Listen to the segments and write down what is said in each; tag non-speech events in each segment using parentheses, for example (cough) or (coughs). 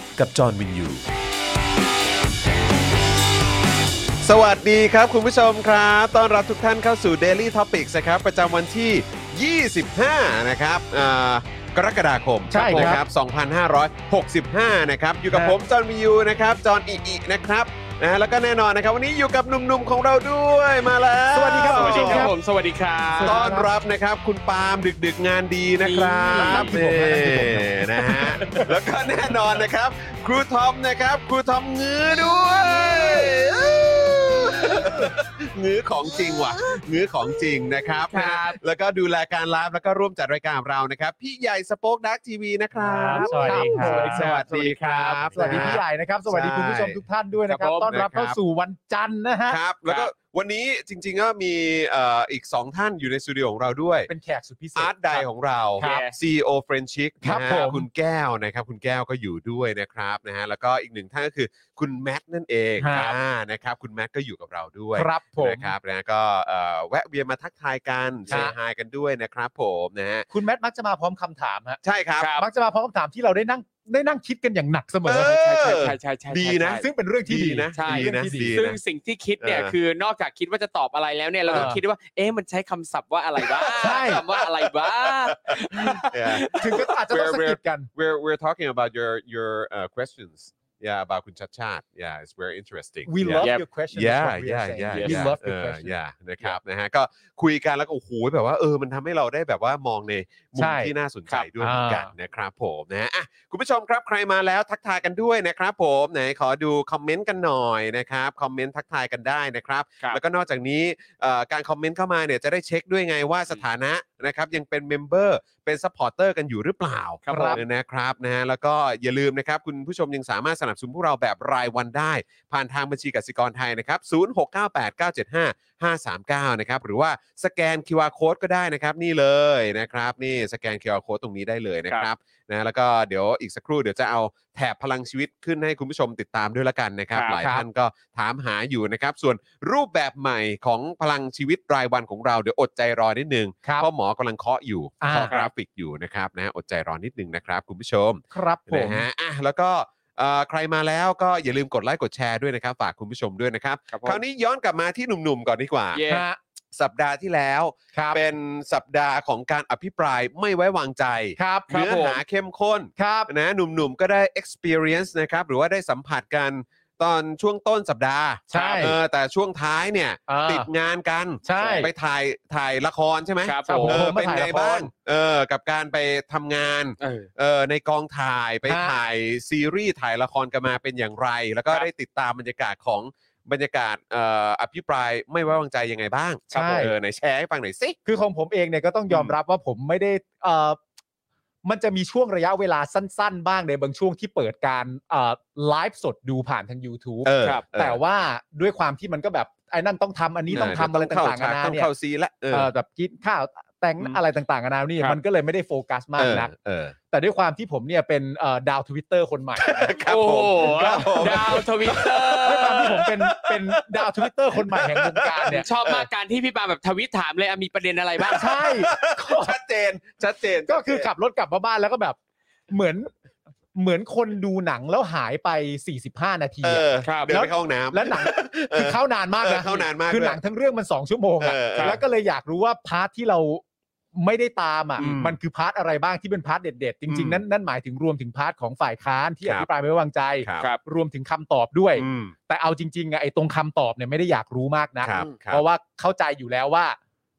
กับจอห์นวินยู สวัสดีครับ คุณผู้ชมครับ ต้อนรับทุกท่านเข้าสู่ Daily Topics นะครับ ประจำวันที่ 25 นะครับอ่ากรกฎาคม ใช่ครับ นะครับ2,565 นะครับ อยู่กับผม จอห์นวินยูนะครับ จอห์นอิอินะครับนะฮะแล้วก็แน่นอนนะครับ วันนี้อยู่กับหนุ่มๆ ของเราด้วยมาแล้ว สวัสดีครับ สวัสดีครับ ผม สวัสดีครับ ต้อนรับนะครับ คุณปาล์มดึกๆงานดีนะครับ นี่ นี่นะฮะแล้วก็แน่นอนนะครับ ครูทอมนะครับ ครูทอมงื้อด้วย งื้อของจริงว่ะงื้อของจริงนะครับ ครับ นะแล้วก็ดูแลการไลฟ์แล้วก็ร่วมจัดรายการของเรานะครับ พี่ใหญ่สป็อคดักทีวีนะครับ สวัสดีครับ สวัสดีครับ สวัสดีพี่ใหญ่นะครับ สวัสดีคุณผู้ชมทุกท่านด้วยนะคครัรับบผม ต้อนรับเข้า นะครับ สู่วันจันทร์นะฮะ ครับ แล้วก็วันนี้จริง ๆ ก็มีเอ่ออีก 2 ท่านอยู่ในสตูดิโอของเราด้วย เป็นแขกสุดพิเศษ อาร์ตไดของเรา ครับ CEO f r e n c h i c ครับ นะฮะ ผม คุณแก้วนะครับ คุณแก้วก็อยู่ด้วยนะครับนะฮะแล้วก็อีกหนึ่งท่านก็คือคุณแมทนั่นเองอ่านะครับ คุณแมทก็อยู่กับเราด้วย ครับผม นะครับนะก็เอ่อแวะเวียนมาทักทายกันเซฮายกันด้วยนะครับผมนะฮะ คุณแมทมักจะมาพร้อมคำถามฮะ ใช่ครับ มักจะมาพร้อมคำถามที่เราได้นั่งได้นั่งคิดกันอย่างหนักเสมอ เออ ใช่ใช่ใช่ใช่ใช่ ดีนะ ใช่ ซึ่งเป็นเรื่องที่ ดี ดี นะ ใช่ ดีนะ เรื่องที่ดี ดี ซึ่ง นะ สิ่งที่คิดเนี่ย เออ คือนอกจากคิดว่าจะตอบอะไรแล้วเนี่ยเราต้อง เออ คิดว่า เอ๊ะมันใช้คำศัพท์ว่าอะไรวะ ใช่ คำว่าอะไรวะ Yeah. ถึงก็อาจจะต้องสะกิดกัน we're we're talking about your your uh, questions yeah about คุณชัดชาติ yeah it's very interesting we Yeah. love Yeah. your question is yeah what we are yeah saying. yeah we yeah love เอ your อ question yeah นะครับนะฮะก็คุยกันแล้วก็โอ้โหแบบว่าเออมันทำให้เราได้แบบว่ามองในมุ ใช่ มที่น่าสนใจ ครับ ด้วยเหมือน อ่า กันนะครับผมนะฮะอ่ะคุณผู้ชมครับใครมาแล้วทักทายกันด้วยนะครับผมไหนขอดูคอมเมนต์กันหน่อยนะครับคอมเมนต์ทักทายกันได้นะครับ ครับ แล้วก็นอกจากนี้เอ่อการคอมเมนต์เข้ามาเนี่ยจะได้เช็คด้วยไงว่าสถานะนะครับยังเป็นเมมเบอร์เป็นซัพพอร์เตอร์กันอยู่หรือเปล่า ครับผม นะครับนะฮะแล้วก็อย่าลืมนะครับ คุณผู้ชมยังสามารถสนับสนุนพวกเราแบบรายวันได้ ผ่านทางบัญชีกสิกรไทยนะครับ 0698975539 นะครับ หรือว่าสแกน QR Code ก็ได้นะครับ นี่เลยนะครับ นี่สแกน QR Code ตรงนี้ได้เลยนะค ครั รับบ นะแล้วก็เดี๋ยวอีกสักครู่เดี๋ยวจะเอาแถบพลังชีวิตขึ้นให้คุณผู้ชมติดตามด้วยละกันนะครับ ครับ หลายท่านก็ถามหาอยู่นะครับ ส่วนรูปแบบใหม่ของพลังชีวิตรายวันของเราเดี๋ยวอดใจรอนิดนึง ครับ เพราะหมอกำลังเคาะอยู่ อ่า เคาะกราฟิกอยู่นะครับนะอดใจรอนิดนึงนะครับคุณผู้ชม ครับผม นะฮะอ่ะแล้วก็เอ่อใครมาแล้วก็อย่าลืมกดไลค์กดแชร์ด้วยนะครับ ฝากคุณผู้ชมด้วยนะครับ ครับ คราวนี้ย้อนกลับมาที่หนุ่มๆก่อนดีกว่า เย่ ฮะ สัปดาห์ที่แล้ว ครับ เป็นสัปดาห์ของการอภิปรายไม่ไว้วางใจ ครับ เนื้อหาเข้มข้น ครับ นะหนุ่มๆก็ได้ experience นะครับ หรือว่าได้สัมผัสกันตอนช่วงต้นสัปดาห์ ใช่ เออแต่ช่วงท้ายเนี่ย อ่า ติดงานกัน ใช่ ไปถ่ายถ่ายละครใช่ไหม ครับ ครับ ผม เออ มา เป็น ถ่าย ไง ละคร บ้างเออกับการไปทำงาน เออ เออในกองถ่ายไป ฮะ ถ่ายซีรีส์ถ่ายละครกันมาเป็นอย่างไร แล้วก็ ครับ ได้ติดตามบรรยากาศของบรรยากาศเอ่ออภิปรายไม่ไว้วางใจยังไงบ้างคใช่รับผมเออไหนแชร์ให้ฟังหน่อยสิ คือของผมเองเนี่ยก็ต้องยอม อืม รับว่าผมไม่ได้เอ่อมันจะมีช่วงระยะเวลาสั้น ๆ บ้างในบางช่วงที่เปิดการเอ่อไลฟ์สดดูผ่านทาง YouTube เออ ครับ เออ แต่ว่าด้วยความที่มันก็แบบไอ้นั่นต้องทำอันนี้ต้องทำอะไรต่างๆ เดี๋ นา ยว นา ต้อง เนี่ย เข้าฉกต้องเข้าซีนละเออ เอ่อแบบกินข้าวแต่ง อืม อะไรต่างๆนานาเนี่ย ครับ มันก็เลยไม่ได้โฟกัสมากนัก เออ แต่ด้วยความที่ผมเนี่ยเป็นเอ่อดาวทวิตเตอร์คนใหม่นะ เออ ครับ โอ้ ผ โห มครับผม ดาวทวิตเตอร์ ด้วยความที่ผมเป็นเป็นดาวทวิตเตอร์คนใหม่แห่งวงการเนี่ย ชอบมากการที่พี่ปาแบบทวิตถามเลยอ่ะมีประเด็นอะไรบ้าง ใช่ ชัดเจนชัดเจน ก็คือขับรถกลับมาบ้านแล้วก็แบบ เหมือนเหมือนคนดูหนังแล้วหายไป 45 นาที เอ อะ อ ครับ เดิน แล้ว ไปเข้าห้องน้ำ แล้วหนัง เออ คือเข้านานมาก เอ นะ อเข้านานมาก คือ ด้วย หนังทั้งเรื่องมัน 2 ชั่วโมงอะ เออเออ แล้วก็เลยอยากรู้ว่าพาร์ทที่เรา ไม่ได้ตามอ่ะ อืม มันคือพาร์ทอะไรบ้างที่เป็นพาร์ทเด็ดๆจริง ๆ นั้นนั่นหมายถึงรวมถึงพาร์ทของฝ่ายค้านที่ ครั อบ ภิปรายไม่ไว้วางใจ ครับ ครับ รวมถึงคำตอบด้วย อืม แต่เอาจริงๆอะไอ้ตรงคำตอบเนี่ยไม่ได้อยากรู้มากนะครับ ครับ เพราะว่าเข้าใจอยู่แล้วว่า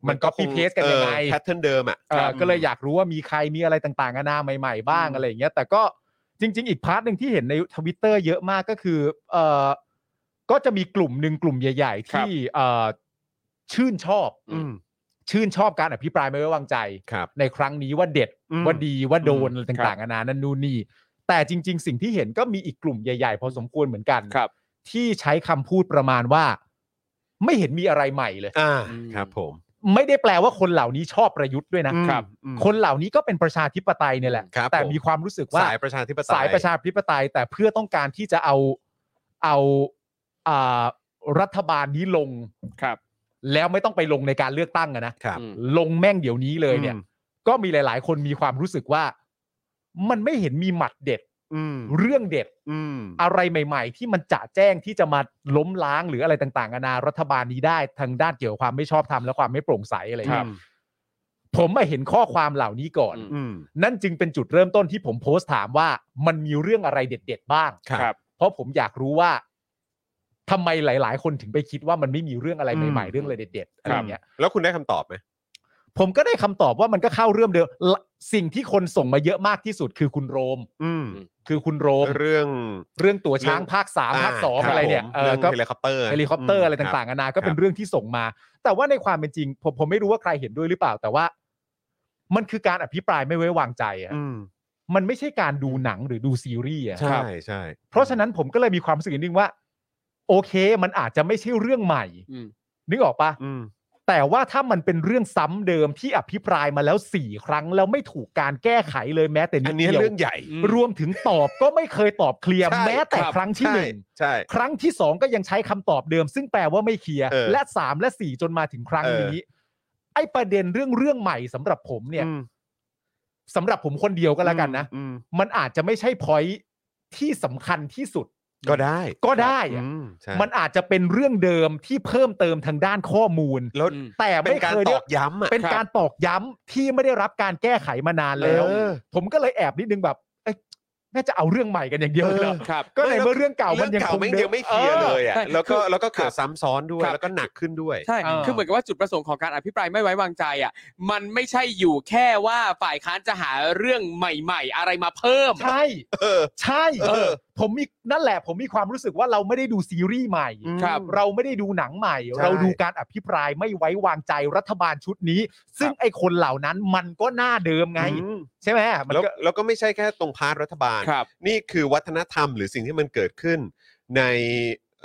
มันก็พีเพสกันยังไง แพทเทิร์นเดิมอ่ะ เออก็เลยอยากรู้ว่ามีใครมีอะไรต่างๆนานาใหม่ๆบ้างอะไรอย่างเงี้ยแต่ก็จริง ๆ อีกพาร์ทหนึ่งที่เห็นในทวิตเตอร์เยอะมากก็คือเออก็จะมีกลุ่มหนึ่งกลุ่มใหญ่ ๆ ที่เออชื่นชอบ อืม ชื่นชอบการอภิปรายไม่ไว้วางใจ ครับ ในครั้งนี้ว่าเด็ด อืม ว่าดีว่าโดน อืม อะไรต่างๆนานานั่นนู่นนี่แต่จริง ๆ สิ่งที่เห็นก็มีอีกกลุ่มใหญ่ ๆ พอสมควรเหมือนกัน ครับ ที่ใช้คำพูดประมาณว่า ไม่เห็นมีอะไรใหม่เลย อ่า อืม ครับผม ไม่ได้แปลว่าคนเหล่านี้ชอบประยุทธ์ด้วยนะ อืม คนเหล่านี้ก็เป็นประชาธิปไตยเนี่ยแหละ ครับ แต่ ผม มีความรู้สึกว่า สายประชาธิปไตย สายประชาธิปไตย แต่เพื่อต้องการที่จะเอาเอาอ่ารัฐบาลนี้ลง ครับ แล้วไม่ต้องไปลงในการเลือกตั้งอะนะครับ อืม ลงแม่งเดี๋ยวนี้เลยเนี่ย อืม ก็มีหลาย ๆ คนมีความรู้สึกว่า มันไม่เห็นมีหมัดเด็ด อืม เรื่องเด็ด อืม อะไรใหม่ ๆ ที่มันจะแจ้งที่จะมาล้มล้างหรืออะไรต่างๆนานารัฐบาลนี้ได้ทางด้านเกี่ยวกับความไม่ชอบธรรมและความไม่โปร่งใสอะไรอย่างเงี้ยผมมาเห็นข้อความเหล่านี้ก่อน อืม อืม นั่นจึงเป็นจุดเริ่มต้นที่ผมโพสต์ถามว่ามันมีเรื่องอะไรเด็ด ๆ บ้าง ครับ เพราะผมอยากรู้ว่าทำไมหลาย ๆ คนถึงไปคิดว่ามันไม่มีเรื่องอะไรใหม่ อืม ๆเรื่องอะไรเด็ดๆอะไรอย่างเงี้ย แล้วคุณได้คำตอบไหม ผมก็ได้คำตอบว่ามันก็เข้าเรื่องเดิมละสิ่งที่คนส่งมาเยอะมากที่สุดคือคุณโรม อืม คือคุณโรม เรื่อง เรื่องตัวช้างภาคสามภาคสอง คบ อะไรเนี่ย ผม เอ เรื่ อ อง ก็ เฮลิคอปเตอร์ เฮลิคอปเตอร์อะไรต่างๆนานาก็เป็นเรื่องที่ส่งมา แต่ว่าในความเป็นจริง ผมผมไม่รู้ว่าใครเห็นด้วยหรือเปล่า แต่ว่า มันคือการอภิปรายไม่ไว้วางใจอะ ๆอืม มันไม่ใช่การดูหนังหรือดูซีรีส์อะ ใช่ใช่ เพราะฉะนั้นผมก็เลยมีความรู้สึกนิดนึงว่า โอเค มันอาจจะไม่ใช่เรื่องใหม่ อืม นึกออกปะ อืม แต่ว่าถ้ามันเป็นเรื่องซ้ำเดิมที่อภิปรายมาแล้วสี่ครั้งแล้วไม่ถูกการแก้ไขเลยแม้แต่นิ อั ด น เดี นี้ ยว เรื่องใหญ่ อืม รวมถึงตอบก็ไม่เคยตอบเคลียร์ ใช่ แม้แต่ ครับ ครั้งที่หนึ่ง ใช่ ครั้งที่สองก็ยังใช้คำตอบเดิม ซึ่งแปลว่าไม่เคลียร์ เออ และสามและสี่จนมาถึงครั้ง เออ นี้ ไอ้ประเด็นเรื่องเรื่องใหม่สำหรับผมเนี่ย อืม สำหรับผมคนเดียวก็แล้วกันนะ อืม มันอาจจะไม่ใช่พอยที่สำคัญที่สุด ก็ได้ ก็ได้อะ อืมใช่ มันอาจจะเป็นเรื่องเดิมที่เพิ่มเติมทางด้านข้อมูล แล้ว อืม แต่ เป็น ไม่ การ เคย ต ได้ อกย้ำอ่ะ เป็นการตอกย้ำที่ไม่ได้รับการแก้ไขมานานแล้ว เออ ผมก็เลยแอบนิดนึงแบบเอ๊ะน่าจะเอาเรื่องใหม่กันอย่างเดียวเลยเหรอ ครับ ก็ในเมื่อเรื่องเก่ามันยัง เก่า คง ไม่ เดิ ยังไม่เคลียร์ อ เล อ ยอ่ะ ใช่ แล้วก็ คือ แล้วก็เกิด ครับ ซ้ำซ้อนด้วย ครับ แล้วก็หนักขึ้นด้วย ใช่ เออ คือเหมือนกับว่าจุดประสงค์ของการอภิปรายไม่ไว้วางใจอ่ะ มันไม่ใช่อยู่แค่ว่าฝ่ายค้านจะหาเรื่องใหม่ ๆ อะไรมาเพิ่ม ใช่ เออ ใช่ เออ ผมมีนั่นแหละ ผมมีความรู้สึกว่าเราไม่ได้ดูซีรีส์ใหม่ อืม ครับ เราไม่ได้ดูหนังใหม่ ใช่ เราดูการอภิปรายไม่ไว้วางใจรัฐบาลชุดนี้ ซึ่งไอคนเหล่านั้นมันก็หน้าเดิมไง อืม ใช่ไหมมัน แล้ว ก็ แล้วก็ไม่ใช่แค่ตรงพาร์ทรัฐบาล ครับ นี่คือวัฒนธรรมหรือสิ่งที่มันเกิดขึ้นใน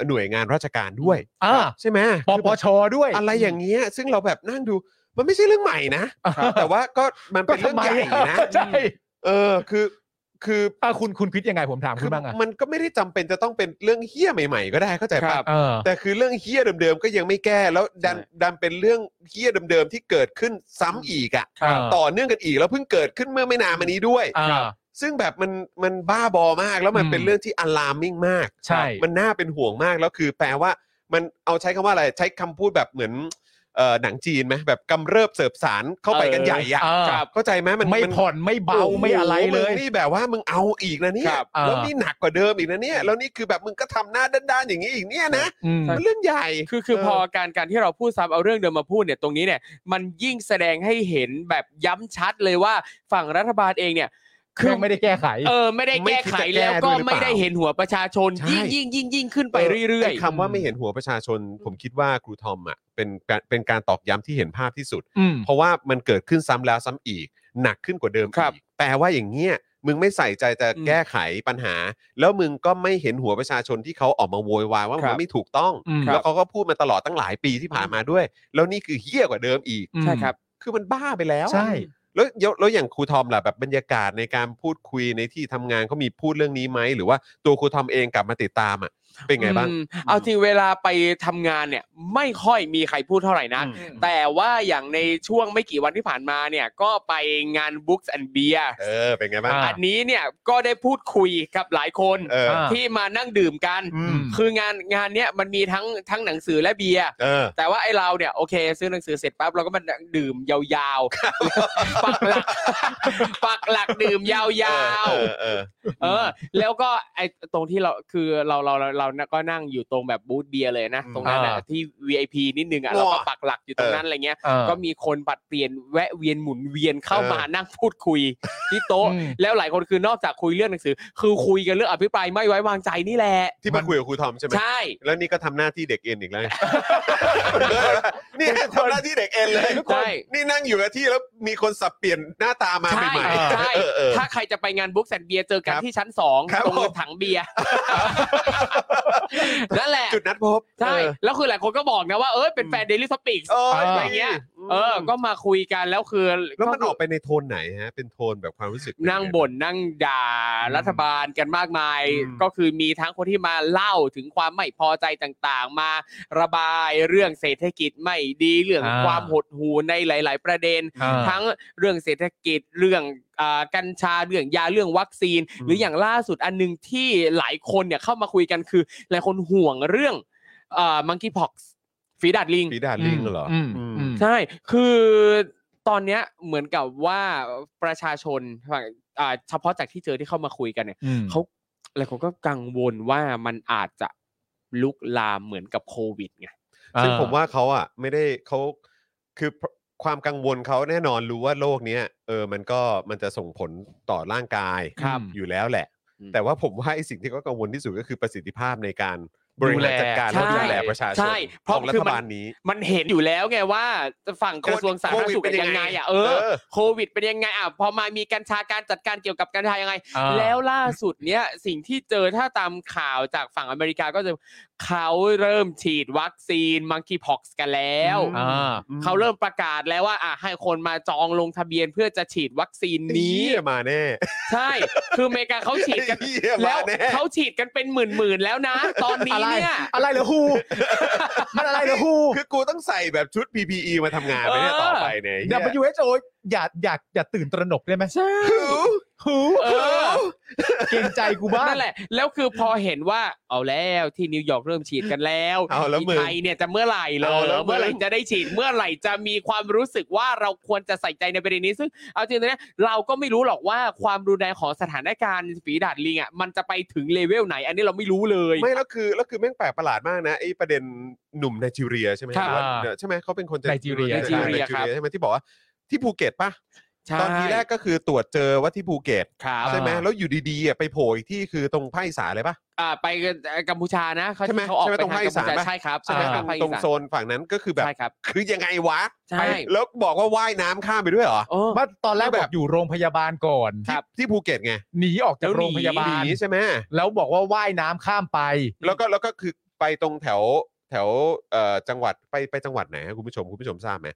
หน่วยงานราชการด้วย อ่า ใช่ไหม ปปชด้วย อะไรอย่างเงี้ยซึ่งเราแบบนั่งดูมันไม่ใช่เรื่องใหม่นะ แต่ว่าก็มัน ก็ เป็นเรื่องทำไม ใหญ่นะ ใช่ เออคือคือ อ่ะคุณคุณคิดยังไงผมถาม คื คุ อ ณบ้างอ่ะ มันก็ไม่ได้จำเป็นจะต้องเป็นเรื่องเฮี้ยใหม่ ๆ ก็ได้เข้าใจ ค ปะ รับ เออ แต่คือเรื่องเฮี้ยเดิมๆก็ยังไม่แก้แล้วดัน ใช่ ดันเป็นเรื่องเฮี้ยเดิมๆที่เกิดขึ้นซ้ำอีกอ่ะ อ่า ต่อเนื่องกันอีกแล้วเพิ่งเกิดขึ้นเมื่อไม่นานมานี้ด้วย อ่า ซึ่งแบบมันมันบ้าบอมากแล้วมัน อืม เป็นเรื่องที่ alarming มาก ใช่ มันน่าเป็นห่วงมากแล้วคือแปลว่ามันเอาใช้คำว่าอะไรใช้คำพูดแบบเหมือนเอ่อหนังจีนไหมแบบกำเริบเสิบสารเข้าไปกันใหญ่อะ เออ ครับ เข้าใจไหมมัน ไม่ น ผ่อนไม่เบา โโห ไม่อะไรเลย มึงนี่แบบว่ามึงเอาอีกนะเนี่ย ครับ เออ แล้วนี่หนักกว่าเดิมอีกนะเนี่ยแล้วนี่คือแบบมึงก็ทำหน้าด้านๆอย่างนี้อีกเนี่ยนะ อืม มันเรื่องใหญ่ คือคือ เออ พอการการที่เราพูดซ้ำเอาเรื่องเดิมมาพูดเนี่ยตรงนี้เนี่ยมันยิ่งแสดงให้เห็นแบบย้ำชัดเลยว่าฝั่งรัฐบาลเองเนี่ยคื คือ อไม่ได้แก้ไข เออไม่ได้แก้ไขแล้วก็ไม่ได้เห็นหัวประชาชน ใช่ ยิ่งยิ่งยิ่งยิ่งขึ้นไปเรื่อย ไคำว่าไม่เห็นหัวประชาชน ผมคิดว่าครูทอมอ่ะเป็นการเป็นการตอกย้ำที่เห็นภาพที่สุด อืม เพราะว่ามันเกิดขึ้นซ้ำแล้วซ้ำอีก หนักขึ้นกว่าเดิม ครับ อีกแปลว่าอย่างเงี้ยมึงไม่ใส่ใจจะ อืม แก้ไขปัญหา แล้วมึงก็ไม่เห็นหัวประชาชนที่เขาออกมาโวยวายว่า ครั มั บ นไม่ถูกต้อง อืม แล้วเขาก็พูดมาตลอดตั้งหลายปีที่ผ่านมาด้วย แล้วนี่คือเฮี้ยกว่าเดิมอีก ๆ ใช่ครับ คือมันบ้าไปแล้วอะ ใช่ แล้วแล้วแล้วอย่างครูทอมล่ะแบบบรรยากาศในการพูดคุยในที่ทำงานเขามีพูดเรื่องนี้ไหมหรือว่าตัวครูทอมเองกลับมาติดตามอ่ะ เป็นไงบ้าง อืมเอาจริงเวลาไปทำงานเนี่ยไม่ค่อยมีใครพูดเท่าไหร่นะ แต่ว่าอย่างในช่วงไม่กี่วันที่ผ่านมาเนี่ยก็ไปงาน Books and Beer เออ เป็นไงบ้าง อ่ะ อันนี้เนี่ยก็ได้พูดคุยกับหลายคน เออ ที่มานั่งดื่มกัน อืม (laughs) คืองานงานเนี้ยมันมีทั้งทั้งหนังสือและเบียร์ เออ แต่ว่าไอเราเนี่ยโอเค ซื้อหนังสือเสร็จปั๊บเราก็มาดื่มยาวๆ (laughs) ปักหลักปักหลักดื่มยาว เออเออ ๆ เออ แล้วก็ไอตรงที่เราคือเราเราเราเราก็นั่งอยู่ตรงแบบบูธเบียร์เลยนะ ตรงนั้นอ่ะ อ่า ที่ VIP นิดนึงอ่ะเราก็ปักหลักอยู่ตรงนั้นอะไรเงี้ย อ่า ก็มีคนบัดเปลี่ยนแวะเวียนหมุนเวียนเข้า เออ มานั่งพูดคุยที่โต๊ะ อืม แล้วหลายคนคือนอกจากคุยเรื่องหนังสือ คือคุยกันเรื่องอภิปรายไม่ไว้วางใจนี่แหละ ที่มาคุยกับครูทอมใช่ไหม ใช่ แล้วนี่ก็ทำหน้าที่เด็กเอ็นอีกแล้ว นี่ทำหน้าที่เด็กเอ็นเลย ทุกคน นี่นั่งอยู่กับที่แล้วมีคนสับเปลี่ยนหน้าตามา ใช่ ใหม่ ใช่ ๆเออเออ ถ้าใครจะไปงานบุ๊กแซนเบียเจอกัน ครับ ที่ชั้นสอง ครับ ตรง ผม ถังเบียร์ นั่นแหละ จุดนัดพบ ใช่ เออ แล้วคือหลายคนก็บอกนะว่าเออเป็นแฟนเดลิทอปิก เอออ อะไรเงี้ยเออ ก็มาคุยกันแล้วคือ แล้วมันออกไปในโทนไหนฮะ เป็นโทนแบบความรู้สึกเป็ นั่ง ไ บ่นนั่งด่ารัฐบาลกันมากมาย อืม ก็คือมีทั้งคนที่มาเล่าถึงความไม่พอใจต่างๆ มาระบายเรื่องเศรษฐกิจไม่ดีเรื่อง อ่า ความหดหู่ในหลาย ๆ ประเด็น อ่า ทั้งเรื่องเศรษฐกิจเรื่องอ่ากัญชาเรื่องยาเรื่องวัคซีน หรืออย่างล่าสุดอันหนึงที่หลายคนเนี่ยเข้ามาคุยกันคือ หลายคนห่วงเรื่องมังกี้พ็อกซ์ฝีดาดลิง ฝีดาดลิงเหรออ ม อืม อืม ใช่ คือตอนเนี้ยเหมือนกับว่าประชาชนฝั่งอ่าเฉพาะจากที่เจอที่เข้ามาคุยกันเนี่ยเขาหลายคนก็กังวลว่ามันอาจจะลุกลามเหมือนกับโควิดไง ซึ่งผมว่าเขาอ่ะไม่ได้เขาคือความกังวลเขาแน่นอนรู้ว่าโลกเนี้ยเออมันก็มันจะส่งผลต่อร่างกาย ครับ อยู่แล้วแหละ อืม แต่ว่าผมว่าไอ้สิ่งที่เขากังวลที่สุดก็คือประสิทธิภาพในการบริหารจัดการ ดู และ แล ดูแลประชาช ใช่ นขเพราะ องรั คือ ฐ มัน บาลนี้ มันเห็นอยู่แล้วไงว่าฝั่งกระทรวงสาธารณสุข โควิดเป็นยังไง ยังไงอ่ะเออ เออ โควิดเป็นยังไงอ่ะพอมามีกัญชาการจัดการเกี่ยวกับกัญชายังไง อ่า แล้วล่าสุดเนี้ยสิ่งที่เจอถ้าตามข่าวจากฝั่งอเมริกาก็จะเขาเริ่มฉีดวัคซีนมังคีพ็อกซ์กันแล้ว อ่า เขาเริ่มประกาศแล้วว่าอ่ะให้คนมาจองลงทะเบียนเพื่อจะฉีดวัคซีนนี้ เหี้ยมาแน่ ใช่ คืออเมริกาเขาฉีดกัน เหี้ย แล้ มาว น่ เขาฉีดกันเป็นหมื่นๆแล้วนะ ตอนนี้ อะไร เนี่ย อะไรเหรอฮู มันอะไรเหรอฮู คือกูต้องใส่แบบชุด PPE มาทำงานไปเนี่ย เออ ต่อไปเนี่ย WHO อย่าอย่าอย่าตื่นตระหนกได้ไหม ใช่ ฮู เออ เกรงใจกูบ้าง นั่นแหละแล้วคือพอเห็นว่าเอาแล้วที่นิวยอร์กเริ่มฉีดกันแล้ว เอาแล้วมึง ที่ไทยเนี่ยจะเมื่อไหร่เหรอ เอาแล้วมึง เมื่อไหร่จะได้ฉีดเมื่อไหร่จะมีความรู้สึกว่าเราควรจะใส่ใจในประเด็นนี้ซึ่งเอาจริงๆนะเราก็ไม่รู้หรอกว่าความรุนแรงของสถานการณ์ฝีดาดลิงอ่ะมันจะไปถึงเลเวลไหน อันนี้เราไม่รู้เลย ไม่แล้วคือแล้วคือแม่งแปลกประหลาดมากนะไอ้ประเด็นหนุ่มไนจีเรียใช่ไหม ครัหบอว่าใช่ไหมเขาเป็นคน ไนจีเรีย ไนจีเรีย ไนจีเรียครับ ใช่ไหมที่บอกว่าที่ภูเก็ตปะ ใช่ ตอนทีแรกก็คือตรวจเจอว่าที่ภูเก็ต ครับ ใช่ไหมแล้วอยู่ดีๆอ่ะไปโผล่อีกที่คือตรงภาคอีสานเลยปะ อ่าไปกัมพูชานะเขา ใช่ไหม เขาออก ใช่ไหมตไปรง ทาง ภาคอี กัมพู สาน ชา ปะ ใช่ครับ ใช่ไหม ค ต รั ร บ ง ภาคอี ตรง สาน โซนฝั่งนั้นก็คือแบบ ใช่ครับ คือยังไงวะ ใช่ ไปแล้วบอกว่าว่ายน้ำข้ามไปด้วยเหรอ โอ้ ว่าตอนแรกแบบอยู่โรงพยาบาลก่อน ค ที่ รับ ที่ภูเก็ตไง หนีออกจากโรงพยาบา ห ล นีใช่ไหม แล้วบอกว่าว่ายน้ำข้ามไป แล้วก็แล้วก็คือไปตรงแถวแถวเอ่อจังหวัดไปไปจังหวัดไหนฮะคุณผู้ชมคุณผู้ชมทราบไหม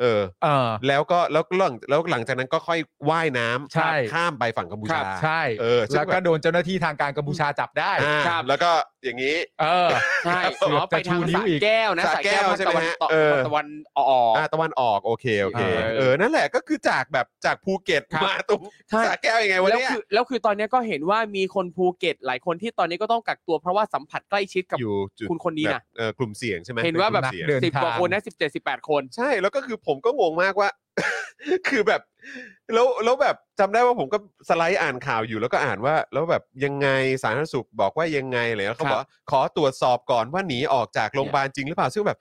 เออ เออ แล้วก็แล้วหลังแล้วหลังจากนั้นก็ค่อยว่ายน้ำ ใช่ ข้ามไปฝั่งกัมพู ครับ ชา ใช่ เออซึ่ง แล้วก็ บบ โดนเจ้าหน้าที่ทางการกัมพูชาจับได้ อ่า ครับ แล้วก็อย่างนี้ เออ ใช่ เสือก อ๋อไป จะชู ทาง นิ้ ส ว ระ อีก แก้วนะ สระ สระ แก้ แก้ ว ว ใช่ไหมฮะ ตะวันตก เออ ตะวันออก อ่าตะวันออกโอเคโอเค เออ เออนั่นแหละก็คือจากแบบจากภูเก็ต ครับ มาตรง ใช่ สระแก้วยังไงวะ แล้ว เนี่ย คือแล้วคือตอนเนี้ยก็เห็นว่ามีคนภูเก็ตหลายคนที่ตอนนี้ก็ต้องกักตัวเพราะว่าสัมผัสใกล้ชิดกับ อยู่จุด คุณคนนี้ แบบ น่ะ เออกลุ่มเสี่ยงใช่ไหม เห็นว่าแบบ ป็กลุ่มสี่ยง เดิน สิบ ทาง กว่าคนนะสิบเจ็ดสิบแปดคน ใช่แล้วก็คือผมก็งงมาก (laughs) ว่า คือแบบ แล้วแล้วแบบจำได้ว่าผมก็สไลด์อ่านข่าวอยู่แล้วก็อ่านว่า แล้วแบบยังไงสาธารณสุขบอกว่ายังไงอะไรแล้วเขาบอกว่าขอตรวจสอบก่อนว่าหนีออกจากโรงพยาบาลจริงหรือเปล่าซึ่งแบบ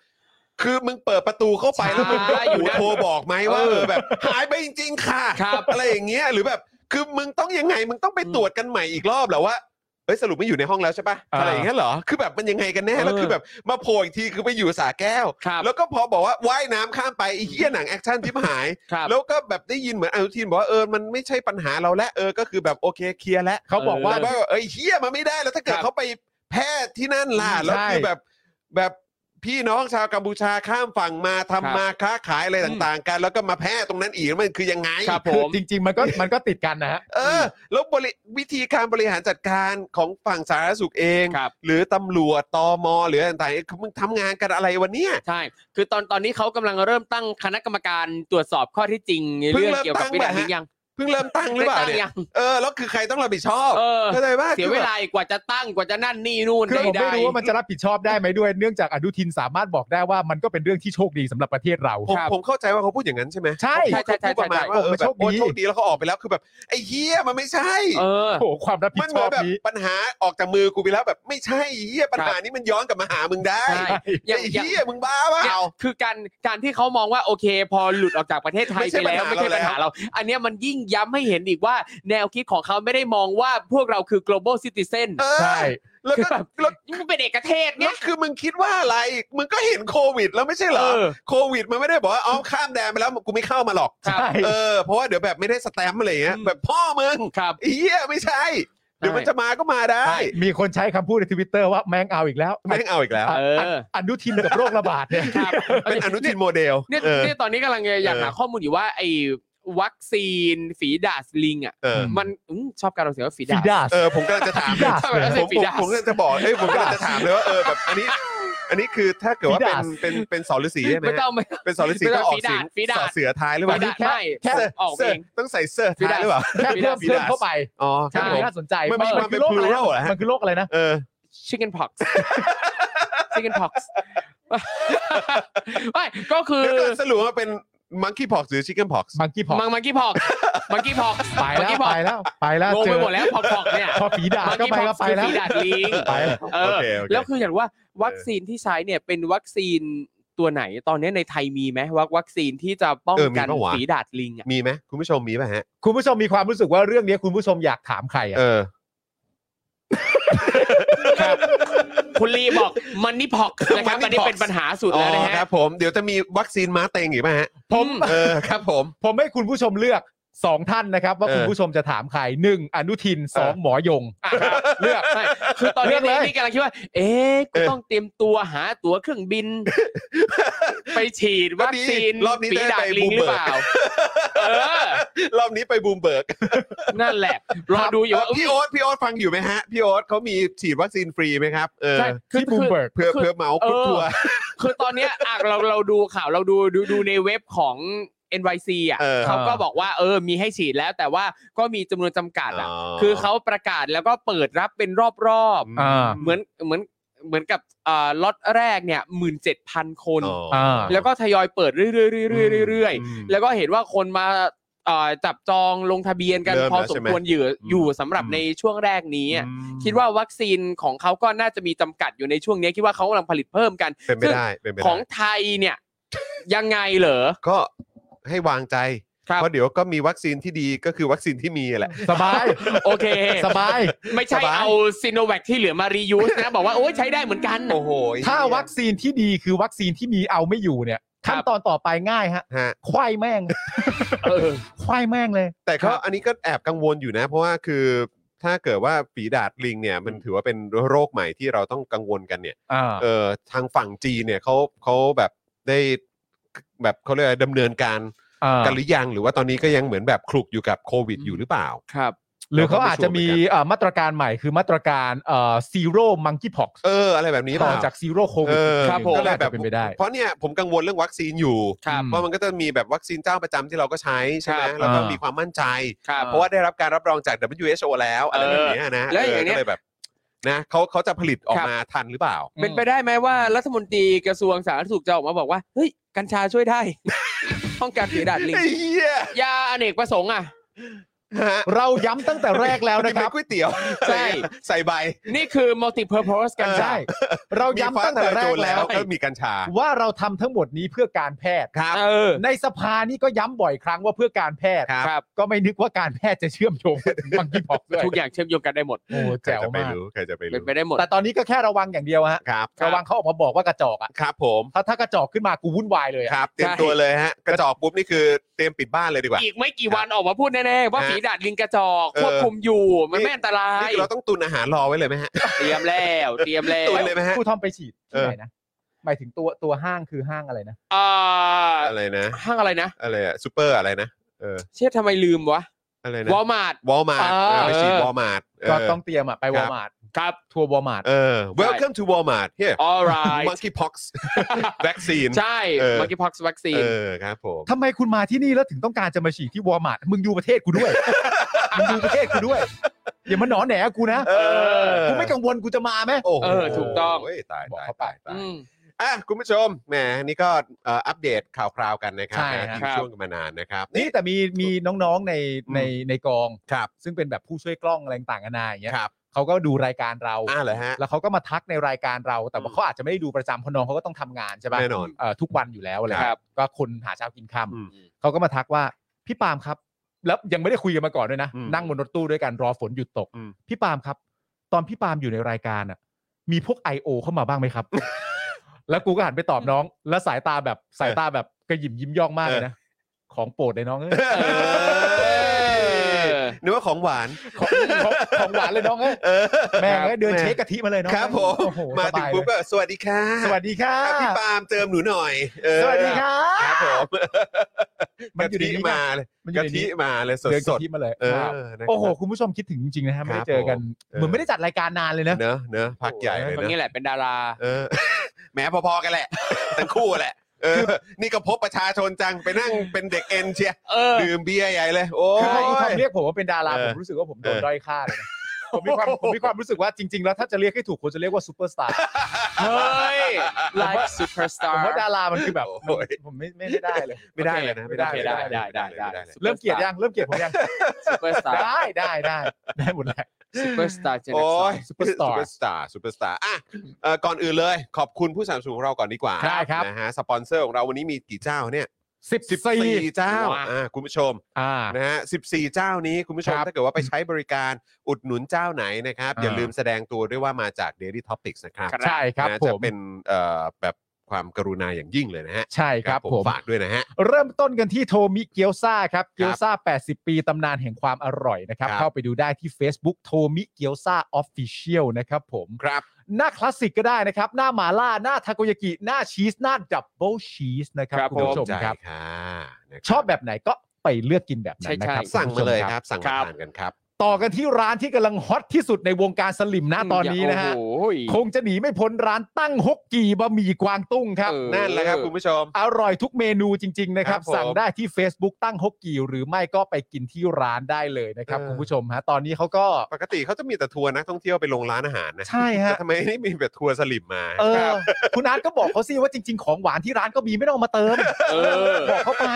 คือมึงเปิดประตูเข้าไปแล้วมึงก็ าอยู่ โทรบอกไหมว่าเออแบบ หายไปจริงๆค่ะ ครับ อะไรอย่างเงี้ยหรือแบบ คือมึงต้องยังไงมึงต้องไปตรวจกันใหม่อีกรอบเหรอว่าเอ้ยสรุปไม่อยู่ในห้องแล้วใช่ปะ อ่า อะไรอย่างเงี้ยเหรอคือแบบมันยังไงกันแน่แล้วคือแบบมาโผล่อีกทีคือไปอยู่สาแก้ว ครับ แล้วก็พอบอกว่าว่ายน้ำข้ามไปไอ้เหี้ยหนังแอคชั่นที่หาย ครับ แล้วก็แบบได้ยินเหมือนอนุทินบอกว่าเออมันไม่ใช่ปัญหาเราและเออก็คือแบบโอเคเคลียร์แล้ว เขาบอกว่า แต่ว่าเอ้ยเหี้ยมันไม่ได้แล้วถ้าเกิด ครับ เขาไปแพทย์ที่นั่นล่ะ ใช่ แล้วคือแบบแบบ พี่น้องชาวกัมพูชาข้ามฝั่งมาทำ ครับ มาค้าขายอะไรต่างๆ กัน แล้วก็มาแพ้ตรงนั้นอีกแล้วมันคือยังไง ครับผ คือ ม จริง ๆ มันก็มันก็ติดกันนะฮะ เออแล้วบริวิธีการบริหารจัดการของฝั่งสาธารณสุขเอง ครับ หรือตำรวจตมหรืออะไรต่างๆคือมึงทำงานกันอะไรวันเนี้ย ใช่ คือตอนตอนนี้เขากำลังเริ่มตั้งคณะกรรมการตรวจสอบข้อที่จริงในเรื่องเกี่ยวกับวิธีนี้ยัง เพิ่งเริ่มตั้งหรือ ได้ เปล่า ตั้ง เนี่ย ยัง เออแล้วคือใครต้องรับผิดชอบ เออ เข้าใจป่ะ เสียเวลาอีกกว่าจะตั้งกว่าจะนั่นนี่นู่น คือผม ใด ไม่รู้ว่ามันจะรับผิดชอบได้ไหมด้วย เนื่องจากอนุทินสามารถบอกได้ว่ามันก็เป็นเรื่องที่โชคดีสำหรับประเทศเรา ผมผมเข้าใจว่าเขาพูดอย่างนั้นใช่ไหม ใช่ ๆใช่เขาใช่ใช่ พูดประมาณ ใช่ ว่าเออ ผม แบบโอ้ยโชคดีโชคดีแล้วเขาออกไปแล้วคือแบบไอ้เฮียมันไม่ใช่ เออ โอ้โหความรับผิ มั ด น ช เหมื อ อน บ แบบ นี้ ปัญหาออกจากมือกูไปแล้วแบบไม่ใช่เฮียปัญหานี้มันย้อนกลับมาหามึงได้ ใช่ ไอ้เฮียมึงบ้าเป เนี่ย ล่า คือการการที่เขามองว่าโอเค พอหลุดออกจากประเทศไทย ไม่ใช่ ไปแล้ว ปั ไม่ ญหา ใช่ปัญหา เราแล้ว เรา อันเนี้ยมันยิ่งย้ำให้เห็นอีกว่า แนวคิดของเขาไม่ได้มองว่าพวกเราคือ global citizen เออ ใช่ แล้วก็แล้ว มันเป็นเอกเทศ แล้ เนี่ วย คือมึงคิดว่าอะไร มึงก็เห็นโควิดแล้วไม่ใช่เหรอ เออ โควิดมันไม่ได้บอกว่าอ๋อข้ามแดนไปแล้วกูไม่เข้ามาหรอก ครับ ใช่ เออ เพราะว่าเดี๋ยวแบบไม่ได้สแตมป์อะไรอย่างเงี้ย อืม แบบพ่อมึง ครับ ไอ้เหี้ยไม่ใช่ เดี๋ยวมันจะมาก็มาได้ ใช่ มีคนใช้คำพูดในทวิตเตอร์ว่าแมงเอาอีกแล้ว แม่งเอาอีกแล้ว เออ อนุทินกับโรคระบาดเนี่ย ครับ เป็นอนุทินโมเดล เนี่ย เออ เนี่ยตอนนี้กำลังอยาก เออ หาข้อมูลอยู่ว่าไอ้วัคซีนฝีดาดลิงอ่ะ เออ มันอืมชอบการออกเสียงว่าฝี ฟี ดาด ดาส เออ ผมกำลังจะถาม ฟีดาส ผมผม ฟีดาส ผมกำลังจะบอกเอ้ยผมกำลังจะถามเลยว่าเออแบบอันนี้ อันนี้คือถ้าเกิดว่า ฟี เป็น ดาส เป็นเป็นสอฤาษีใช่ไหม ไม่ต้องไม่ เป็นสอฤาษี ไม่ต้ ต้อ อง ง ออกเสียง ฟีดาสฟีดาส สอเสือท้ายหรือเป ฝี ล่า ดาดไม่ เสื ออก เสื เอง ต้องใส่เสื้อ ฟีดา ท้า ส ยหรือเปล่า แค่เพิ่ม ฟี เพิ่ ดาส มเข้าไป อ๋อค ใช่ รับผม น่าสนใจ มันมีความเป็น ออ plural เหรอฮะ มันคือโรคอะไรนะ เออ chicken pox chicken pox (laughs) ไม่ก็คือ เดี๋ยวก่อนสรุปว่าเป็นมังคี p พ็อกหรือชิคเก้นพ็อก มังกี้พอก มังมังกี้พอกมังกี้พอก ไปแล้ว ไปแล้ว ไปแล้ว งง เจ ไป อ หมดแล้วพอกพอกเนี่ย พอฝีดาส มัง ก็ กี้ ไป พอ ก็ ก ไป คือ แล้ว ฝีดาดลิง ไปแล้ว เอ โอ อ เคโอเค แล้วคืออย่างว่าวัคซีนที่ใช้เนี่ยเป็นวัคซีนตัวไหนตอนนี้ในไทยมีไหมวัควัคซีนที่จะป้อง เออมี กัน ปะวะ ฝีดาดลิงอ่ะ มีไหมคุณผู้ชมมีป่ะฮะ คุณผู้ชมมีความรู้สึกว่าเรื่องนี้คุณผู้ชมอยากถามใครอ่ะ เออ ครับ คุณลีบอกมันนี่พอกนะครับอันนี้เป็นปัญหาสุด อ๋ แล้วนะ อครั ฮะ บผม เดี๋ยวจะมีวัคซีนม้าเต็งอีกป่ะฮะ ผม เออครับผม ผมให้คุณผู้ชมเลือกสองท่านนะครับ ว่า เออ คุณผู้ชมจะถามใครหนึ่งอนุทินสองหมอยง อ่ะครับเลือกใช่คือตอนนี้ เลือกเลย นี่กำลังคิดว่า เอ๊ะกูต้องเตรียมตัวหาตั๋วเครื่องบิน ไปฉีดวัคซีน ก็ดีรอบนี้ ปีดา ได้ ด ไป ลิงหรือเปล่า เออ รอบนี้ไปบูมเบิร์ก นั่นแหละ รอดูอยู่ว่า เพี่โอ๊ตพี่โอ๊ตฟังอยู่ไหมฮะ พี่โอ๊ตเขามีฉีดวัคซีนฟรีไหมครับ เออ ใช่คือ ที่บูมเบิร์ก เพื่อ คือ เพื่อเมาส์ครอบครัว คือตอนเนี้ยอ่ะเราเราดูข่าวเราดูดูดูในเว็บของ NYC อ่ะ เออ เขาก็บอกว่าเออมีให้ฉีดแล้ว แต่ว่าก็มีจำนวนจำกัดอ่ะ คือเขาประกาศแล้วก็เปิดรับเป็นรอบ อ่า ๆเหมือนเหมือนเหมือนกับอ่าล็อตแรกเนี่ยหมื่นเจ็ดพันคน อ๋อ อ่า แล้วก็ทยอยเปิดเรื่อยๆเรื่อยๆเรื่อย อืม ๆแล้วก็เห็นว่าคนมาเอ่อจับจองลงทะเบียนกัน เริ่ม พอ แล้ว ส ใช่ ม ไหม ควรอยู่อยู่สำหรับ อืม ในช่วงแรกนี้อะคิดว่าวัคซีนของเขาก็น่าจะมีจำกัดอยู่ในช่วงนี้ คิดว่าเขากำลังผลิตเพิ่มกัน เป็นไปได้เป็นไป ข ได้ องไทยเนี่ย ยังไงเหรอ ก็ให้วางใจ ครับ เพราะเดี๋ยวก็มีวัคซีนที่ดีก็คือวัคซีนที่มีแหละ สบาย โอเค สบาย ไม่ใช่ สบาย เอาซีโนแวคที่เหลือมารียูสนะ (laughs) บอกว่าโอ้ยใช้ได้เหมือนกัน โอ้โห ถ้าวัคซีนที่ดีคือวัคซีนที่มีเอาไม่อยู่เนี่ย ครั ขั้ บ นตอนต่อไปง่ายฮะ ฮะ ควายแม่ง เออ ควายแม่งเลย แต่ก็ ครับ อันนี้ก็แอบกังวลอยู่นะ เพราะว่าคือถ้าเกิดว่าฝีดาดลิงเนี่ยมันถือว่าเป็นโรคใหม่ที่เราต้องกังวลกันเนี่ย อ่า เออทางฝั่งจีนเนี่ยเขาเขาแบบได้แบบเขาเรียกอะไรดำเนินการกันหรือยังหรือว่าตอนนี้ก็ยังเหมือนแบบคลุกอยู่กับโควิดอยู่หรือเปล่า ครับ หรือเขาอาจจะมี เราก็ไม่ชัวร์เหมือนกัน เอ่อมาตรการใหม่คือมาตรการเอ่อซีโร่มังกี้พ็อก เออ อะไรแบบนี้เป ต่อ ล่า จากซีโร่โควิ เอ ด อ ครับผม ก็เลยแบ แบบ บ เป็นไปได้ เพราะเนี่ยผมกังวลเรื่องวัคซีนอยู่ ครับ ว่ามันก็จะมีแบบวัคซีนเจ้าประจำที่เราก็ใช้ใช่ไหม ครับ แล้วก็ อ่ามี มีความมั่นใจ ครับ เพราะว่าได้รับการรับรองจาก WHO แล้วอะไรแบบเนี้ยนะ แล้วอย่างเนี้ย ก็เลแบบนะเขาเขาจะผลิตออ ค ก รับ มาทันหรือเปล่า อืม เป็นไปได้ไหมว่ารัฐมนตรีกระทรวงสาธารณสุขจะออกมาบอกว่า เฮ้ย กัญชาช่วยได้ (laughs) ป้องกันฝีดาดลิง ไอ้เหี้ย ยาอเนกประสงค์อ่ะ ฮะ เราย้ำตั้งแต่แรกแล้วนะครับ กิเป็ก๋วยเตี๋ยว ใช่ ใส่ใบ นี่คือ multi purpose กัญชา ใช่เราย้ำ ฟ้ ตั้งแต่แร ทลายโจ กแล้ว ก็มีกัญชา ว่าเราทำทั้งหมดนี้เพื่อการแพทย์ ครับ เออ ในสภานี่ก็ย้ำบ่อยครั้งว่าเพื่อการแพทย์ ครับ ก็ไม่นึกว่าการแพทย์จะเชื่อมโยงกับมังกี้พ็อกด้วย ทุกอย่างเชื่อมโยงกันได้หมด โอ้ ใคร แจ๋ว จะไป มาก รู้ใครจะไป เป็น รู้ ไปได้หมด แต่ตอนนี้ก็แค่ระวังอย่างเดียวฮะ ครับ ครับ ระวังเขาออกมาบอกว่ากระจอกอะ ครับผม ถ้าถ้ากระจอกขึ้นมากูวุ่นวายเลยอะ ครับ เตรียม ใช่ ตัวเลยฮะ กระจอกปุ๊บนี่คือเตรียมปิดบ้านเลยดีกว่า อีกไม่กี่วันออกมาพูดแน่ๆ ว่า ฮะ ฝีดาดลิงกระจอก เออ ควบคุมอยู่ มันไม่อันตรา นี่ ย คือเราต้องตุนอาหารรอไว้เลยไหมฮะ เตรียมแล้ว เตรียมแล้ว ตุนเลยไหมฮะ ครูทอมไปฉีดที่ไหนนะ หมายถึงตัวตัวห้างคือห้างอะไรนะ อ่า อะไรนะ ห้างอะไรนะ อะไรอะซูเปอร์อะไรนะเออ เชื่อทำไมลืมวะ อะไรนะ วอลมาร์ท วอลมาร์ท อ่า ไปฉีดวอลมาร์ท ก็ต้องเตรียมอะไป คว รั อบ ลมาร์ทครับทัวร์วอลมาร์ท เออ welcome to Walmart here (laughs) alright monkeypox vaccine ใช่ เออ monkeypox วัคซี เอน อครับผม ทำไมคุณมาที่นี่แล้วถึงต้องการจะมาฉีดที่วอลมาร์ทมึงดูประเทศกูด้วย (laughs) มึงดูประเทศกูด้วย อย่ามาหนอแหนกูนะกูไม่กังวลกูจะมาไหม โอ้โห เออถูกต้อง เว้ยตาย บอก ตาย เข้าไป ตายตาย อืม อ่ะคุณผู้ชมแหมนี่ก็เอ่ออัปเดตข่าวคราวกันนะครับ ใช่ นะ ฮะ ทิ้ ครั ง บ ช่วงกันมานานนะครับ นี่แต่มีมีน้องๆในในในกอง ครับ ซึ่งเป็นแบบผู้ช่วยกล้องอะไรต่างๆนานาอย่างเงี้ย ครับ เขาก็ดูรายการเรา อ่าเหรอฮะ (laughs) แล้วเขาก็มาทักในรายการเรา แต่ว่า อืม เขาอาจจะไม่ได้ดูประจำเพราะน้องเขาก็ต้องทำงานใช่ปะ แน่นอน เอ่อทุกวันอยู่แล้วอะไร ครับ ก็คนหาเช้ากินค่ อืม ำเขาก็มาทักว่าพี่ปาล์มครับ แล้วยังไม่ได้คุยกันมาก่อนด้วยนะ อืม นั่งบนรถตู้ด้วยกันรอฝนหยุดตก อืม พี่ปาล์มครับ ตอนพี่ปาล์มอยู่ในรายการอ่ะ มีพวก I.O. เข้ามาบ้างไหม (laughs) ครับ แล้วกูก็หันไปตอบน้อง แล้วสายตาแบบสายตาแบบกระหยิมยิ้มย่องมากเลยนะของโปรดเลยน้องเอ้ย อ นึกว่าของหวาน ของของของหวานเลยน้องเอ้ย เออ แม่ง ครับ เอ้ยเดินเช็คกะทิมาเลยน้อง ครับผม โอ้โห มา ส ถึง บาย ปุ๊บ เลย ก็สวัสดีค่ะ สวัสดีค่ะ อ่ะพี่ปาล์มเติมหนูหน่อยเออ สวัสดีค่ะ ครับผม มันอยู่ในนี้ กะทิ นะ มาเลย มันอก ะ ยู่ใน ทิ นี้ มาเลยส เดินกะ ด ทิมาเลย ๆเออ ครับ นะครับ โอ้โหคุณผู้ชมคิดถึงจริงๆนะฮะไม่ได้เจอกัน ผม เหมือนไม่ได้จัดรายการนานเลยนะ เนอะเนอะพักใหญ่เลย คน นะ นี้แหละเป็นดารา เออ แหมพอๆกันแหละ (laughs) ทั้งคู่แหละ เออ นี่ก็พบประชาชนจังไปนั่งเป็นเด็กเอ็นเชียร์ เออ ดื่มเบียร์ใหญ่เลย โอ้ คือพอย คุณทอมเรียกผมว่าเป็นดารา เออ ผมรู้สึกว่าผมโดน เออ ด้อยค่าเลยนะผมมีความผมมีความรู้สึกว่าจริง ๆ แล้วถ้าจะเรียกให้ถูกควรจะเรียกว่าซูเปอร์สตาร์ เฮ้ย like superstar (laughs) ผมว่าดารามันคือแบบ โอ้ย ผมไม่ไม่ได้เลย ไม่ได้เลยนะ ไม่ได้ โอเค เลย ได้ นะ ได้ได้ได้ ม่ลย เริ่มเกลียดยังเริ่มเกลียดผมยัง (laughs) superstar ได้ได้ได้ได้หมดแล้ว superstar โอ้ย generation (laughs) ซูเปอร์สตา Superstar ร์ซูเปอร์สตาร์อ่ะเอ่อก่อนอื่นเลย ขอบคุณผู้สนับสนุนของเราก่อนดีกว่า ได้ครับ นะฮะสปอนเซอร์ของเราวันนี้มีกี่เจ้าเนี่ย สิบสี่ 14เจ้าอ่าคุณผู้ชม อ่า นะฮะ14 เจ้านี้คุณผู้ชม ครับ ถ้าเกิดว่าไปใช้บริการอุดหนุนเจ้าไหนนะครับ อ่า อย่าลืมแสดงตัวด้วยว่ามาจาก Daily Topics นะครับ ใช่ครับ นะ ผ จะ ม เป็นเอ่อแบบความกรุณาอย่างยิ่งเลยนะฮะ ใช่ครับผม ฝากด้วยนะฮะ เริ่มต้นกันที่โทมิเกียวซาครับเกียวซา80 ปีตำนานแห่งความอร่อยนะครับ ครับ เข้าไปดูได้ที่ Facebook โทมิเกียวซาออฟฟิเชียลนะครับผม ครับ หน้าคลาสสิกก็ได้นะครับ หน้าหมาล่า หน้าทาโกยากิ หน้าชีส หน้าดับเบิลชีสนะครับ ครับ คุณผู้ชม ใจ ครับ ค่ะนะครั ชอบแบบไหนก็ไปเลือกกินแบบนั้นนะครับ ใช่ๆ สั่งมาเลยค ณผู้ช รับ สั่งมาทานกันครับ ต่อกันที่ร้านที่กำลังฮอตที่สุดในวงการสลิมนะตอนนี้นะฮะ โอ้โห คงจะหนีไม่พ้นร้านตั้งฮกกีบะหมี่กวางตุ้งครับ เออ นั่นแหละครับคุณผู้ชม อร่อยทุกเมนูจริง ๆ นะครับ ครับผม สั่งได้ที่ Facebook ตั้งฮกกีหรือไม่ก็ไปกินที่ร้านได้เลยนะครับ เออ คุณผู้ชมฮะตอนนี้เขาก็ ปกติเขาจะมีแต่ทัวร์นักท่องเที่ยวไปลงร้านอาหารนะ ใช่ฮะ แต่ทำไมนี่มีแบบทัวร์สลิมมา เออ คุณอาร์ตก็บอกเขาสิว่าจริง ๆ ของหวานที่ร้านก็มีไม่ต้องเอามาเติม เออ บอกเขาไป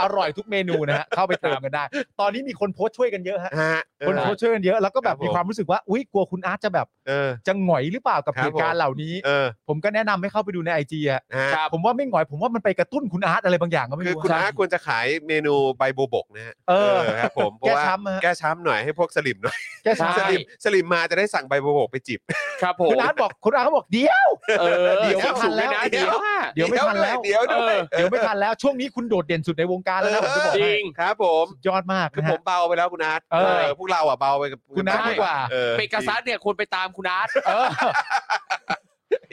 อร่อยทุกเมนูนะฮะเข้าไปเติมกันได้ ตอนนี้มีคนโพสต์ช่วยกันเยอะฮะ ฮะเอ คน อ โพสต์ช่วยกันเยอะแล้วก็แบบ ครับผม มีความรู้สึกว่าอุ้ยกลัวคุณอาร์ตจะแบบ เออ จะหงอยหรือเปล่ากับ ครับ เหตุการ ผม ณ์เหล่านี้ เออ ผมก็แนะนำให้เข้าไปดูในไอจีอะ ฮะ ผมว่าไม่หงอยผมว่ามันไปกระตุ้นคุณอาร์ตอะไรบางอย่างก็ไม่ คือ รู้ คุณอา ฮะ ควรจะขายเมนูใบโบบกนะฮะ เออ ครับผมเพราะว่า แก้ช้ำฮะ แก้ช้ำหน่อยให้พวกสลิมหน่อย แก้ช้า สลิมสลิมมาจะได้สั่งใบโบบกไปจิบ ครับผม คุณอาร์ตบอกคุณอาร์ตเขาบอกเดียว เออ เดี๋ยว เดี๋ยว ไม่ทั สู น ง แล้ แล้ว วนะเดี๋เดี๋ยวอะยวไม่ทันแล้ว เดี๋ยว เอ ด้วย อ เดี๋ยวไม่ทันแล้วช่วงนี้คุณโดดเด่นสุดในวงการแล้วนะผมจะบอก จ ให้ ริง ครับผม สุดยอดมาก คือ นะ ผ ฮะ มเบาไปแล้วคุณนัท เออ พวกเราอ่ะเบาไปกับ คุณนัท ใช่ ดีกว่า เออ เปกาซัสเนี่ยควรไปตามคุณอาร์ต เออ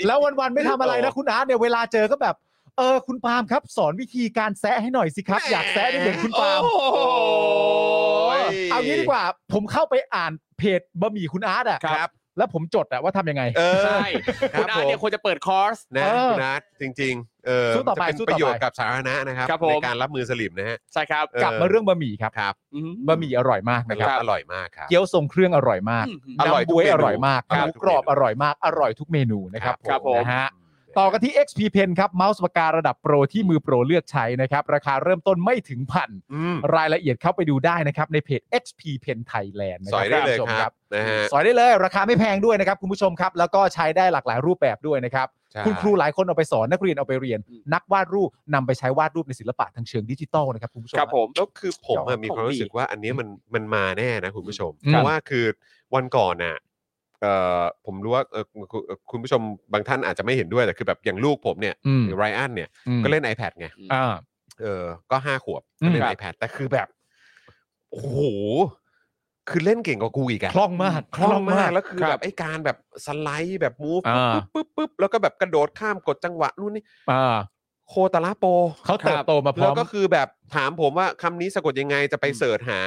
แล้ววันๆไม่ทำอะไรนะคุณอาร์ตเนี่ยเวลาเจอก็แบบ เออคุณปาล์มครับ สอนวิธีการแซะให้หน่อยสิครับ อยากแซะได้เหมือนคุณปาล์ม โอ้โห เอางี้ดีกว่า ผมเข้าไปอ่านเพจบะหมี่คุณอาร์ตอะ ครับ แล้วผมจดอะว่าทำยังไง เออ ใช่ ครั คุ บ ณอาผร์ตม เนี่ยควรจะเปิดคอร์ส นะ เออ คุณนัทจริง ๆ เออ สู้ต่อไป จะเป็น สู้ ป ต่อไประ โยชน์กับสาธารณะนะครับ ครับผม ในการรับมือสลิมนะฮะ ใช่ครับ เออ กลับมาเรื่องบะหมี่ครับ ครับ อืม บะหมี่อร่อยมากนะครับ อร่อยมากครับ เกี๊ยวทรงเครื่องอร่อยมาก อืม น้ำบ๊วยอร่อยมาก อร่อย หมู ทุกเมนู กรอบอร่อยมาก อร่อยทุกเมนูนะครับ ครับผม นะฮะ ต่อกันที่ XP Pen ครับเมาส์ปากการะดับโปรที่มือโปรเลือกใช้นะครับ ราคาเริ่มต้นไม่ถึงพัน อืม รายละเอียดเข้าไปดูได้นะครับ ในเพจ XP Pen Thailand นะ ส ค อ รั ยได้เลย ณผู้ชม ครับนะฮะ สอยได้เลยราคาไม่แพงด้วยนะครับ คุณผู้ชมครับ แล้วก็ใช้ได้หลากหลายรูปแบบด้วยนะครับ ใช่ คุณครูหลายคนเอาไปสอนนักเรียนเอาไปเรียน อืม นักวาดรูปนำไปใช้วาดรูปในศิลปะทางเชิงดิจิตอลนะครับคุณผู้ชม ครับผม แล้วคือผมอะมีความรู้สึกว่าอันเนี้ยมันมันมาแน่นะคุณผู้ชม เพราะว่าคือวันก่อนน่ะเอ่อผมรู้ว่าเอ่อคุณคุณผู้ชมบางท่านอาจจะไม่เห็นด้วยแต่คือแบบอย่างลูกผมเนี่ย อืม หรือไรอันเนี่ย อืม ก็เล่น iPad ไง อ่า เออ ก็ห้าขวบก็เล่น อืม iPad แต่คือแบบ โอ้โห คือเล่นเก่งกว่ากูอีกอะ คล่องมาก คล่องมาก คล่องมาก แล้วคือ ครับ แบบไอ้การแบบสไลด์แบบมูฟ อ่า ปุ๊บปุ๊บปุ๊บแล้วก็แบบกระโดดข้ามกดจังหวะนู่นนี่ อ่า โคตรละโป เขาเติบโตมาพร้ แล้ อ ว ม ก็คือแบบถามผมว่าคำนี้สะกดยังไงจะไปเสิร์ชหา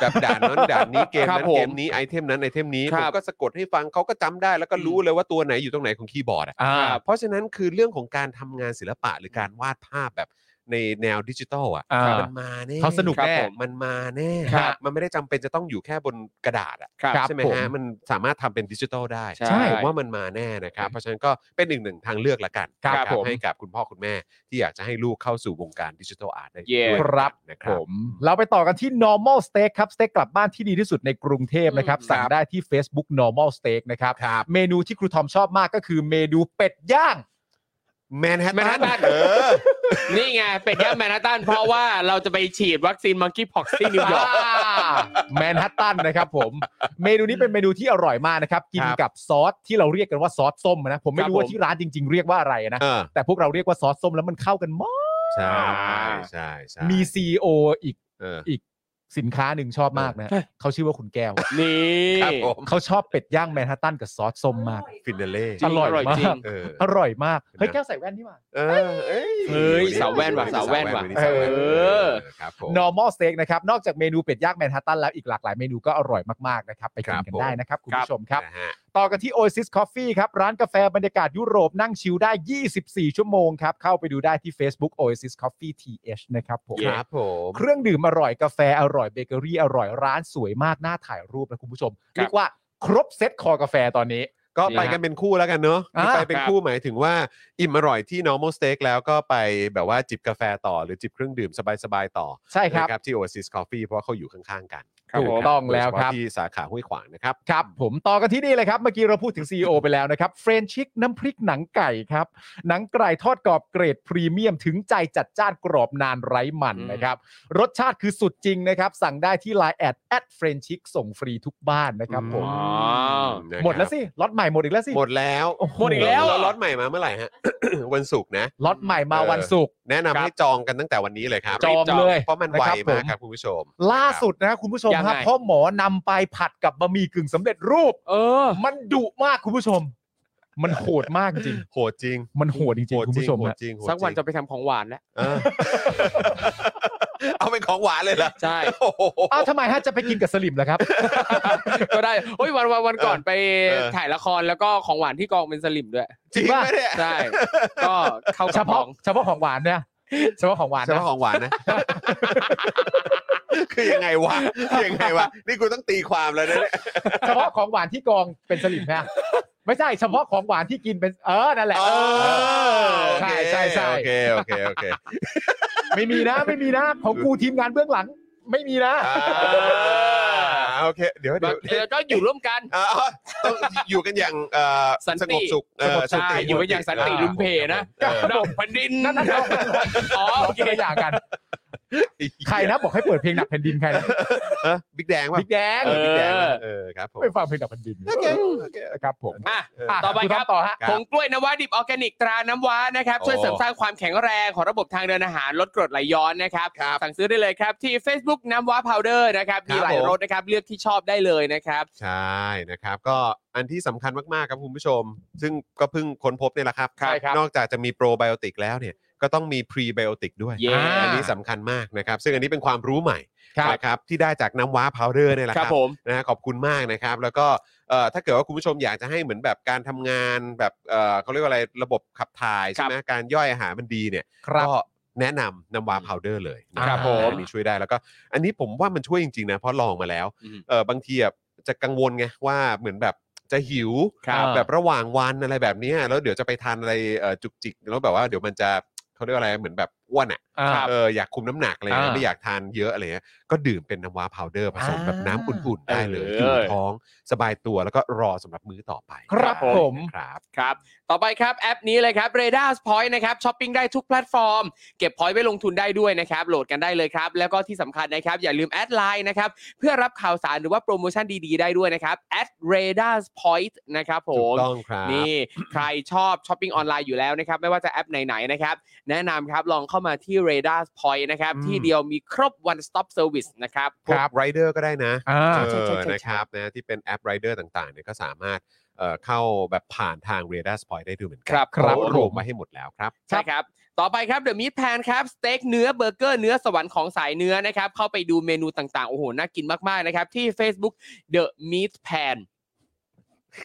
แบบด่านนั้นด่านนี้เกม ครับ นั้น ผม เกมนี้ไอเทมนั้นไอเทมนี้ ค ผ รั ม บ ก็สะกดให้ฟังเขาก็จำได้แล้วก็รู้เลยว่าตัวไหนอยู่ตรงไหนของคีย์บอร์ดอะ อ่า เพราะฉะนั้นคือเรื่องของการทำงานศิลปะหรือการวาดภาพแบบในแนวดิจิทัลอ่ะ อ่ามั มันมาแน่ เขาสนุก ครับ แน่ ผมมันมาแน่ ครับ มันไม่ได้จำเป็นจะต้องอยู่แค่บนกระดาษอ่ะ ครับ ใช่ไหม ผม ฮะมันสามารถทำเป็นดิจิทัลได้ ใช่ ผมว่ามันมาแน่นะครับเพราะฉะนั้นก็เป็นอีกหนึ่งทางเลือกละกัน ครับ นะ ผม ให้กับคุณพ่อคุณแม่ ที่อยากจะให้ลูกเข้าสู่วงการดิจิทัลอาร์ตได้ เย่ ด้วย ครับ นะค ผ รับ ม เราไปต่อกันที่ normal steak ครับ สเต็กกลับบ้านที่ดีที่สุดในกรุงเทพนะครับ อืม สั่ง ครับ ได้ที่ Facebook normal steak นะครับ ครับ เมนูที่ครูทอมชอบมากก็คือเมนูเป็ดย่าง แมนฮัต แมนฮัตตั ตัน น เออ นี่ไงเป็ดย่างแมนฮัตตันเพราะว่าเราจะไปฉีดวัคซีนมังกี้พ็อกซี่นิวยอร์ก แมนฮัตตันนะครับผม เมนูนี้เป็นเมนูที่อร่อยมากนะครับ กินกับซอสที่เราเรียกกันว่าซอสส้มนะ ผมไม่รู้ ครับผม ว่าที่ร้านจริง ๆ เรียกว่าอะไรนะ เออ แต่พวกเราเรียกว่าซอสส้มแล้วมันเข้ากันมาก ใช่ใช่ใช่ มีซีโออีก เออ อีกสินค้าหนึ่งชอบมากนะ ใช่ เขาชื่อว่าคุณแก้ว นี่ ครับผม เขาชอบเป็ดย่างแมนฮัตตันกับซอสส้มมาก ฟินาเล่ จริง อร่อย อร่อยจริ มาง ก เออ อร่อยมาก เฮ้ย นะ แก้วใส่แว่นนี่มา เออเอ้ย เฮ้ยสาวแว่นว่ะสาวแว่นว่ะ สาวแว่น เออ ครับผม normal steak นะครับ นอกจากเมนูเป็ดย่างแมนฮัตตันแล้วอีกหลากหลายเมนูก็อร่อยมากๆนะครับ ไปกิคนรั กับ น ผม ได้นะครับ คุณผู้ชมครับ นะฮะ ต่อกันที่ Oasis Coffee ครับ ร้านกาแฟบรรยากาศยุโรปนั่งชิลได้ 24 ชั่วโมงครับ เข้าไปดูได้ที่ Facebook Oasis Coffee TH นะครับผม ครับผม เครื่องดื่มอร่อยกาแฟอร่อยเบเกอรี่อร่อยร้านสวยมากน่าถ่ายรูปนะคุณผู้ชม เรียกว่าครบเซตคอกาแฟตอนนี้ ก็ นี่ ไป ฮะ กันเป็นคู่แล้วกันเนาะ อ่า ไปเป็นคู่หมายถึงว่าอิ่มอร่อยที่ normal steak แล้วก็ไปแบบว่าจิบกาแฟต่อหรือจิบเครื่องดื่มสบายๆต่อ ใช่ครับ นะครับที่ Oasis Coffee เพราะว่าเขาอยู่ข้างๆกัน ครับผม นะ ต้อง โดย แล้ เฉ ว พาะ ครับ ที่สาขาห้วยขวางนะครับ ครับผมต่อกันที่นี่เลยครับ เมื่อกี้เราพูดถึง CEO ไปแล้วนะครับเฟรนชิกน้ำพริกหนังไก่ครับ หนังไก่ทอดกรอบเกรดพรีเมียมถึงใจจัดจ้านกรอบนานไร้มัน อืม นะครับ รสชาติคือสุดจริงนะครับ สั่งได้ที่ Line แอดแอดเฟรนชิกส่งฟรีทุกบ้านนะครับผม อ๋อ นะครับ หมดแล้วสิล็อตใหม่หมดอีกแล้วสิ หมดแล้ว โอ้โ หมดอีกแล้วเหรอ ล็อตใหม่มาเมื่อไหร่ฮะ (coughs) วันศุกร์นะ ล็อตใหม่มา เออ วันศุกร์ แนะนำ ครับ ให้จองกันตั้งแต่วันนี้เลยครับ จอง รีบ เลย เพราะมันไว นะคาม กครับผมรับคุณผู้ชม ล่าสุดนะครับคุณผู้ชม ยัง ครับ ไง พ่อหมอนำไปผัดกับบะหมี่กึ่งสำเร็จรูป เออ มันดุมากคุณผู้ชม มันโหดมากจริง โหดจริง มันโหดจริงๆ โหด คุณ จริ ผู้ ง ชม โห ฮะ ดจริงโหดจริง สักวันจะไปทำของหวานแล้ว เอ (laughs) อ เอาเป็นของหวานเลยเหรอ (laughs) ใช่ โอ้โห อ้าวทำไมฮะจะไปกินกับสลิมเหรอครับ ก็ได้เฮ้ยวันวันวันก่อนไป เออ ถ่ายละครแล้วก็ของหวานที่กองเป็นสลิมด้วย จริง จริงปะ ไหมเนี่ย ใช่ ก็เข้า เฉ กับข พาะ อง เฉพาะของหวานเนี่ยเฉพาะของหวาน เฉ นะ พาะของหวานนะ คือยังไงวะยังไงวะนี่กูต้องตีความแล้วนะเนี่ย เฉพาะของหวานที่กองเป็นสลิมนะไม่ใช่เฉพาะของหวานที่กินเป็นเออนั่นแหละ เออโอ ใช่ เค ใช่ใช่ โอเคโอเคโอเค ไม่มีนะไม่มีนะ ของกูทีมงานเบื้องหลัง ไม่มีนะ อ่าโอเค เดี๋ยว แบ เดี๋ บ ยว เดี๋ยวก็อยู่ร่วมกัน อ่าต้องอยู่กันอย่างเอ่อ สันติ สงบสุขเอ่อ ใช่อยู่กันอย่างสันติลุมเพนะ เออ ดอกแผ่นดิน นั่นนะ อ๋อโอเค คนละอย่างกัน ใครนะบอกให้เปิดเพลงหนักแผ่นดินใครนะ เออบิ๊กแดงป่ะ บิ๊กแดง เออ บิ๊กแดงป่ะเออครับผม ไปฟังเพลงหนักแผ่นดิน โอเคโอเค นะครับผม อ่ะ เออ ะ ต่อไปครัณบต้มต่อฮะ ครับ ผงกล้วยน้ำว้าดิบออร์แกนิกตราน้ำว้านะครับ โอ้ ช่วยเสริมสร้างความแข็งแรงของระบบทางเดินอาหารลดกรดไหลย้อนนะครับ ครับ สั่งซื้อได้เลยครับ ที่ Facebook น้ำว้าพาวเดอร์นะครับ ครับ มีหลาย ผม รสนะครับ เลือกที่ชอบได้เลยนะครับ ใช่นะครับก็อันที่สำคัญมากๆครับคุณผู้ชม ซึ่งก็เพิ่งค้นพบเนี่ยแหละครับ ใช่ครับ นอกจากจะมีโปรไบโอติกแล้วเนี่ยก็ต้องมีพรีไบโอติกด้วย เย้ อันนี้สำคัญมากนะครับ ซึ่งอันนี้เป็นความรู้ใหม่ ครับ นะครับที่ได้จากน้ำว้าพาวเดอร์เนี่ยแหละ ค ค รั รั บบ ผม นะฮะขอบคุณมากนะครับ แล้วก็เอ่อถ้าเกิดว่าคุณผู้ชมอยากจะให้เหมือนแบบการทำงานแบบเอ่อเขาเรียกว่าอะไรระบบขับถ่ายใช่ไหมการย่อยอาหารมันดีเนี่ย ครับ ก็แนะนำน้ำวาพาวเดอร์เลยนะครับ ผม อันนี้ช่วยได้แล้วก็อันนี้ผมว่ามันช่วยจริงๆนะเพราะลองมาแล้ว อืม เออบางทีอ่ะจะกังวลไงว่าเหมือนแบบจะหิว ครับ แบบระหว่างวันอะไรแบบเนี้ยแล้วเดี๋ยวจะไปทานอะไรเอ่อจุกจิกแล้วแบบว่าเดี๋ยวมันจะเขาเรียกว่าอะไรเหมือนแบบอ้วนอ่ะ อ่า เอออยากคุมน้ำหนักอะไรเงี้ย อ่า ไม่อยากทานเยอะอะไรเงี้ยก็ดื่มเป็นน้ำว้าพาวเดอร์ผสม อ่า แบบน้ำอุ่นๆ ได้เลย เออ อยู่ท้องสบายตัวแล้วก็รอสำหรับมื้อต่อไป ครับผม นะครับ ครับ ต่อไปครับแอปนี้เลยครับ r a d a r Point นะครับช้อปปิ้งได้ทุกแพลตฟอร์ม เก็บ point ไว้ลงทุนได้ด้วยนะครับ โหลดกันได้เลยครับ แล้วก็ที่สำคัญนะครับ อย่าลืมแอดไลน์นะครับ เพื่อรับข่าวสารหรือว่าโปรโมชั่นดีๆ ได้ด้วยนะครับ at r a d a r Point นะครับผ ถูก ม ต้องครับ นี่ ใครชอบช้อปปิ้งออนไลน์อยู่แล้วนะครับ ไม่ว่าจะแอปไหน ๆ นะครับ แนะนำครับ ลอง เข้ามาที่ r a d a r Point นะครับ อืม ที่เดียวมีครบ One Stop Service นะครับ พวกไรเดอร์ก็ได้นะ อ่า เอ ใช่ อ ใช่ นะครับนะที่เป็นแอปไรเดอร์ต่างๆเนี่ยก็สามารถเอ่อเข้าแบบผ่านทางเรดาร์สปอยได้ด้วยเหมือนกั ครับ เขา ครับ รวมมาให้หมดแล้วครับ ใช่ครับ ต่อไปครับเดอะมิ p แพนครับ สเต็กเนื้อเบอร์เกอร์เนื้อสวรรค์ของสายเนื้อนะครับ เข้าไปดูเมนูต่างๆ โอ้โห น่ากินมากๆนะครับ ที่ Facebook The Meat Pan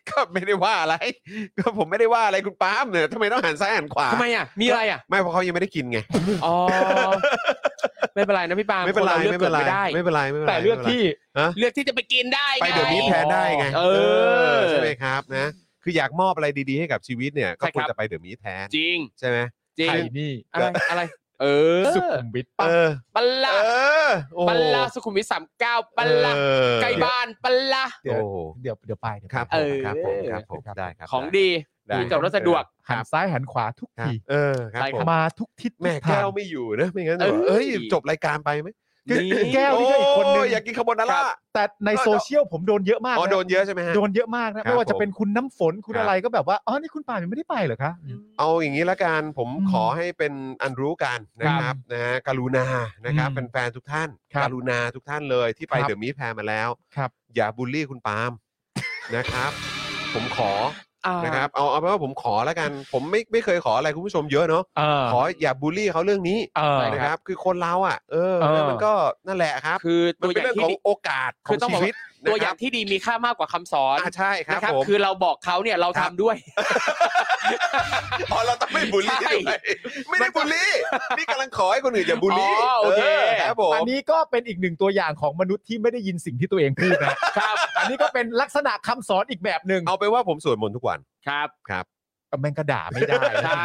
ก็ไม่ได้ว่าอะไร (laughs) ก็ผมไม่ได้ว่าอะไรคุณปาล์มเนี่ยทำไมต้องหันซ้ายหันขวา ทำไมอ่ะ มีอะไรอ่ะ ไม่เพราะเขายังไม่ได้กินไง อ๋อ ไม่เป็นไรนะพี่ปาล์ม ไม่เป็นไร คาลือก ไม่เป็นไร กิด ไม่เป็นไรไม่เป็นไร แต่เลือกที่ เลือกที่จะไปกินได้ ไป ง เดี๋ยวนี้แทนได้ไง เออ ใช่ไหมครับนะคืออยากมอบอะไรดีๆให้กับชีวิตเนี่ยก็ ใช่ ค คว รั ร บ จะไปเดี๋ยวนี้แทน จริง ใช่ไหม จริง ไข่นี่ อะไร อะไร เออ สุขุมวิท เอ ปะ อ ปัล เอ ละ อโอ้ ปัลละสุขุมวิทสามเก้าปัลละ เออ ใกล้บ้านปัลละ เดี๋ยว โอ้โห เดี๋ยวเดี๋ยวไปเดี๋ยว ครับ ไป ผมครับผมครับผม เออ ได้ครับ ของดี ได้ อยู่กับรถสะดวก หันซ้ายหันขวาทุก ครับ ที เออครับ ใช่ ผ ครั ม บ มาทุกทิศ แม่ ทุก แก้ ทาง วไม่อยู่นะไม่งั้นจะบอก เอ้ เอ้ย ย จบรายการไปไหม นี่ แก้วนี่ก็อีกคนนึง โยอยากกินคาโบนาร่า แต่ในโซเชียลผมโดนเยอะมาก อ๋อ นะ โดนเยอะใช่ไหมฮะ โดนเยอะมาก ครั นะ บ ไม่ว่า ผ จะ ม เป็นคุณน้ำฝนคุณ ครับ อะไรก็แบบว่าอ๋อนี่คุณป่านยังไม่ได้ไปเหรอคะ เอาอย่างนี้ละกันผม อืม ขอให้เป็นอันรู้กันนะครับนะฮะกรุณานะครับ อืม แฟนๆทุกท่าน ครักบรุณาทุกท่านเลยที่ไป ครับ เดอะมีทแพรมาแล้ว ครับ อย่าบูลลี่คุณปาล์ม นะครับ ผมขอ อ่า นะครับเอาเอาเป็นว่าผมขอละกัน ผมไม่ไม่เคยขออะไรคุณผู้ชมเยอะเนาะ เออ ขออย่าบูลลี่เขาเรื่องนี้ เออ นะครับ คือคนเราอ่ะ เออ เออ แล้วมันก็นั่นแหละครับ คือ มันตัวอ เป็น ย่าง เรื่องขอที่ง ดี โอกาสข คือ อง ต้อง ชีวิตบอกว่าตัวอ นะค ย่า รั ง บ ที่ดีมีค่ามากกว่าคำสอน อ่าใช่ครั นะ บ ครับ ผม คือเราบอกเขาเนี่ยเราทำด้วย อ๋อเราต้องไม่บูลลี่ ใช่ ด้วยไม่ได้บูลลี่นี่กำลังขอให้คนอื่นอย่าบูลลี่ อ๋อโอเค ครับผม อันนี้ก็เป็นอีกหนึ่งตัวอย่างของมนุษย์ที่ไม่ได้ยินสิ่งที่ตัวเองพูดนะครับ อันนี้ก็เป็นลักษณะคำสอนอีกแบบหนึ่ง เอาไปนว่าผมสวดมนต์ทุกวัน ครับ แม่งก็ด่าไม่ได้ ใช่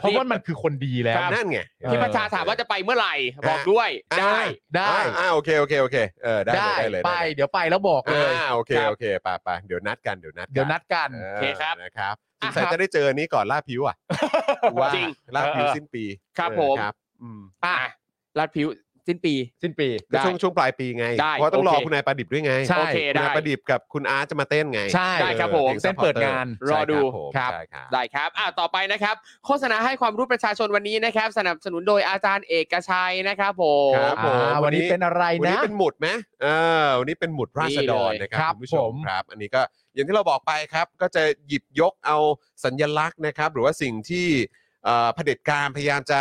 เพราะว่ามันคือคนดีแล้ว นั่นไง เออ พี่ประชาถามว่าจะไปเมื่อไหร่ บอกด้วย ได้ ได้ อ่าอ่าโอเคโอเคโอเคเออได้เลยได้เลย ไป ได้เลย เดี๋ยวไปแล้วบอกเลย อ่าโอเค ครับ โอเคไปไปเดี๋ยวนัดกันเดี๋ยวนัดกั เดี๋ยวนัดกัน เอ โอเคครับ นะครับส อ่ะ งสัย ครับ จะได้เจอนี้ก่อนล่าดผิว (laughs) อ่ะว่า จริง ล่าดผิว เออ สิ้นปี ครับ เออ ผม ครับอืม อ่ะรัดผิวสิ้นปี สิ้นปี ก็ ได้ ช่วงช่วงปลายปีไง ได้ เพราะต้องรอ โอเค คุณนายประดิษฐ์ด้วยไง ใช่ โอเค คุณ ได้ นายประดิษฐ์กับคุณอาร์ตจะมาเต้นไง ใช่ ได้ครับผม พล เส้นเปิด supporter งาน รอดู ใช่ครับผม ได้ครับอ่ะต่อไปนะครับ โฆษณาให้ความรู้ประชาชนวันนี้นะครับ สนับสนุนโดยอาจารย์เอกชัยนะครับผม ครับผม อ่าวันนี้เป็นอะไร วัน นะ นี้เป็นหมุดไหมเออวันนี้เป็นหมุดราษฎร นี่เลย นะครับ ครับ คุณผู้ช ผม ม ครับ อันนี้ก็อย่างที่เราบอกไปครับ ก็จะหยิบยกเอาสัญลักษณ์นะครับ หรือว่าสิ่งที่เอ่อเผด็จการพยายามจะ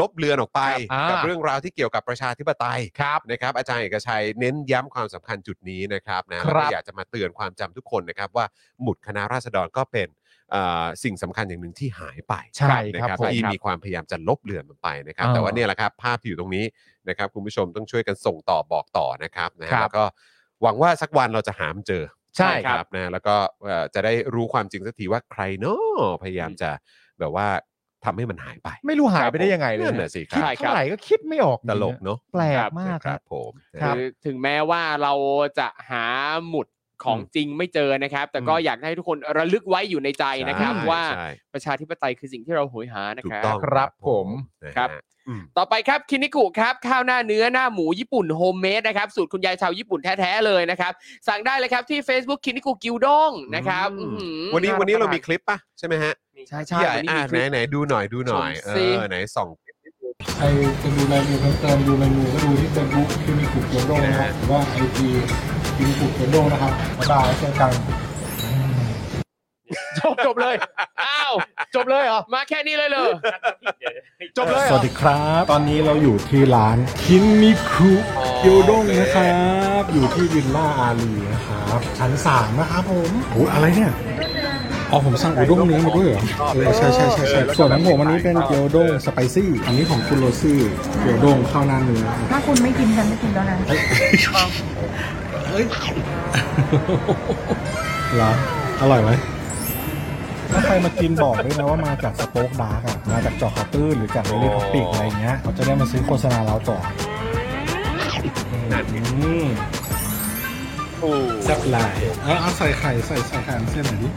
ลบเลือนออกไป ครับ กับ อ่า เรื่องราวที่เกี่ยวกับประชาธิปไตย ครับ นะครับ อาจารย์เอกชัยเน้นย้ำความสำคัญจุดนี้นะครับนะแล้ว ครั ก็ บ อยากจะมาเตือนความจำทุกคนนะครับ ว่าหมุดคณะราษฎรก็เป็นเอ่อสิ่งสำคัญอย่างหนึ่งที่หายไป ใช่ นะครับ ครับ ผม ที่มีความพยายามจะลบเลือนมันไปนะครับ อ่า แต่ว่าเนี่ยแหละครับภาพที่อยู่ตรงนี้นะครับคุณผู้ชมต้องช่วยกันส่งต่อบอกต่อนะครับนะฮะ ครับ แล้วก็หวังว่าสักวันเราจะหามนเจอ ใช่ครับ นะแล้วก็เอ่อจะได้รู้ความจริงสักทีว่าใครเนาะพยายามจะแบบว่าทำให้มันหายไป ไม่รู้หายไปได้ยังไงเลย นั่น นะ น่ะสิค คิด รับ เท่าไหร่ก็คิดไม่ออก ตลกเนาะ แปลกมาก ครั นะ บผม ครับ คือถึงแม้ว่าเราจะหาหมุดของจริงไม่เจอนะครับ แต่ก็อยากให้ทุกคนระลึกไว้อยู่ในใจนะครับ ใช่ ว่า ใช่ ประชาธิปไตยคือสิ่งที่เราโหยหานะ ถู ค ก รับ ต้อง ครับผม นะฮะ ครับ ต่อไปครับคินิกุครับข้าวหน้าเนื้อหน้าหมูญี่ปุ่นโฮมเมดนะครับสูตรคุณยายชาวญี่ปุ่นแท้ๆเลยนะครับสั่งได้เลยครับที่ Facebook คินิกุกิวด้งนะครับ อืม อื้อหือ วันนี้วันนี้เรามี น่ คลิปป่ะใช่ไหมฮะ รักใช่ใช่ พี่ใหญ่ วันนี้ อ่ะ มีค ไหน ลิไหนปดูหน่อยดูหน่อย ชม เอ สิ อไหนส่องคลิป ใครจะดูรายละเอียดเพิ่มเติมดูเมนูก็ดูที่เฟซบุ๊กที่มีกลุ่มเกียวโดงนะครับหรือว่าไอจีที่มีกลุ่มเกียวโดงนะครับบ๊ายบายเจอกัน จบจบเลย อ้าว จบเลยเหรอ มาแค่นี้เลยเหรอ จบเลยเห ส รอ วัสดีครับ ตอนนี้เราอยู่ที่ร้านคินมิคุโยดงนะครับ อยู่ที่วิลล่าอารีนะครับชั้นสามนะครับผมโอ้อะไรเนี่ยอ๋อผมสั่งอุด้งเนื้อมาด้วยเหรอเออใช่ใช่ใช่ใช่ส่วนของผมวันนี้เป็นเกียวด้งสไปซี่ อันนี้ของคุณโรซี่เกียวด้งข้าวหน้าเนื้อ ถ้าคุณไม่กินฉันไม่กินแล้วนะ เหรออร่อยไหมถ้าใครมากินบอกด้วยนะว่ามาจากสโป๊กดาร์กอะมาจากจอคาตื้อหรือจากเรลลี่ท็อปปิกอะไรเงี้ยเขาจะได้มาซื้อโฆษณาเราต่ออืม แซ่บลายเอาเอาใส่ไข่ใส่ใส่ไข่อันเส้นหน่อยดิ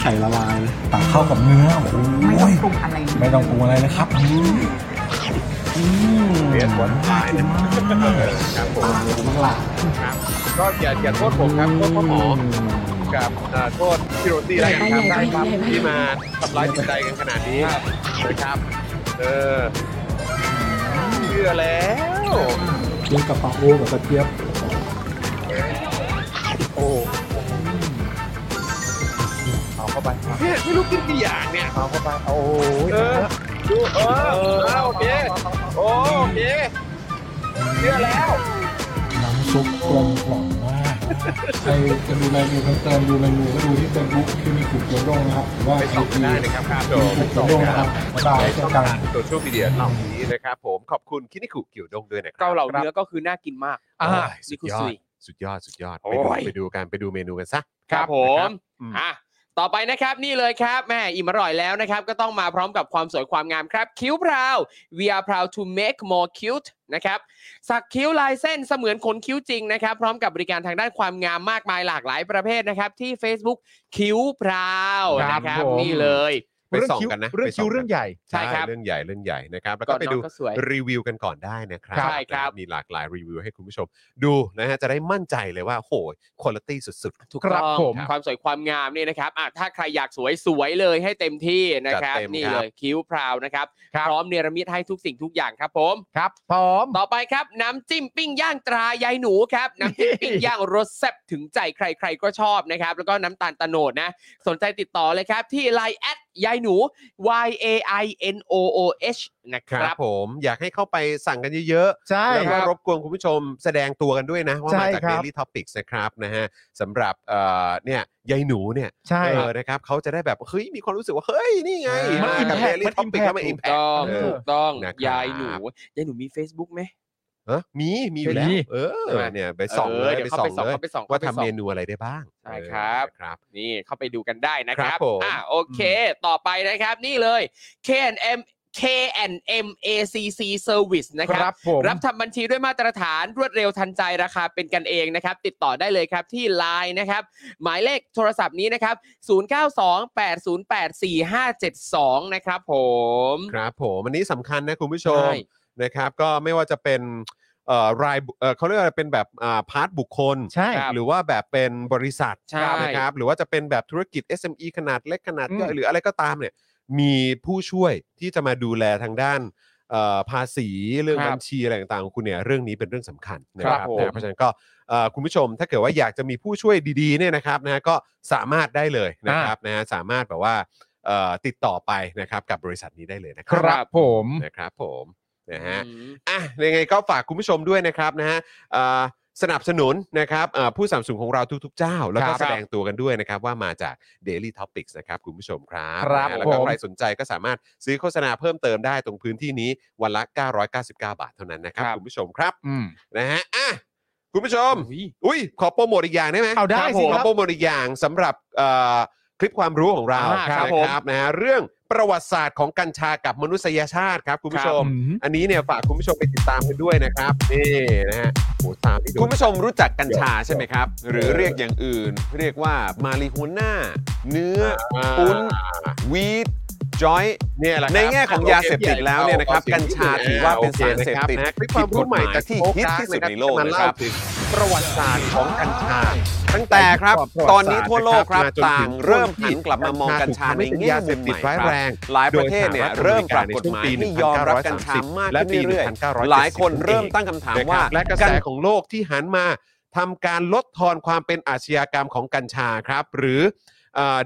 ไข่ละลายตักเข้ากับเนื้อโอ้ ไม่ต้อง ย ปรุงอะไรเลย ไม่ต้องปรุงอะไรนะครับอืมอืมเรียนวันตายเลยครับผมน้ำลาย ก็อย่าอย่าโทษผมครับโทษพ่อหมอกับเอ่อโทษพี่โรซี่แล้วกันครับ ได้ได้ได้ ที่มาทำร้ายจิตใจกันขนาดนี้นะครับ เออเชื่อแล้ว เรื่องกับปลาโอกับกระเทียบ โอ้ เอาเข้าไป เนี่ยไม่รู้กินกี่อย่างเนี่ย เอาเข้าไปเอาโอ้ย เออ ดูเออเอาโอเคโอ้โอเคเชื่อแล้ว น้ำซุปกลมกล่อมมากใครจะดูรายมือเพิ่มเติมดูรายมือก็ดูที่เฟซบุ๊กที่มีกลุ่มเกียวด้งนะครับหรือว่า ไปส ไอ อบกั จี นได้ มี นะครับครับผ กมลุ่มเกียวด้งนะครับ ตา ตาย ย ช่ เช่ อน ง กั ทาน งโซเชียลมีเดียเหล่านี้นะครับผมขอบคุณคินิคุเกี่ยวดงด้วยนะครับ เกาเหล่า ครับ เนื้อก็คือน่ากินมาก อ่า โย ซิ สุด คุ ยอดสุดซุยยอดสุดยอด โอ้ ไปดู ย ไปดูกันไปดูเมนูกันซะ ครับผ นะ ม บอืม อ่ะ ต่อไปนะครับนี่เลยครับแม่อิ่มอร่อยแล้วนะครับ ก็ต้องมาพร้อมกับความสวยความงามครับ คิ้วพราว we are proud to make more cute นะครับ สักคิ้วลายเส้นเสมือนขนคิ้วจริงนะครับ พร้อมกับบริการทางด้านความงามมากมายหลากหลายประเภทนะครับ ที่ Facebook คิ้วพราว ครับ นะครับ ผม นี่เลย ไปส่องกันนะ เรื่อง ไปส่ คิว ง เรื่อง กัน ใหญ่ ใช่ครับ เรื่องใหญ่เรื่องใหญ่นะครับ แล้วก็ไป น้อ ดู งก็สวย รีวิวกันก่อนได้นะครับ ใช่ครับ นะมีหลากหลายรีวิวให้คุณผู้ชม ดูนะฮะจะได้มั่นใจเลยว่าโหคุณภาพสุด ถูก ครับ ต้อง ผม ความสวยความงามเนี่ยนะครับอ่ะถ้าใครอยากสวยสวยเลยให้เต็มที่นะครับ จัดเต็ม นี่ ครับ เลยคิ้วพราวนะครับ พร้อมเนรมิตให้ทุกสิ่งทุกอย่างครับผม ครับพร้อม ต่อไปครับน้ำจิ้มปิ้งย่างตรายายหนูครับ น้ำจิ้มปิ้งย่างรสแซ่บถึงใจใครๆก็ชอบนะครับ แล้วก็น้ำตาลตะโนดนะ สนใจติดต่อเลยครับ ที่ Line แอดยายหนู y a i n o o h นะ ๆ ครั ครับ บผมอยากให้เข้าไปสั่งกันเยอะ ใช่ ๆแล้วก็รบกวนคุณผู้ชมแสดงตัวกันด้วยนะ ว่ามาจาก ใช่ครับ Daily Topics นะครับนะฮะสำหรับเอ่อเนี่ยยายหนูเนี่ย ใช่ เออนะครับเขาจะได้แบบเฮ้ยมีความรู้สึกว่าเฮ้ยนี่ไง มัน มากับ impact เดลี่ มัน ท็อปิก impact แล้วมาอิมแพค ต้อง เออ ถูกต้อง นะครับ ยายหนูยายหนูมี Facebook ไหม เออมีมีอยู่แล้ว มี เอ ใช่ไหม อเนี่ยไปส่องเลย เดี๋ยว ไป เข้า ส่อ ไป ง ส่เลองย เข้าไปส่อง ว่าทำข้ไปส่อง เมนูอะไรได้บ้าง ใช่ครับ เออครับ นี่เข้าไปดูกันได้นะค ครั รับบ ผม อ่าโอเค ต่อไปนะครับนี่เลย K&M K&M ACC Service นะค ค รั รับ บผม รับทำบัญชีด้วยมาตรฐานรวดเร็วทันใจราคาเป็นกันเองนะครับ ติดต่อได้เลยครับที่ Line นะครับ หมายเลขโทรศัพท์นี้นะครับ 0928084572 นะครับผม ครับผมอันนี้สำคัญนะคุณผู้ชม ใช่ นะครับ ก็ไม่ว่าจะเป็นเอ่อรายบุเอ่อเขาเรียกว่าเป็นแบบอ่าพาร์ทบุคคล ใช่ หรือว่าแบบเป็นบริษัท ใช่ นะครับหรือว่าจะเป็นแบบธุรกิจ SME ขนาดเล็กขนาดย่อย อืม หรืออะไรก็ตามเนี่ยมีผู้ช่วยที่จะมาดูแลทางด้านเอ่อภาษีเรื่อง ครับ บัญชีอะไรต่างๆของคุณเนี่ยเรื่องนี้เป็นเรื่องสำคัญนะค ครั รับบ ผม นะเพราะฉะนั้นก็เอ่อคุณผู้ชมถ้าเกิดว่าอยากจะมีผู้ช่วยดีๆเนี่ยนะครับนะก็สามารถได้เลยนะครับนะฮะสามารถแบบว่าเอ่อติดต่อไปนะครับกับบริษัทนี้ได้เลยนะครั ครับผม นะครับผมนะฮะ อืม อ่ะยังไงก็ฝากคุณผู้ชมด้วยนะครับนะฮะเอ่อสนับสนุนนะครับเอ่อผู้สนับสนุนของเราทุกๆเจ้า แล้วก็ ครับ แสดงตัวกันด้วยนะครับ ว่ามาจาก Daily Topics นะครับ คุณผู้ชมครับ ครับ นะฮะแล้วก็ ผม ใครสนใจก็สามารถซื้อโฆษณาเพิ่มเติมได้ตรงพื้นที่นี้วันละ 999 บาทเท่านั้นนะครับ คุณผู้ชมครับ อืม นะฮะอ่ะคุณผู้ชม อุ๊ย อุ้ยขอโปรโมทอีกอย่างได้ไหม เอาได้สิ ผม ค ข รั อบ โปรโมทอีกอย่างสำหรับเอ่อคลิปความรู้ของเรา อ่าครับผม นะครับนะฮะเรื่องประวัติศาสตร์ของกัญชากับมนุษยชาติครับคุณผู้ชม อันนี้เนี่ยฝากคุณผู้ชมไปติดตามกันด้วยนะครับนี่นะฮะโหตามคุณผู้ชมรู้จักกัญชาใช่ไหมครับ หรือเรียกอย่างอื่น เรียกว่ามาริโฮน่าเนื้อปุ้นวีดจอย เนี่ยแหละครับ ในแง่ของยาเสพติดแล้วเนี่ยนะครับกัญชาถือว่าเป็นสารเสพติด โอเคนะครับ ผิดกฎหมายที่ฮิตที่สุดในโลกนะครับ ประวัติศาสตร์ของกัญชา ตั้งแต่ครับ ตอนนี้ทั่วโลกครับต่างเริ่มหันกลับมามองกัญชาในแง่มุมใหม่ครับ หลายประเทศเนี่ยเริ่มปรับกฎหมายที่ยอมรับกัญชามากขึ้นเรื่อยๆ หลายคนเริ่มตั้งคำถามว่าและกระแสของโลกที่หันมาทำการลดทอนความเป็นอาชญากรรมของกัญชาครับ หรือเอ่อ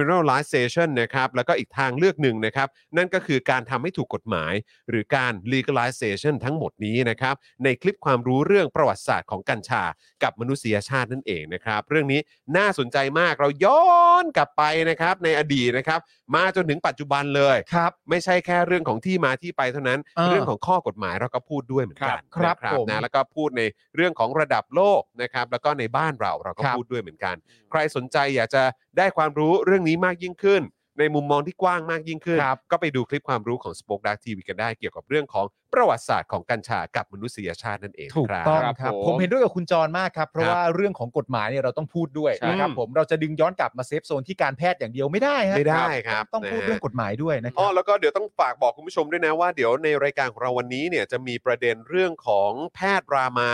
decriminalization นะครับ แล้วก็อีกทางเลือกหนึ่งนะครับ นั่นก็คือการทำให้ถูกกฎหมาย หรือการ legalization ทั้งหมดนี้นะครับ ในคลิปความรู้เรื่องประวัติศาสตร์ของกัญชา กับมนุษยชาตินั่นเองนะครับ เรื่องนี้น่าสนใจมากเราย้อนกลับไปนะครับ ในอดีตนะครับ มาจนถึงปัจจุบันเลย ครับ ไม่ใช่แค่เรื่องของที่มาที่ไปเท่านั้น อ่า เรื่องของข้อกฎหมายเราก็พูดด้วยเหมือนกัน ครับ นะครับ ผม นะแล้วก็พูดในเรื่องของระดับโลกนะครับ แล้วก็ในบ้านเราเราก็ ครับ พูดด้วยเหมือนกัน ใครสนใจอยากจะได้ความรู้เรื่องนี้มากยิ่งขึ้น ในมุมมองที่กว้างมากยิ่งขึ้น ครับ ก็ไปดูคลิปความรู้ของ Spoke Dark TV กันได้เกี่ยวกับเรื่องของประวัติศาสตร์ของกัญชากับมนุษยชาตินั่นเอง ถูก ครับ ต้อง ครับ ครับ ผม ผมเห็นด้วยกับคุณจรมากครับ เพราะ ครับ ว่าเรื่องของกฎหมายเนี่ยเราต้องพูดด้วย ใช่ นะครับผมเราจะดึงย้อนกลับมาเซฟโซนที่การแพทย์อย่างเดียวไม่ได้ฮะ ไม่ได้ครับ ต้องพูด นะฮะ เรื่องกฎหมายด้วยนะค อ๋ รั อบ แล้วก็เดี๋ยวต้องฝากบอกคุณผู้ชมด้วยนะว่าเดี๋ยวในรายการของเราวันนี้เนี่ยจะมีประเด็นเรื่องของแพทย์รามา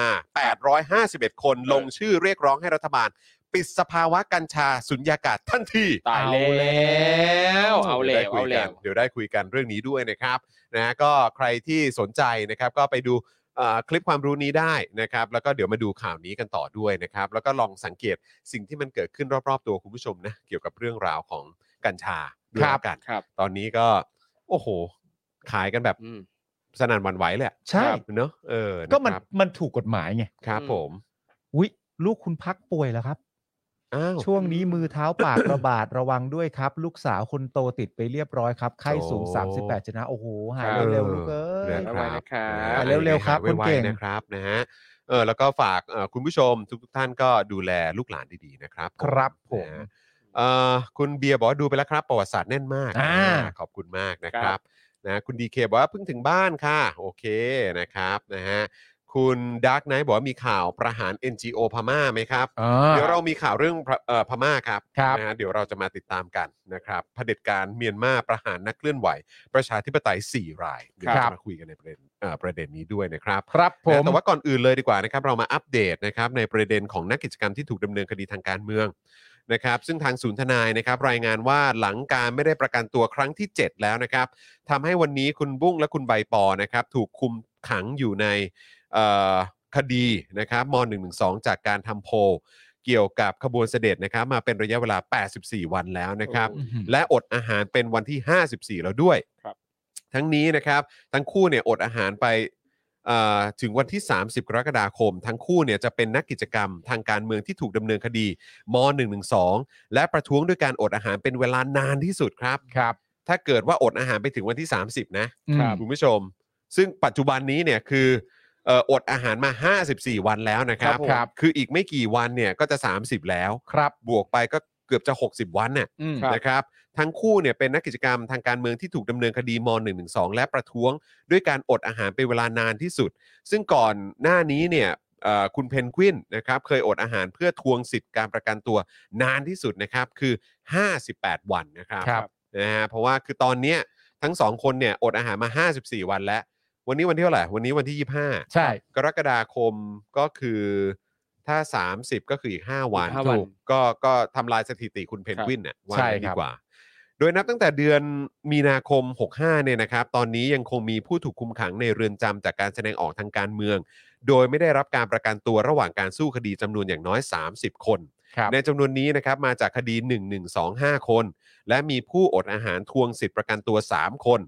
851 คนลงชื่อเรียกร้องให้รัฐบาล ป ปิดสภาวะกัญชาสุญญากาศทันที ตายแล้วเอาแล้วเอา ดี๋ยได้คุย แล้ กัน ว เดี๋ยวได้คุยกันเรื่องนี้ด้วยนะครับนะฮะก็ใครที่สนใจนะครับก็ไปดูเอ่อคลิปความรู้นี้ได้นะครับ แล้วก็เดี๋ยวมาดูข่าวนี้กันต่อด้วยนะครับ แล้วก็ลองสังเกตสิ่งที่มันเกิดขึ้นรอบๆตัวคุณผู้ชมนะเกี่ยวกับเรื่องราวของกัญชาด้วย ครับ แล้วกัน ครับ ตอนนี้ก็ โอ้โห ขายกันแบบ อืม สนั่นหวันไหวเลยอะ ใช่ ครับเนอะเออ ก็มันะครับ มันถูกกฎหมายไง ครับ อืม ผม อุ้ยลูกคุณพักป่วยแล้วครับ อ้าว ช่วงนี้มือเท้าปากระบาดระวังด้วยครับ ลูกสาวคนโตติดไปเรียบร้อยครับ ไข้สูง โอ้ 38 ชนะ โอ้โห หาย ครับ เร็วๆลูกเอ้ เร็ ย ว ไว้นะครับ นะ ไปเร็วๆครับ ไๆ คนเก่ง นะครับนะฮะเออแล้วก็ฝากเอ่อคุณผู้ชมทุกๆท่านก็ดูแลลูกหลานดีๆนะครับ ครับผม นะฮะเอ่อคุณเบียร์บอกว่าดูไปแล้วครับ ประวัติศาสตร์แน่นมาก อ่า อ่าขอบคุณมากนะครับนะคุณดีเคบอกว่าเพิ่งถึงบ้านค่ะ โอเคนะครับนะฮะคุณดาร์กไนท์บอกว่ามีข่าวประหาร NGO พม่าไหมครับ อ่า เดี๋ยวเรามีข่าวเรื่องพระเอ่อพม่าครับ ครับ นะฮะเดี๋ยวเราจะมาติดตามกันนะครับเผด็จการเมียนมาประหารนักเคลื่อนไหว ประชาธิปไตย 4 รายเดี๋ยว ครั เรา บ มาคุยกันในประเด็นเอ่อประเด็นนี้ด้วยนะครับ ครับผ นะ ม แต่ว่าก่อนอื่นเลยดีกว่านะครับ เรามาอัปเดตนะครับในประเด็นของนักกิจกรรมที่ถูกดำเนินคดีทางการเมืองนะครับซึ่งทางศูนย์ทนายนะครับรายงานว่าหลังการไม่ได้ประกันตัวครั้งที่ 7 แล้วนะครับทำให้วันนี้คุณบุ้งและคุณใบปอนะครับถูกคุมขังอยู่ในเอ่อคดีนะครับม .112 จากการทำโพล เกี่ยวกับขบวนเสด็จนะครับมาเป็นระยะเวลา 84 วันแล้วนะครับ โอ้ และอดอาหารเป็นวันที่ 54 แล้วด้วย ครับ ทั้งนี้นะครับ ทั้งคู่เนี่ยอดอาหารไปเอ่อถึงวันที่ 30 กรกฎาคม ทั้งคู่เนี่ยจะเป็นนักกิจกรรมทางการเมืองที่ถูกดำเนินคดีม .112 และประท้วงด้วยการอดอาหารเป็นเวลานานที่สุดครับ ครับ ถ้าเกิดว่าอดอาหารไปถึงวันที่ 30 นะครับ คุณผู้ชม ซึ่งปัจจุบันนี้เนี่ยคือเอ่ออดอาหารมา 54 วันแล้วนะครับ ครับผมครับ คืออีกไม่กี่วันเนี่ยก็จะ 30 แล้ว ครับ บวกไปก็เกือบจะ 60 วันน่ะ อืม ครับ นะครับ ทั้งคู่เนี่ยเป็นนักกิจกรรมทางการเมืองที่ถูกดำเนินคดีม .112 และประท้วงด้วยการอดอาหารเป็นเวลานานที่สุด ซึ่งก่อนหน้านี้เนี่ยเอ่อคุณเพนกวินนะครับเคยอดอาหารเพื่อทวงสิทธิ์การประกันตัวนานที่สุดนะครับคือ 58 วันนะครับ ครับ นะฮะเพราะว่าคือตอนเนี้ยทั้งสองคนเนี่ยอดอาหารมา 54 วันแล้ว วันนี้วันที่เท่าไหร่วันนี้วันที่ 25 ใช่ กรกฎาคมก็คือถ้า 30 ก็คืออีก 5 วัน อีกห้าวัน ถูกก็ก็ทำลายสถิติคุณเพนกวินน่ะว่า ใช่ งั้น ค ดี รับ กว่า โดยนับตั้งแต่เดือนมีนาคม 65 เนี่ยนะครับ ตอนนี้ยังคงมีผู้ถูกคุมขังในเรือนจำจากการแสดงออกทางการเมือง โดยไม่ได้รับการประกันตัวระหว่างการสู้คดีจำนวนอย่างน้อย 30 คน ครับ ในจำนวนนี้นะครับมาจากคดี 1125 คน และมีผู้อดอาหารทวงสิทธิประกันตัว 3 คน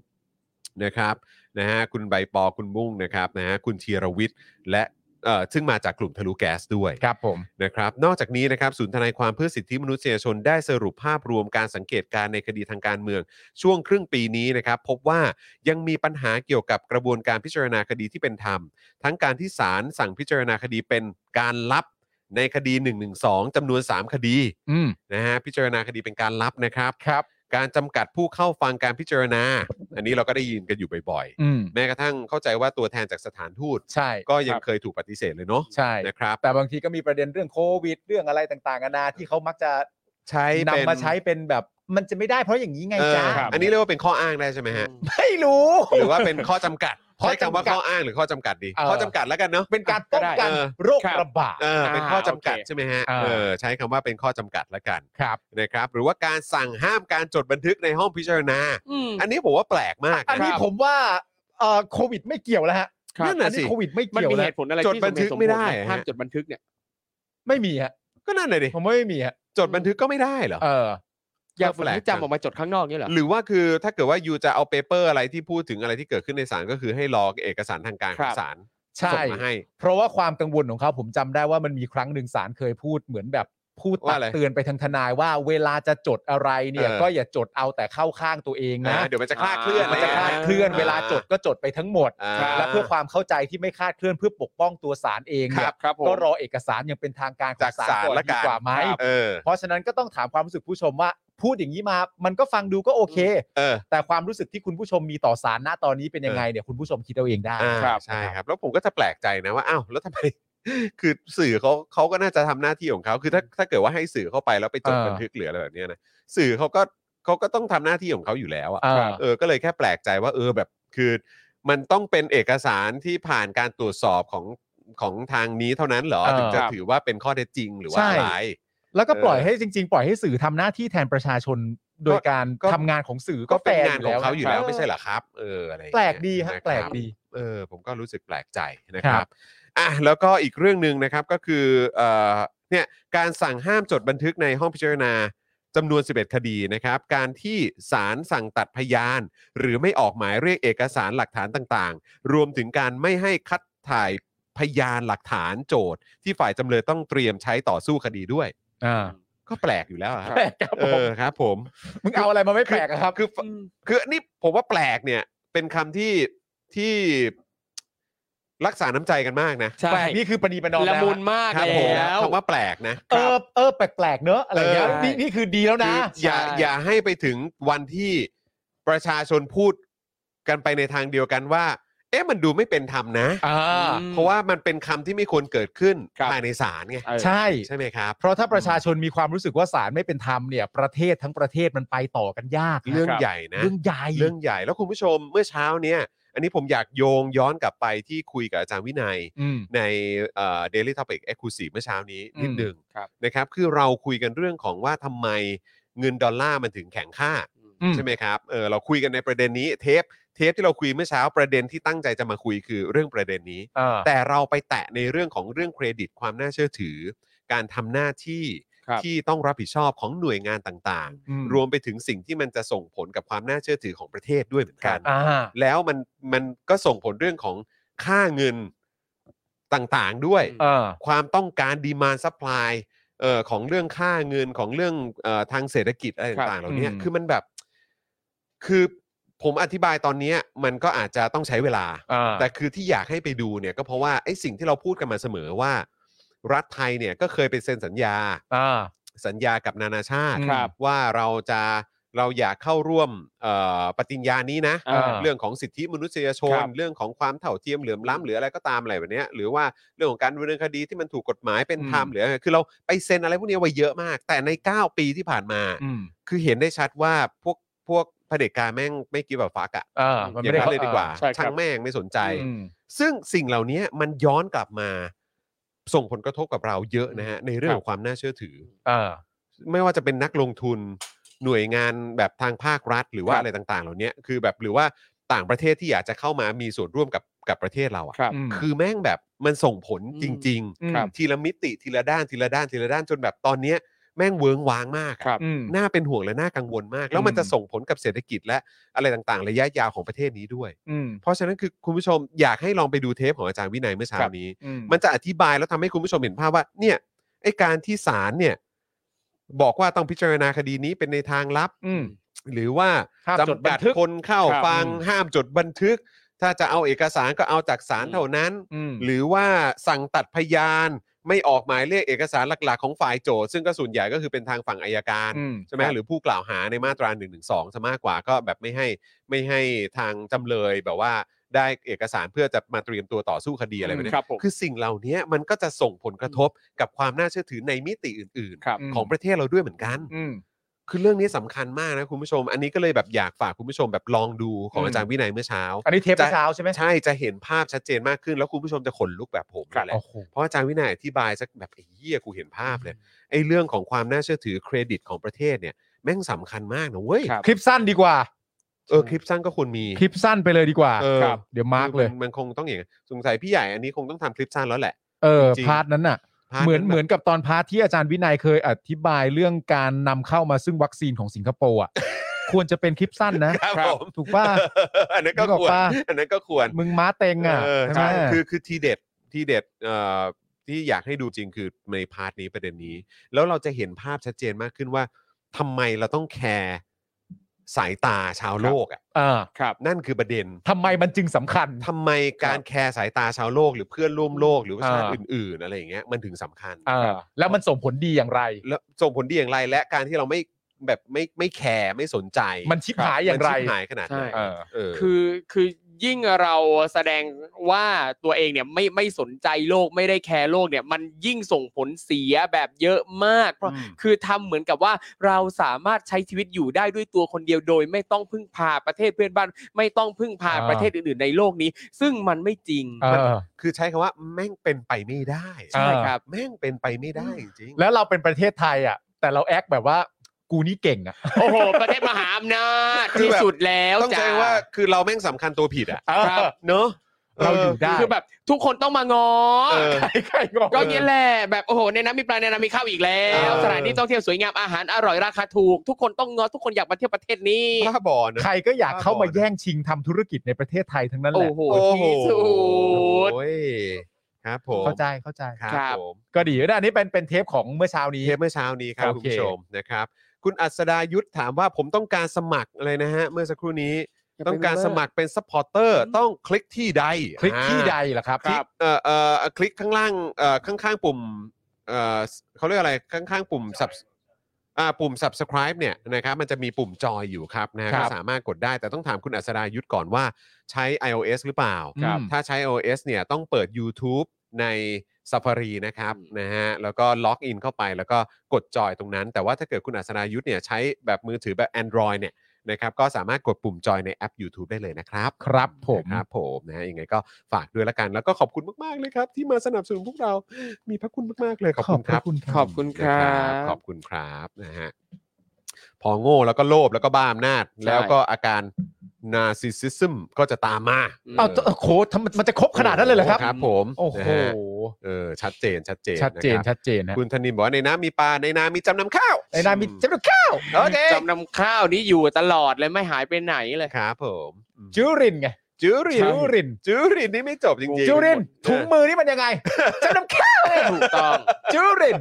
นะครับนะฮะคุณใบปอคุณบุ้งนะครับนะฮะคุณธีรวิทย์และเอ่อซึ่งมาจากกลุ่มทะลุแก๊สด้วย ครับผม นะครับนอกจากนี้นะครับศูนย์ทนายความเพื่อสิทธิมนุษยชนได้สรุปภาพรวมการสังเกตการณ์ในคดีทางการเมือง ช่วงครึ่งปีนี้นะครับพบว่ายังมีปัญหาเกี่ยวกับกระบวนการพิจารณาคดีที่เป็นธรรม ทั้งการที่ศาลสั่งพิจารณาคดีเป็นการลับในคดี 112จำนวน 3 คดี อืม นะฮะพิจารณาคดีเป็นการลับนะครับ ครับ การจำกัดผู้เข้าฟังการพิจารณา อันนี้เราก็ได้ยินกันอยู่บ่อย อืม ๆ แม้กระทั่งเข้าใจว่าตัวแทนจากสถานทูต ใช่ ก็ยังเคยถูกปฏิเสธเลยเนาะ ใช่ นะครับ แต่บางทีก็มีประเด็นเรื่องโควิด เรื่องอะไรต่างๆนานาที่เขามักจะ ใช้ นำ เป็น มาใช้เป็นแบบ มันจะไม่ได้เพราะอย่างนี้ไง เออ จ้า อันนี้เรียกว่าเป็นข้ออ้างได้ใช่ไหมฮะ ไม่รู้ หรือว่าเป็นข้อจำกัด (laughs) ข้อ ใช้ จำกัด คำว่าข้ออ้างหรือข้อจำกัดดี เออ ข้อจำกัดแล้วกันเนาะ เป็นการป้องกัน เออ โรค ครับ ระบาด เออเป็น อ่า ข้อจำกัด โอเค ใช่ไหมฮะ เออ เออใช้คำว่าเป็นข้อจำกัดแล้วกัน ครับ นะครับ หรือว่าการสั่งห้ามการจดบันทึกในห้องพิจารณา อืม อันนี้ผมว่าแปลกมาก อันนี้ ะ ผมว่าเอ่อโควิดไม่เกี่ยวแล้วฮะ ครับ นั่นแหละสิโควิดไม่ มัน เกี่ยว มี แล้ เห ว ตุผลอะไร จด ที่ บันทึกไม่ได้ สเหตุสผลนะห้าม ฮะ จดบันทึกเนี่ย ไม่มีฮะ ก็นั่นเลยดิ ผมว่าไม่มีฮะ จดบันทึกก็ไม่ได้เหรอ เออ อยากฝึก แปลก ให้ จัง จำออกมาจดข้างนอกเนี่ยเหรอ หรือว่าคือถ้าเกิดว่ายูจะเอาเปเปอร์อะไรที่พูดถึงอะไรที่เกิดขึ้นในศาลก็คือให้รอเอกสารทางการข ครั อง บ ศาล ใช่ ส่งมาให้ เพราะว่าความกังวลของเขาผมจำได้ว่ามันมีครั้งหนึ่งสารเคยพูดเหมือนแบบพูดตั ว่าก อะไร เตือนไปทางทนายว่าเวลาจะจดอะไรเนี่ย เออ ก็อย่าจดเอาแต่เข้าข้างตัวเอง นะ นะ เดี๋ยวมันจะคลาดเคลื่อน มันจะคลาดเคลื่อน อ่ เวลาจดก็จดไปทั้งหมด อ่า และเพื่อความเข้าใจที่ไม่คลาดเคลื่อนเพื่อปกป้องตัวสารเอง ค เนี่ รั ย บครับผม ก็รอเอกสารอยังเป็นทางการขอ จาก งศา ศาล ลก่อน ละ ดี กัน กว่าไหม เออ (laughs) เพราะฉะนั้นก็ต้องถามความรู้สึกผู้ชมว่า พูดอย่างนี้มา มันก็ฟังดูก็โอเค เออ แต่ความรู้สึกที่คุณผู้ชมมีต่อสารณตอนนี้เป็นยังไงเนี่ยคุณผู้ชมคิดเอาเองได้ อ่า ครับ ใช่ครับ แล้วผมก็จะแปลกใจนะว่าอ้ (laughs) าวแล้วทำไม คือสื่อเขาเขาก็น่าจะทำหน้าที่ของเขาคือถ้าถ้าเกิดว่าให้สื่อเข้าไปแล้วไปจด เออ บันทึกหรืออะไรแบบเนี้ยนะสื่อเขาก็เขาก็ต้องทำหน้าที่ของเขาอยู่แล้วอะ เออ เออก็เลยแค่แปลกใจว่า เออแบบคือ มันต้องเป็นเอกสารที่ผ่านการตรวจสอบของของทางนี้เท่านั้นเหรอ เออ ถึงจะถือว่าเป็นข้อเท็จจริงหรือว่า ใช่ อะไร แล้วก็ปล่อย เออ ให้จริง ๆ ปล่อยให้สื่อทำหน้าที่แทนประชาชนโดยการ ก็ ทำงานของสื่อ ก็ ก็ เป็น แร์ งานของเขาอยู่แล้ว นะ ไม่ใช่เหรอครับ เอออะไรอย่าง แปล เงี้ย กดีฮะ น แปลกดี เออผมก็รู้สึกแปลกใจนะค ครั รับบ อ่ะแล้วก็อีกเรื่องหนึ่งนะครับก็คือเอ่อเนี่ยการสั่งห้ามจดบันทึกในห้องพิจารณาจำนวน 11 คดีนะครับ การที่ศาลสั่งตัดพยาน หรือไม่ออกหมายเรียกเอกสารหลักฐานต่างๆ รวมถึงการไม่ให้คัดถ่ายพยานหลักฐานโจทย์ ที่ฝ่ายจำเลยต้องเตรียมใช้ต่อสู้คดีด้วย อ่า ก็แปลกอยู่แล้วอะครับ แปลกครับ เอ ผม อครับผม มึงเอาอะไรมาไม่แปลกอะครับ คือคืออันนี่ผมว่าแปลกเนี่ยเป็นคำที่ที่รักษาน้ำใจกันมากนะ ใช่ แปลกนี่คือปณีประนอม ละมุนมาก ครับผม แล้ว คำว่าแปลกนะ เออเออแปลกๆเนอะอะไรเงี้ย เออ นี่นี่คือดีแล้ว คื นะ ออย่า ใช่ อย่าให้ไปถึงวันที่ประชาชนพูดกันไปในทางเดียวกันว่า เอ๊ะมันดูไม่เป็นธรรมนะ อ่า อืม เพราะว่ามันเป็นคำที่ไม่ควรเกิดขึ้น ครับ ภายในศาลไง เออ ใช่ ใช่ไหมครับ เพราะถ้าประชาชนมีความรู้สึกว่าศาลไม่เป็นธรรมเนี่ย ประเทศทั้งประเทศมันไปต่อกันยากนะ เรื่อง ครับ ใหญ่นะ เรื่องใหญ่ เรื่องใหญ่แล้วคุณผู้ชมเมื่อเช้าเนี่ยอันนี้ผมอยากโยงย้อนกลับไปที่คุยกับอาจารย์วินัย อืม ในเดลิทอพิกเอ็กซ์คลูซีฟเมื่อเช้านี้นิด อืม หนึ่ง ครับ นะครับ คือเราคุยกันเรื่องของว่าทำไมเงินดอลลาร์มันถึงแข็งค่า อืม ใช่ไหมครับเออเราคุยกันในประเด็นนี้เทปเทปที่เราคุยเมื่อเช้าประเด็นที่ตั้งใจจะมาคุยคือเรื่องประเด็นนี้ อ่า แต่เราไปแตะในเรื่องของเรื่องเครดิตความน่าเชื่อถือ การทำหน้าที่ ครับ ที่ต้องรับผิดชอบของหน่วยงานต่าง อืม ๆ รวมไปถึงสิ่งที่มันจะส่งผลกับความน่าเชื่อถือของประเทศด้วยเหมือนกัน อ่า แล้วมันมันก็ส่งผลเรื่องของค่าเงินต่างๆด้วย อืม เออ ความต้องการดีมานซัพพลายเอ่อของเรื่องค่าเงินของเรื่องเอ่อทางเศรษฐกิจอะไร ครับ ต่างๆเหล่าเนี้ย อืม คือมันแบบ คือผมอธิบายตอนเนี้ยมันก็อาจจะต้องใช้เวลา อ่า แต่คือที่อยากให้ไปดูเนี่ยก็เพราะว่าไอ้สิ่งที่เราพูดกันมาเสมอว่า รัฐไทยเนี่ยก็เคยไปเซ็นสัญญา อ่า สัญญากับนานาชาติ ครับ ว่าเราจะเราอยากเข้าร่วมเอ่อปฏิญญานี้นะ อ่า เรื่องของสิทธิมนุษยชน ครับ เรื่องของความเท่าเทียมเหลื่อมล้ำหรืออะไรก็ตามอะไรแบบเนี้ยหรือว่าเรื่องของการดำเนินคดีที่มันถูกกฎหมายเป็นธรรม อืม หรืออะไรคือเราไปเซ็นอะไรพวกเนี้ยไว้เยอะมาก แต่ใน 9 ปีที่ผ่านมา อืม คือเห็นได้ชัดว่าพวกพวกเผด็จการแม่งไม่กี่แบบฟักอะ อ่ามัน อ ไม่ ย่างนั้ได้นเลยดีกว่า ใช่ครับ ช่างแม่งไม่สนใจ อืม ซึ่งสิ่งเหล่านี้มันย้อนกลับมา ส่งผลกระทบกับเราเยอะนะฮะในเรื่องของความน่าเชื่อถือ อ่า ไม่ว่าจะเป็นนักลงทุนหน่วยงานแบบทางภาครัฐ หรือว่า ครับ อะไรต่างๆ เหล่านี้คือแบบหรือว่าต่างประเทศที่อยากจะเข้ามามีส่วนร่วมกับกับประเทศเราอะ ครับ อืม คือแม่งแบบมันส่งผล อืม จริง อืม ครับ ทีละมิติทีละด้านทีละด้านทีละด้านจนแบบตอนเนี้ยแม่งเวิงว้างมากอะ ครับ อืม น่าเป็นห่วงและน่ากังวลมาก แล้วมัน อืม จะส่งผลกับเศรษฐกิจและอะไรต่างๆ ระยะยาวของประเทศนี้ด้วย อืม เพราะฉะนั้นคือคุณผู้ชมอยากให้ลองไปดูเทปของอาจารย์วินัยเมื่อเช้า ครับ นี้ อืม มันจะอธิบายแล้วทำให้คุณผู้ชมเห็นภาพว่า เนี่ยไอ้การที่ศาลเนี่ย บอกว่าต้องพิจารณาคดีนี้เป็นในทางลับ อืม หรือว่า ห้ามจด จำ บั กัด นทึก คนเข้า ครับ ฟัง อืม ห้ามจดบันทึก ถ้าจะเอาเอกสารก็เอาจากศาลเท่านั้น อืม หรือว่าสั่งตัดพยานไม่ออกหมายเรียกเอกสารหลัก ๆ ของฝ่ายโจทย์ซึ่งก็ส่วนใหญ่ก็คือเป็นทางฝั่งอายการ อืม ใช่ไหม ครับ หรือผู้กล่าวหาในมาตรา1นึซะมากกว่าก็แบบไม่ให้ไม่ให้ทางจำเลยแบบว่าได้เอกสารเพื่อจะมาเตรียมตัวต่อสู้คดีอะไรแบบเนี้ย ครับผม คือสิ่งเหล่านี้มันก็จะส่งผลกระทบกับความน่าเชื่อถือในมิติอื่น ครับ ๆ ของประเทศเราด้วยเหมือนกัน อืม คือเรื่องนี้สำคัญมากนะคุณผู้ชม อันนี้ก็เลยแบบอยากฝากคุณผู้ชมแบบลองดูของ อืม อาจารย์วินัยเมื่อเช้า อันนี้เทปเมื่อเช้าใช่ไหม ใช่จะเห็นภาพชัดเจนมากขึ้น แล้วคุณผู้ชมจะขนลุกแบบผมนั่นแหละ โอ้โห เพราะอาจารย์วินัยอธิบายสักแบบไอ้เหี้ยกูเห็นภาพเลยไอ้เรื่องของความน่าเชื่อถือเครดิตของประเทศเนี่ยแม่งสำคัญมากนะเว้ย ครับ คลิปสั้นดีกว่า เออคลิปสั้นก็ควรมี คลิปสั้นไปเลยดีกว่า เออ ครับเดี๋ยวมาร์กเลย มันคงต้องอย่างนั้นสงสัยพี่ใหญ่อันนี้คงต้องทำคลิปสั้นแล้วแหละ เออ จริง พาร์ทนั้นน่ะ พาร์ท เหมือน แบบ เหมือนกับตอนพาร์ทที่อาจารย์วินัยเคยอธิบายเรื่องการนำเข้ามาซึ่งวัคซีนของสิงคโป (laughs) ร์อ่ะ ควรจะเป็นคลิปสั้นนะครับ ผม ถูกป่ะ (laughs) อันนั้นก็ นึกอ ควรอกป่ะ อันนั้นก็ควร มึงม้าเต็งอ่ะ เออ ใช่ ใช่ ไหม คือคือทีเด็ดทีเด็ดเอ่อที่อยากให้ดูจริงคือในพาร์ทนี้ประเด็นนี้ แล้วเราจะเห็นภาพชัดเจนมากขึ้นว่าทำไมเราต้องแคร์สายตาชาวโลกอ่ะ อ่า ครับ นั่นคือประเด็น ทำไมมันจึงสำคัญ ทำไมการแคร์สายตาชาวโลก หรือเพื่อนร่วมโลกหรือว่าชาติ อ่า อื่น ๆ อะไรอย่างเงี้ยมันถึงสำคัญ อ่าแล้วมันส่งผลดีอย่างไร แล้วส่งผลดีอย่างไรและการที่เราไม่แบบไม่ไม่แคร์ไม่สนใจ มันชิบหายอย่างไร มันชิบหายขนาดไหน ใช่ เออ เออ คือคือ ยิ่งเราแสดงว่าตัวเองเนี่ยไม่ไม่สนใจโลกไม่ได้แคร์โลกเนี่ยมันยิ่งส่งผลเสียแบบเยอะมาก เพราะ อืม คือทำเหมือนกับว่าเราสามารถใช้ชีวิตอยู่ได้ด้วยตัวคนเดียวโดย ไม่ต้องพึ่งพาประเทศเพื่อนบ้าน ไม่ต้องพึ่งพา อ่า ประเทศอื่นๆในโลกนี้ ซึ่งมันไม่จริง เออ คือใช้คำว่าแม่งเป็นไปไม่ได้ ใช่ ใช่ครับ แม่งเป็นไปไม่ได้จริงๆ แล้วเราเป็นประเทศไทยอ่ะ แต่เราแอคแบบว่ากูนี่เก่งอ่ะ โอ้โห ประเทศมหาอำนาจที่สุดแล้ว ต้อง จ้า ใช้ว่าคือเราแม่งสำคัญตัวผิดอะ ครับ เนอะ เราอยู่ได้ คือแบบทุกคนต้องมางอ เออ ใครงง ก็เงี้ยแหละแบบโอ้โหในน้ำมีปลาในน้ำมีข้าวอีกแล้ว เออ สถานที่ท่องเที่ยวสวยงามอาหารอร่อยราคาถูก ทุกคนต้องงอทุกคนอยากมาเที่ยวประเทศนี้ บ้าบอเนอะ ใครก็อยากเข้ามาแย่งชิงทำธุรกิจในประเทศไทยทั้งนั้นแห โอ้ ละ โหที่สุด โอ้ยครับผม เข้าใจเข้าใจ ครั ครับ บ ผม ก็ดีนะอันนี้เป็นเป็นเทปของเมื่อเช้านี้ เทปเมื่อเช้านี้ครับ โอ คุณ เค ผู้ชมนะครับ คุณอัศดายุทธถามว่าผมต้องการสมัครอะไรนะฮะ เมื่อสักครู่นี้ต้องการสมัครเป็นซัพพอร์เตอร์ต้องคลิกที่ใด คลิกที่ใด อ่า ล่ะครับ คลิกเอ่อเอ่อคลิกข้างล่างเอ่อข้างๆปุ่มเอ่อเขาเรียกอะไรข้างๆปุ่ม sub อ่าปุ่ม subscribe เนี่ยนะครับมันจะมีปุ่มจอยอยู่ครับนะฮะ ครั ก็ บ สามารถกดได้แต่ต้องถามคุณอัศดายุทธก่อนว่าใช้ iOS หรือเปล่า อืม ถ้าใช้ iOS เนี่ยต้องเปิด YouTube ใน Safari นะครับนะฮะแล้วก็ล็อกอินเข้าไปแล้วก็กดจอยตรงนั้น แต่ว่าถ้าเกิดคุณอัศนายุทธเนี่ยใช้แบบมือถือแบบ Android เนี่ยนะครับก็สามารถกดปุ่มจอยในแอป YouTube ได้เลยนะครับ ครับผม นะครับผมนะฮะยังไงก็ฝากด้วยละกัน แล้วก็ขอบคุณมาก ๆ เลยครับ ที่มาสนับสนุนพวกเรา มีพระคุณมาก ๆ เลยขอบคุณครับ ขอบคุณค นะ รั ครับข บ อบคุณครับนะฮะพอโง่แล้วก็โลภแล้วก็บ้าอำนาจ ใช่ แล้วก็อาการนาร์ซิสซิมก็จะตามมา อืม เอาเอาโค้ดทำไมมันจะครบขนาดนั้นเลยเหรอครับ ครับผม โอ้โห นะฮะเออชัดเจนชัดเจน ชัดเจน นะครับ ชัดเจนนะ คุณธนินบอกว่าในน้ำมีปลาในน้ำมีจำนำข้าว ในนามมีจำนวนข้าว โอเค จำนำข้าวนี้อยู่ตลอดเลยไม่หายไปไหนเลย ครับผม จิวรินไง จูริน จิวริน จูรินนี่ไม่จบจริงๆ จิวริน เออ ถุงมือนี่มันยังไงจำนำข้าวไง ถูกต้อง จิวริน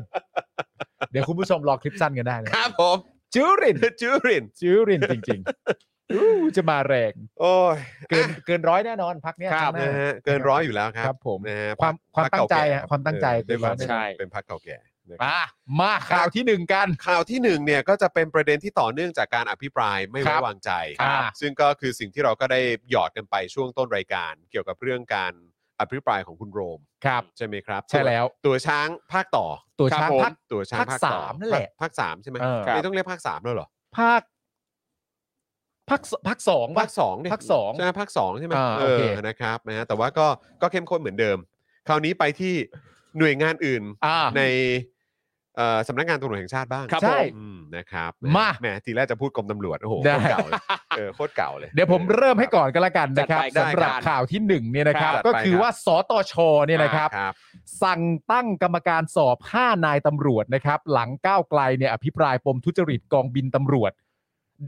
เดี๋ยวคุณผู้ชมรอคลิปสั้นกันได้นะครับ ผม จิวริน จูริน จิวรินจริงๆอู้จะมาแรง โอ้ย เกินเกินร้อยแน่นอนพักเนี้ย ครัข้าบงห นะ น้า ฮะเกินร้อยอยู่แล้วครั ครับ บผม นะฮะ ความ พรร ความตั้งใจอะ เก่ๆ ความตั้งใจ เออเป็นพรรค ใช่ เป็นพรรคเก่าแก่นะครับ มามาข่าวที่หนึ่งกัน ข่าวที่หนึ่งเนี่ยก็จะเป็นประเด็นที่ต่อเนื่องจากการอภิปรายไม่ ค ไว้ รับ วางใจ ครับ ซึ่งก็คือสิ่งที่เราก็ได้หยอดกันไปช่วงต้นรายการ เกี่ยวกับเรื่องการอภิปรายของคุณโรม ครับ ใช่ไหมครับ ใช่แล้ว ตัวช้างภาคต่อ ตัว ครับ ช้าง ผม พัก ตัวช้าง ภาค ต่อ สามนั่นแหละ ภาคภาคสามใช่ไหม เออ ไม่ต้องเรียกภาคสามแล้วเหรอ ภาคภาคสภาคสอง ภา ภา ค ค สองเนี่ย ภาคสอง ใช่ไหมภาคสองใช่ไหม อ่า เอ โอเค อนะครับนะฮะแต่ว่าก็ก็เข้มข้นเหมือนเดิม คราวนี้ไปที่หน่วยงานอื่น อ่า ในเอ่อสำนักงานตำรวจแห่งชาติบ้าง ครับใช่ผม อืมนะครับ มา แหมทีแรกจะพูดกรมตำรวจโอ้โห ได้ โคตรเก่าเลย เออโคตรเก่าเลย เดี๋ยวผมเริ่มให้ก่อนก็แล้วกันนะครับ จัด สำ ไป หรับ ได้ครับ ข่าวที่หนึ่งเนี่ยนะครับ ครับ ก็คือ จัดไปครับ ว่าสตชเนี่ยนะครับ อ่าครับ สั่งตั้งกรรมการสอบ 5 นายตำรวจนะครับ หลังก้าวไกลเนี่ยอภิปรายปมทุจริตกองบินตำรวจ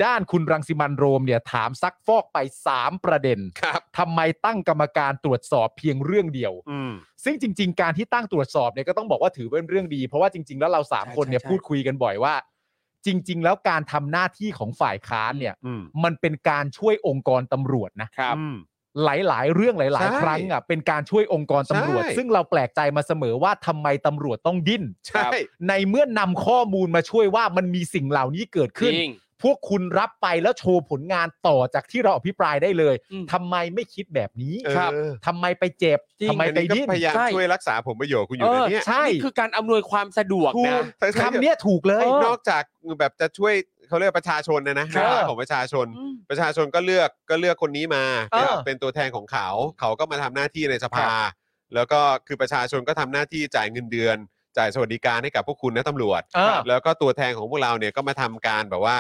ด้านคุณรังสิมันต์โรมเนี่ยถามซักฟอกไป 3 ประเด็น ครับ ทำไมตั้งกรรมการตรวจสอบเพียงเรื่องเดียว อืม ซึ่งจริง ๆ การที่ตั้งตรวจสอบเนี่ยก็ต้องบอกว่าถือเป็นเรื่องดี เพราะว่าจริง ๆ แล้วเราสาม ใช่ คนเนี่ย ใช่ พูดคุยกันบ่อยว่า จริง ๆ แล้วการทำหน้าที่ของฝ่ายค้านเนี่ย อืม มันเป็นการช่วยองค์กรตำรวจนะครับ อืม หลาย ๆ เรื่องหลาย ใช่ ๆ ครั้งอ่ะเป็นการช่วยองค์กรตำรวจ ใช่ ซึ่งเราแปลกใจมาเสมอว่าทำไมตำรวจต้องดิ้น ใช่ ในเมื่อนำข้อมูลมาช่วยว่ามันมีสิ่งเหล่านี้เกิด จ ขึ้น ริง พวกคุณรับไปแล้วโชว์ผลงานต่อจากที่เราอภิปรายได้เลย อืม ทำไมไม่คิดแบบนี้ เออ ทำไมไปเจ็บ จริง ทำไม อัน ไป นี้ก็ ดิ้น พยายาม ใช่ ช่วยรักษาผมประโยชน์คุณอ เอยู่ ในะ อ เนี่ย ใช่ นี่คือการอำนวยความสะดวก ถู นะ กแต่ใช่ คำเนี้ยถูกเลย เออ นอกจากแบบจะช่วยเขาเรียกประชาชนนะนะ ครั ใน บ ทางของประชาชน อืม ประชาชนก็เลือกก็เลือกคนนี้มา เออ เป็นตัวแทนของเขา เขาก็มาทำหน้าที่ในสภา แล้วก็คือประชาชนก็ทำหน้าที่จ่ายเงินเดือน จ่ายสวัสดิการให้กับพวกคุณนะตำรวจ เออ แล้วก็ตัวแทนของพวกเราเนี่ยก็มาทำการแบบว่า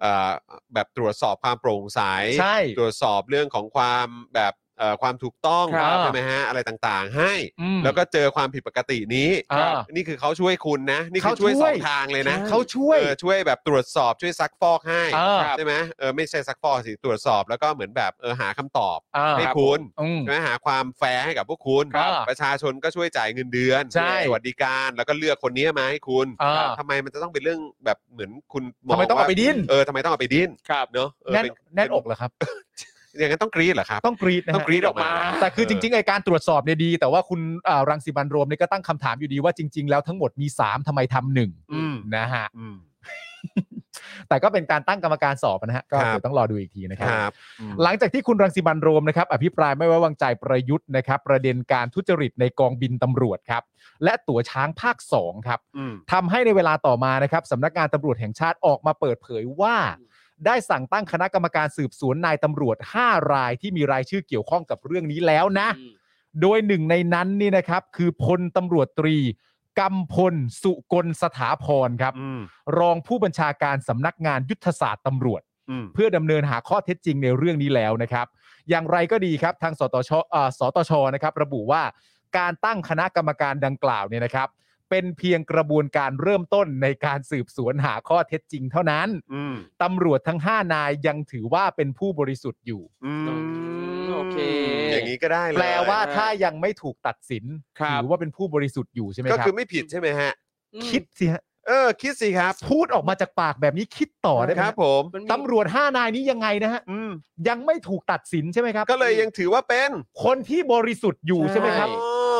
เอ่อแบบตรวจสอบความโปร่งใส ใช่ ตรวจสอบเรื่องของความแบบเอ่อความถูกต้อง ครับ ใช่ไหมฮะอะไรต่างๆ ให้ อืม แล้วก็เจอความผิดปกตินี้ อ่า นี่คือเขาช่วยคุณนะ นี่คือ เขาช่ ช่ว วย ย สองทางเลยนะ เขาช่วย เออช่วยแบบตรวจสอบช่วยซักฟอกให้ อ่า ใช่ไหมเออไม่ใช่ซักฟอกสิตรวจสอบแล้วก็เหมือนแบบเออหาคำตอบ อ่า ให้คุณ อืม ใช่ไหมหาความแฟร์ให้กับพวกคุณ ครับ ประชาชนก็ช่วยจ่ายเงินเดือน ใช่ สวัสดิการแล้วก็เลือกคนนี้มาให้คุณ อ่า ทำไมมันจะต้องเป็นเรื่องแบบเหมือนคุณ ทำไมต้องเอาไปดิ้น เออทำไมต้องเอาไปดิ้น ครับ เนอะเออ แน่น เป็น แน่นอกเหรอครับ อย่างนั้นต้องกรีดเหรอครับ ต้องกรีดนะฮะ ต้องกรีดออกมา แต่คือจริงๆไอการตรวจสอบเนี่ยดี แต่ว่าคุณเอ่อรังสิบันโรมเนี่ยก็ตั้งคำถามอยู่ดีว่าจริง ๆ แล้วทั้งหมดมี 3ทำไมทำหนึ่ง อืม นะฮะ อืม แต่ก็เป็นการตั้งกรรมการสอบนะฮะก็ ครับ เดี๋ยวต้องรอดูอีกทีนะค ครับ รับ หลังจากที่คุณรังสิมันต์โรมนะครับอภิปรายไม่ไว้วางใจประยุทธ์นะครับ ประเด็นการทุจริตในกองบินตำรวจครับ และตั๋วช้างภาค 2 ครับ อืม ทำให้ในเวลาต่อมานะครับสำนักงานตำรวจแห่งชาติออกมาเปิดเผยว่า ได้สั่งตั้งคณะกรรมการสืบสวนนายตำรวจ 5 รายที่มีรายชื่อเกี่ยวข้องกับเรื่องนี้แล้วนะ อืม โดยหนึ่งในนั้นนี่นะครับคือพลตำรวจตรีกำพลสุกลสถาพรครับ อืม รองผู้บัญชาการสำนักงานยุทธศาสตร์ตำรวจ อืม เพื่อดำเนินหาข้อเท็จจริงในเรื่องนี้แล้วนะครับ อย่างไรก็ดีครับทางสตชเอ่อสตชนะครับ ระบุว่าการตั้งคณะกรรมการดังกล่าวเนี่ยนะครับ เป็นเพียงกระบวนการเริ่มต้นในการสืบสวนหาข้อเท็จจริงเท่านั้น อืม ตำรวจทั้ง 5 นายยังถือว่าเป็นผู้บริสุทธิ์อยู่ อืม โอเค อย่างนี้ก็ได้เลย แปลว่าถ้ายังไม่ถูกตัดสิน ครับ ถือว่าเป็นผู้บริสุทธิ์อยู่ใช่ไหม ก็ ครับ คือไม่ผิดใช่ไหมฮะ คิดสิฮะ เออ คิดสิครับ พูดออกมาจากปากแบบนี้คิดต่อได้ไหม ค ค รั รั บบ ผม มันมี ตำรวจ 5 นายนี้ยังไงนะฮะ อืม ยังไม่ถูกตัดสินใช่ไหมครับ ก็เลยยังถือว่าเป็น คนที่บริสุทธิ์อยู่ใช่ไหมครับ ใช่ อ๋อ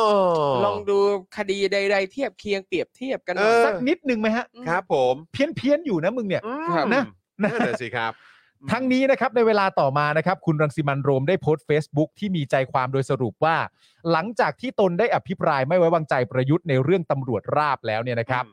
ลองดูคดีใด ๆ เทียบเคียงเปรียบเทียบกันหน่ เออ อย สักนิดนึงไหมฮะ ครับผม เพี้ยนเพี้ยนๆอยู่นะมึงเนี่ย อืม ครับนะ นั่นแหละสิครับ ทั้งนี้นะครับในเวลาต่อมานะครับ คุณรังสิมันต์โรมได้โพสต์ Facebook ที่มีใจความโดยสรุปว่า หลังจากที่ตนได้อภิปรายไม่ไว้วางใจประยุทธ์ในเรื่องตำรวจราบแล้วเนี่ยนะครับ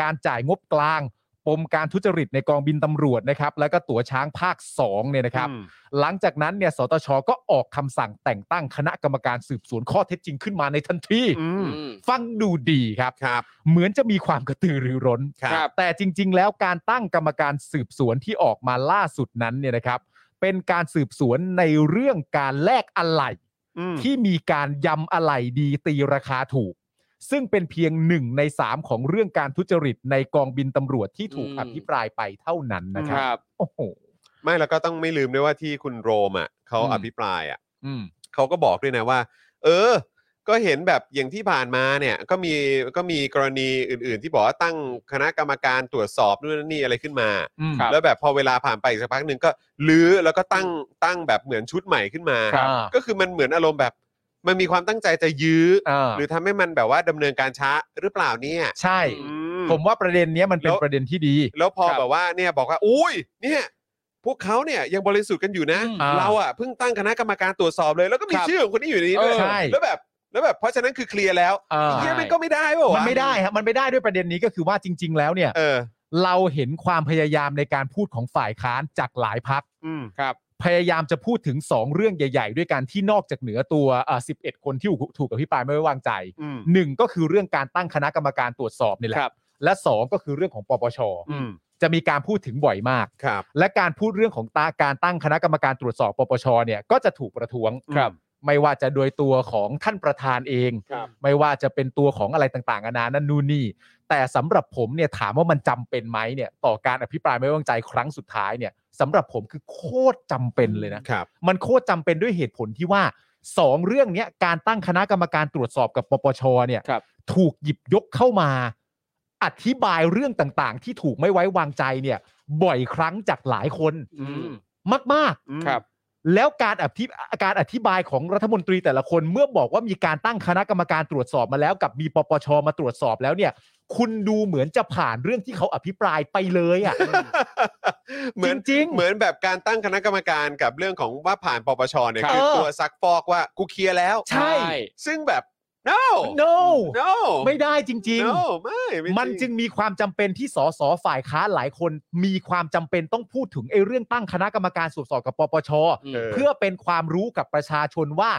การจ่ายงบกลาง ปมการทุจริตในกองบินตำรวจนะครับ แล้วก็ตั๋วช้างภาค2เนี่ยนะครับ อืม หลังจากนั้นเนี่ยสตชก็ออกคำสั่งแต่งตั้งคณะกรรมการสืบสวนข้อเท็จจริงขึ้นมาในทันที อืม อืม ฟังดูดีครับ ครับ เหมือนจะมีความกระตือรือร้น ครับ แต่จริง ๆ แล้วการตั้งกรรมการสืบสวนที่ออกมาล่าสุดนั้นเนี่ยนะครับ เป็นการสืบสวนในเรื่องการแลกอะไหล่ อืม ที่มีการยำอะไหล่ดีตีราคาถูก ซึ่งเป็นเพียงหนึ่งในสามของเรื่องการทุจริตในกองบินตำรวจที่ถูก อืม อภิปรายไปเท่านั้นนะค ครับ รับ โอ้โห ไม่แล้วก็ต้องไม่ลืมด้วยว่าที่คุณโรมอ่ะเขา อืม อภิปรายอ่ะ อืม เขาก็บอกด้วยนะว่า เออ ก็เห็นแบบอย่างที่ผ่านมาเนี่ย ก็มีก็มีกรณีอื่น ๆ ที่บอกว่าตั้งคณะกรรมการตรวจสอบนู่นนนนี่อะไรขึ้นมา อืม ครับ แล้วแบบพอเวลาผ่านไปอีกสักพักหนึ่งก็ลื้อแล้วก็ตั้งตั้งแบบเหมือนชุดใหม่ขึ้นมา ครับ ก็คือมันเหมือนอารมณ์แบบ มันมีความตั้งใจจะยื้ออ อ่า หรือทำให้มันแบบว่าดำเนินการช้าหรือเปล่าเนี่ย ใช่ อืม ผมว่าประเด็นเนี้ยมันเป็ แล้ น ว ประเด็นที่ดี แล้วพอ ครับ แบบว่าเนี่ยบอกว่าอุ้ยเนี่ย พวกเขาเนี่ยยังบริสุทธิ์กันอยู่นะ อืม เราอ่ะเพิ่งตั้งคณะกรรมการตรวจสอบเลย แล้วก็มี ครับ ชื่อของคนนี้อยู่ในนี้ด้วย เออ ใช่ แล้วแบบแล้วแบบเพราะฉะนั้นคือเคลียร์แล้ว อ่า เฮียมันก็ไม่ได้ป่าวะ มันไม่ได้ครับมันไม่ได้ด้วยประเด็นนี้ก็คือว่าจริง ๆ แล้วเนี่ย เออ เราเห็นความพยายามในการพูดของฝ่ายค้านจากหลายพัก อืม ครับ พยายามจะพูดถึง 2 เรื่องใหญ่ๆ ด้วยกันที่นอกจากเหนือตัวเอ่อ11 คนที่ถูกถูกอภิปรายไม่ไว้วางใจ อืม หนึ่งก็คือเรื่องการตั้งคณะกรรมการตรวจสอบนี่แหละ ครับ และ 2 ก็คือเรื่องของปปช อืม จะมีการพูดถึงบ่อยมาก ครับ และการพูดเรื่องของตาการตั้งคณะกรรมการตรวจสอบปปชเนี่ยก็จะถูกประท้วง ครับ ไม่ว่าจะโดยตัวของท่านประธานเอง ครับ ไม่ว่าจะเป็นตัวของอะไรต่างๆนานานั่นนู่นนี่ แต่สำหรับผมเนี่ยถามว่ามันจำเป็นไหมเนี่ยต่อการอภิปรายไม่ไว้วางใจครั้งสุดท้ายเนี่ยสำหรับผมคือโคตรจำเป็นเลยนะ (laughs) ครับ มันโคตรจำเป็นด้วยเหตุผลที่ว่าสองเรื่องเนี้ยการตั้งคณะกรรมการตรวจสอบกับปปชเนี่ย ครับ ถูกหยิบยกเข้ามา อธิบายเรื่องต่างๆ ที่ถูกไม่ไว้วางใจเนี่ย บ่อยครั้งจากหลายคน อืม มาก ครับ ๆ แล้วการอธิการอธิบายของรัฐมนตรีแต่ละคนเมื่อบอกว่ามีการตั้งคณะกรรมการตรวจสอบมาแล้วกับมีปปชมาตรวจสอบแล้วเนี่ย คุณดูเหมือนจะผ่านเรื่องที่เขาอภิปรายไปเลยอะ่ะ เหมือน จริงๆ เหมือนแบบการตั้งคณะกรรมการกับเรื่องของว่าผ่านปปชเนี่ย ครับ คือตัวซักฟอกว่ากูเคลียร์แล้ว ใช่ ซึ่งแบบ no no no ไม่ได้จริง ๆ no ไม่ไ มันจึงมีความจำเป็นที่สสฝ่ายค้านหลายคน มีความจำเป็นต้องพูดถึงไอ้เรื่องตั้งคณะกรรมการสืบสอบกับปปช เออ เพื่อเป็นความรู้กับประชาชนว่า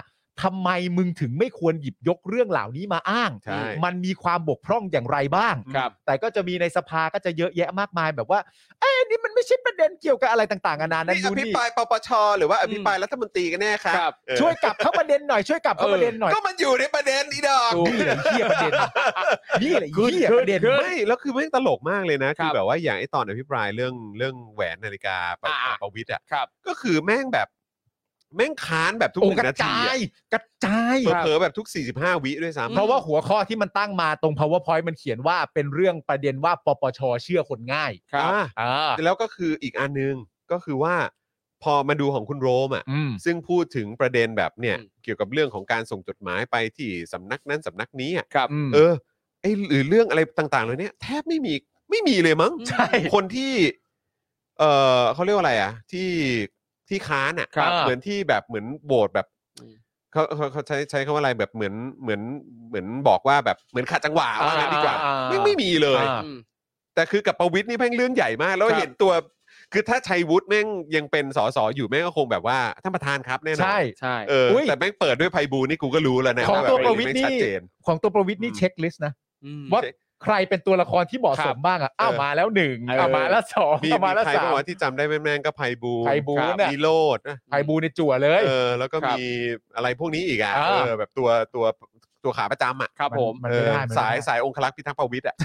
ทำไมมึงถึงไม่ควรหยิบยกเรื่องเหล่านี้มาอ้าง ใช่ มันมีความบกพร่องอย่างไรบ้าง ครับ แต่ก็จะมีในสภาก็จะเยอะแยะมากมายแบบว่า เอ้ยนี่มันไม่ใช่ประเด็นเกี่ยวกับอะไรต่างๆนานานั่น นี่อ นู่น ภิ นี่ ปรายปปชหรือว่าอภิปรายรัฐมนตรีกันแน่ครั ครับ เออ ช่วยกลับเข้าประเด็นหน่อยช่วยกลับเข้าประเด็นหน่อย ก็มันอยู่ในประเด็นอีดอก ถูก นี่แหละเหี้ยประเด็นนี่แหละเหี้ยประเด็น ไม่แล้วคือแม่งตลกมากเลยนะ คคืรับ อแบบว่าอย่างไอตอนอภิปรายเรื่องเรื่องแหวนนาฬิกาปะ อ่า ประวิทย์อ่ะ ครับ ก็คือแม่งแบบ แม่งค้านแบบทุกห โอ้ นึ่ ก ง ระ นาที จาย อะ กระจาย เผลอๆแบบทุก 45 วิด้วยซ้ำ เพราะว่าหัวข้อที่มันตั้งมาตรง powerpoint มันเขียนว่าเป็นเรื่องประเด็นว่าปปชเชื่อคนง่าย ครับ อ่า อ่า แล้วก็คืออีกอันนึงก็คือว่า พอมาดูของคุณโรมอ่ะ อืม ซึ่งพูดถึงประเด็นแบบเนี่ย อืม เกี่ยวกับเรื่องของการส่งจดหมายไปที่สำนักนั้นสำนักนี้อ่ะ ครับ เออไอหรือเรื่องอะไรต่างๆเลยเนี่ยแทบไม่มีไม่มีเลยมั้ง ใช่ คนที่ เออเขาเรียกว่าอะไรอ่ะ ที่ที่ค้านอ่ะ ครับ เหมือนที่แบบเหมือนโหวตแบบ อืม เขาเขาเขาใช้ใช้คำว่าอะไรแบบเหมือนเหมือนเหมือนบอกว่าแบบเหมือนขัดจังหวะว่างั้นดีกว่า อ่าอ่า ไม่ไม่มีเลย อ่า อืม แต่คือกับประวิทย์นี่แม่งเรื่องใหญ่มาก แล้ว ครับ เห็นตัว คือถ้าชัยวุฒิแม่งยังเป็นสสอยู่แม่งก็คงแบบว่าท่านประธานครับแน่นอน ใช่ ใช่ เอออย แต่แม่งเปิดด้วยไพบูลย์นี่กูก็รู้แล้วนะ ของ ว่าแบ ตัว บ ประวิทย์ ไม่ นี่ ชัดเจน ของตัวประวิทย์นี่ อืม เช็คลิสต์นะ ม ว่าใครเป็นตัวละครที่เหมาะ ค ส รั ม บ บ้างอ่ะอ้าว เออ มาแล้วหนึ่ง เออ เอามาแล้วสอง มี เอามา มี แล้ว ใคร สา บ้าม งวะที่จำได้แม่นๆก็ไพบูลย์ ไพบูลย์น่ะ มีโลดนะ ไพบูลย์ในจั่วเลย เออแล้วก็ ครับ มีอะไรพวกนี้อีกอ่ะ อ่า เออแบบตัวตัวตัวขาประจำอ่ะ ครับผม มัน เออไม่ได้มันไม่ได้ สายสายองคลักษ์พิทักษ์ประวิทย์อ่ะ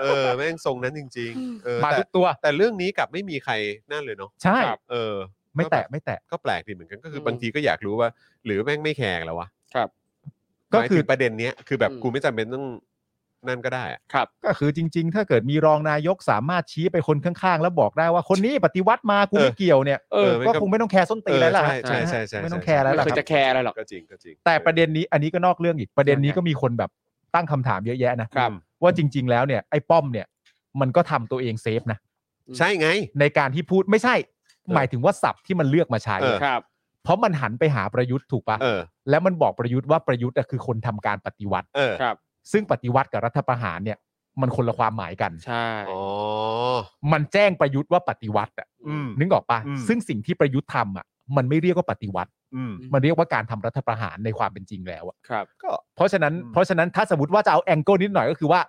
เออแม่งทรงนั้นจริง ๆ เออ มา แต่ ทุกตัว แต่เรื่องนี้กลับไม่มีใครนั่นเลยเนาะ ใช่ ครับ เออ ไม่แตะไม่แตะ ก็แปลกดีเหมือนกันก็คืออ ม บางทีก็อยากรู้ว่า หรือแม่งไม่แคร์แล้ววะ ก็ หมาย คือ ถึงประเด็นเนี้ยคือแบบ อืม กูไม่จำเป็นต้องนั่นก็ได้อะ ครับ ก็คือจริง ๆ ถ้าเกิดมีรองนายกสามารถชี้ไปคนข้างๆ แล้วบอกได้ว่าคนนี้ปฏิวัติมากูไม่เกี่ยวเนี่ย เออ ก็คงไม่ต้องแคร์ส้นตีนแล้วล่ะ เออใช่ใช่ใช่ใช่ ไม่ต้อง ใช่ แคร์แล้วล่ะ ไม่ ค เคย รับ จะแคร์อะไรหรอก ก็จริงก็จริง แต่ประเด็นนี้อันนี้ก็นอกเรื่องอีกประเด็นนี้ ยังไง ก็มีคนแบบตั้งคำถามเยอะแยะนะครับ ว่าจริง ๆ แล้วเนี่ยไอ้ป้อมเนี่ยมันก็ทำตัวเองเซฟนะ ใช่ไง ในการที่พูดไม่ใช่ หมายถึงว่าศัพท์ที่มันเลือกมาใช้ เออ ครับ เพราะมันหันไปหาประยุทธ์ถูกปะ เออ แล้วมันบอกประยุทธ์ว่าประยุทธ์อะคือคนทำการปฏิวัติ เออ ครับ ซึ่งปฏิวัติกับรัฐประหารเนี่ย มันคนละความหมายกัน ใช่ อ๋อ มันแจ้งประยุทธ์ว่าปฏิวัติอะ อืม นึกออกปะ อืม ซึ่งสิ่งที่ประยุทธ์ทำอ่ะมันไม่เรียกว่าปฏิวัติ อืม มันเรียกว่าการทำรัฐประหารในความเป็นจริงแล้วอะ ครับ ก็ เพราะฉะนั้น อืม เพราะฉะนั้นถ้าสมมติว่าจะเอาแองเกิลนิดหน่อยก็คือว่า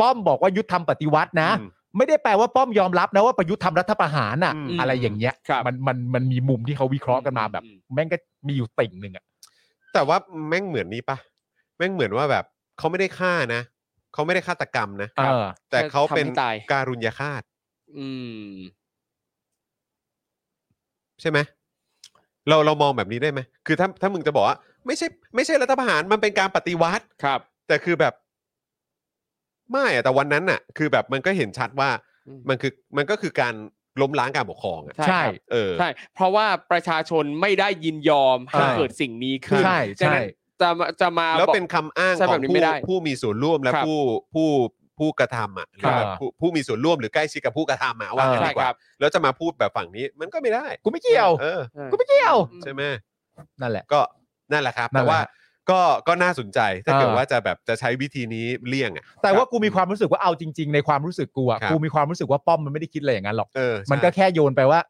ป้อมบอกว่ายุทธทำปฏิวัตินะ อืม ไม่ได้แปลว่าป้อมยอมรับนะว่าประยุทธ์ทำรัฐประหารน่ะ อืม อะไรอย่างเงี้ย ครับ มันมันมันมีมุมที่เขาวิเคราะห์กันมาแบบ อืม แม่งก็มีอยู่ติ่งหนึ่งอ่ะ แต่ว่าแม่งเหมือนนี้ปะแม่งเหมือนว่าแบบเขาไม่ได้ฆ่านะเขาไม่ได้ฆาตกรรมนะ เออ แต่เขาเป็น ทำให้ตาย การุญยฆาต อืม ใช่ไหมเราเรามองแบบนี้ได้ไหมคือถ้าถ้ามึงจะบอกว่าไม่ใช่ไม่ใช่รัฐประหารมันเป็นการปฏิวัติ ครับ แต่คือแบบ ไม่อะแต่วันนั้นน่ะ คือแบบมันก็เห็นชัดว่า อืม มันคือมันก็คือการล้มล้างการปกครองอะ ใช่ ใช่ ครับ เออ ใช่ เพราะว่าประชาชนไม่ได้ยินยอมให้ ใช่ เกิดสิ่งนี้ขึ้น ใช่ ดัง ใช่ นั้นจะมาจะมา แล้ว บอก เป็นคำอ้าง ใช่ ข แบ อง บนี้ ผู้ ไม่ได้ ผู้มีส่วนร่วมและ ครับ ผู้ผู้ผู้กระทำอ่ะหรือแบบ ครับ ผู้ผู้มีส่วนร่วมหรือใกล้ชิดกับผู้กระทำอ่ะว่ากัน เออ ดีกว่า ใช่ครับ แล้วจะมาพูดแบบฝั่งนี้มันก็ไม่ได้ กูไม่เกี่ยว เออ ใช่ กูไม่เกี่ยว ใช่ไหม นั่นแหละ ก็นั่นแหละครับ นั่ แต่ นแหละ ว่า ฮะ ก็ก็น่าสนใจถ้าเกิด เออ ว่าจะแบบจะใช้วิธีนี้เลี่ยงอ่ะ แต่ว่ากูมีความรู้สึกว่าเอาจริง ๆ ในความรู้สึกกูอ่ะ ครับ กูมีความรู้สึกว่าป้อมมันไม่ได้คิดอะไรอย่างนั้นหรอก เออใช่ มันก็แค่โยนไปว่า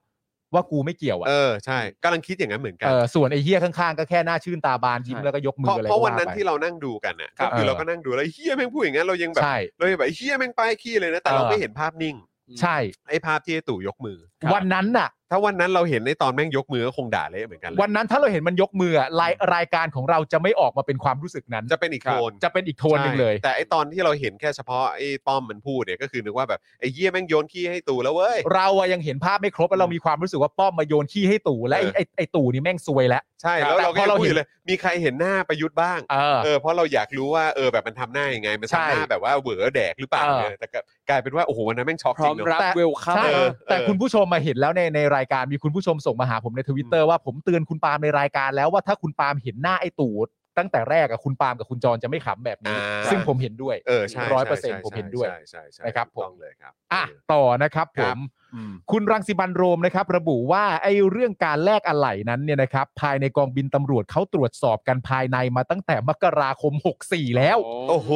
ว่ากูไม่เกี่ยวอ่ะ เออใช่กำลังคิดอย่างนั้นเหมือนกั เอน อส่วนไอ้เหี้ยข้างๆก็แค่หน้าชื่นตาบานยิ้ม ใช่ แล้วก็ยกมื เพราะออะไร เพราะ ก็ วัน ว่า นั้น ไป ที่เรานั่งดูกันอ่ะ ครั ก็ บ คือ เออ เราก็นั่งดูแล้วเฮียแม่งพูดอย่างนั้นเรายังแบบ ใช่ เรายังแบบเฮียแม่งป้ายขี้เลยนะแต่เรา เออ ไม่เห็นภาพนิ่ง ใช่ ไอ้ภาพที่ไอ้ตู่ยกมือ วันนั้นน่ะ ถ้าวันนั้นเราเห็นในตอนแม่งยกมือก็คงด่าเละเหมือนกันแหละ วันนั้นถ้าเราเห็นมันยกมืออะรายรายการของเราจะไม่ออกมาเป็นความรู้สึกนั้น จะเป็นอีกโทน จะเป็นอีกโทนหนึ่งเลย ใช่แต่ไอตอนที่เราเห็นแค่เฉพาะไอ้ป้อมมันพูดเนี่ยก็คือนึกว่าแบบไอ้เยี่ยแม่งโยนขี้ให้ตูแล้วเว้ย เราอะยังเห็นภาพไม่ครบแล้วเรามีความรู้สึกว่าป้อมมาโยนขี้ให้ตู่และไอ้ไอ้ไอ้ตู่นี่แม่งซวยแล้ว ใช่แล้ว แต่ เราก็ พอเรา เรา เห็ เห็ น นเลย มีใครเห็นหน้าประยุทธ์บ้าง เออ เออเพราะเราอยากรู้ว่าเออแบบมันทำหน้ายังไง มัน ใช่ ทำหน้าแบบว่าเหวอแดกหรือเปล่า เออ เนี่ยแต่ก็กลายเป็นว่าโอ้โหวันนั้นแม่งช็อก พ จ ร้อ ริงมเน รั อะ บ แต่ เวลคัม ใช่ เออ แต่ เออ คุณผู้ชมมาเห็นแล้วในในรายการมีคุณผู้ชมส่งมาหาผมในทวิตเตอร์ว่าผมเตือนคุณปาล์มในรายการแล้วว่าถ้าคุณปาล์มเห็นหน้าไอ้ตู่ตั้งแต่แรกอะคุณปาล์มกับคุณจรจะไม่ขำแบบนี้ อ่า ซึ่งผมเห็นด้วย เออใช่ ร้ ใช่ อยเปอร์เซ็นต์ ใช่ ผมเห็นด้วย ใช่ใช่ใช่ นะครับ ถูกต้อง ผม เลยครับ อ่ะ เ ต่อนะครับผ ครับ ม อืม คุณรังสิบันโรมนะครับ ระบุว่าไอ้เรื่องการแลกอะไหล่นั้นเนี่ยนะครับ ภายในกองบินตำรวจเขาตรวจสอบกันภายในมาตั้งแต่มกราคม 64 แล้ว โอ้โห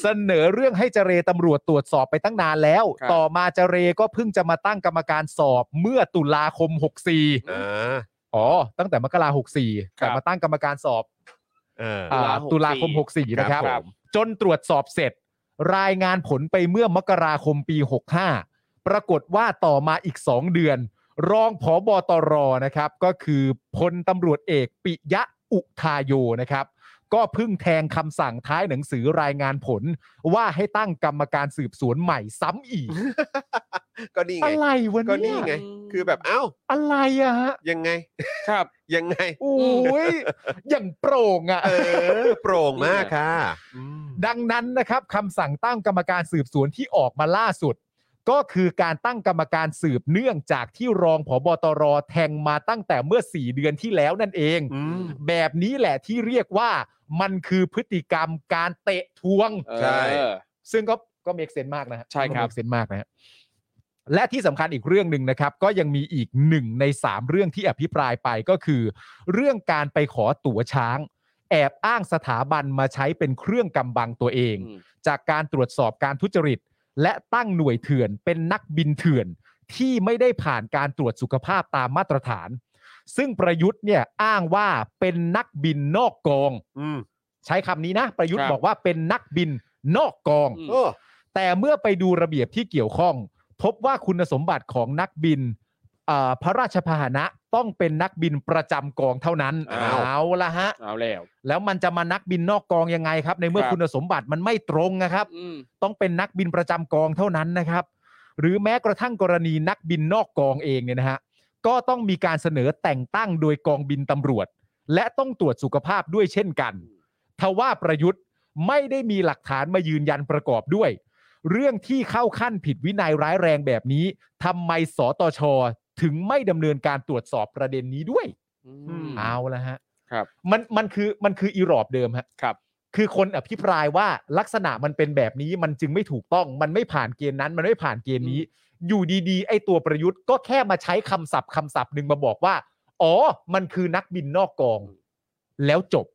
เสนอเรื่องให้เจเรตำรวจตรวจสอบไปตั้งนานแล้ว ครับ ต่อมาเจเรก็เพิ่งจะมาตั้งกรรมการสอบเมื่อตุลาคม 64 อ่า อ๋อ ตั้งแต่มกราหกสี่ ครั แต่ บ มาตั้งกรรมการสอบ เออ อ่า ตุ ตุลา ลา ค ค ม ม หกสี่ ครับ นะครับ ครับ จนตรวจสอบเสร็จ รายงานผลไปเมื่อมกราคมปี 65 ปรากฏว่าต่อมาอีก 2 เดือน รองผอบอตรนะครับ ก็คือพลตำรวจเอกปิยะอุทาโยนะครับ ก็เพึ่งแทงคำสั่งท้ายหนังสือรายงานผล ว่าให้ตั้งกรรมการสืบสวนใหม่ซ้ำอีก ก็นี่ไง อะไรวะ ก็นี่ เนี่ย ไง คือแบบเอ้า อะไรอะฮะ ยัง (laughs) ไง ครับ ยังไง โอ้ยอย่างโปร่งอะ เออ โปร่งมากค่ะอืม ดังนั้นนะครับคำสั่งตั้งกรรมการสืบสวนที่ออกมาล่าสุด ก็คือการตั้งกรรมการสืบเนื่องจากที่รองผบตรแทงมาตั้งแต่เมื่อ 4 เดือนที่แล้วนั่นเอง อืม แบบนี้แหละที่เรียกว่ามันคือพฤติกรรมการเตะทวง เออ ใช่ ซึ่งก็ก็เมกเซนมากนะฮะ ใช่ครับ เมกเซนมากนะฮะ และที่สำคัญอีกเรื่องหนึ่งนะครับ ก็ยังมีอีกหนึ่งใน 3 เรื่องที่อภิปรายไปก็คือ เรื่องการไปขอตั๋วช้าง แอบอ้างสถาบันมาใช้เป็นเครื่องกำบังตัวเอง อืม จากการตรวจสอบการทุจริต และตั้งหน่วยเถื่อนเป็นนักบินเถื่อน ที่ไม่ได้ผ่านการตรวจสุขภาพตามมาตรฐาน ซึ่งประยุทธ์เนี่ยอ้างว่าเป็นนักบินนอกกอง อืม ใช้คำนี้นะ ประยุทธ์ ครับ บอกว่าเป็นนักบินนอกกอง อืม โอ้ แต่เมื่อไปดูระเบียบที่เกี่ยวข้อง พบว่าคุณสมบัติของนักบินเอ่อพระราชพาหนะต้องเป็นนักบินประจำกองเท่านั้น อ้าว เอาละฮะ เอาแล้ว แล้วมันจะมานักบินนอกกองยังไงครับ ในเมื่อ ครับ คุณสมบัติมันไม่ตรงนะครับ อืม ต้องเป็นนักบินประจำกองเท่านั้นนะครับ หรือแม้กระทั่งกรณีนักบินนอกกองเองเนี่ยนะฮะก็ต้องมีการเสนอแต่งตั้งโดยกองบินตำรวจ และต้องตรวจสุขภาพด้วยเช่นกันทว่าประยุทธ์ไม่ได้มีหลักฐานมายืนยันประกอบด้วย เรื่องที่เข้าขั้นผิดวินัยร้ายแรงแบบนี้ทำไมสตชถึงไม่ดำเนินการตรวจสอบประเด็นนี้ด้วย เอาละฮะ ครับ มันมันคือมันคืออีรอบเดิมฮะ ครับ คือคนอภิปรายว่าลักษณะมันเป็นแบบนี้มันจึงไม่ถูกต้อง มันไม่ผ่านเกณฑ์นั้น มันไม่ผ่านเกณฑ์นี้ อยู่ดีๆ ไอ้ตัวประยุทธ์ก็แค่มาใช้คำศัพท์คำศัพท์หนึ่งมาบอกว่า อ๋อ มันคือนักบินนอกกอง แล้วจบ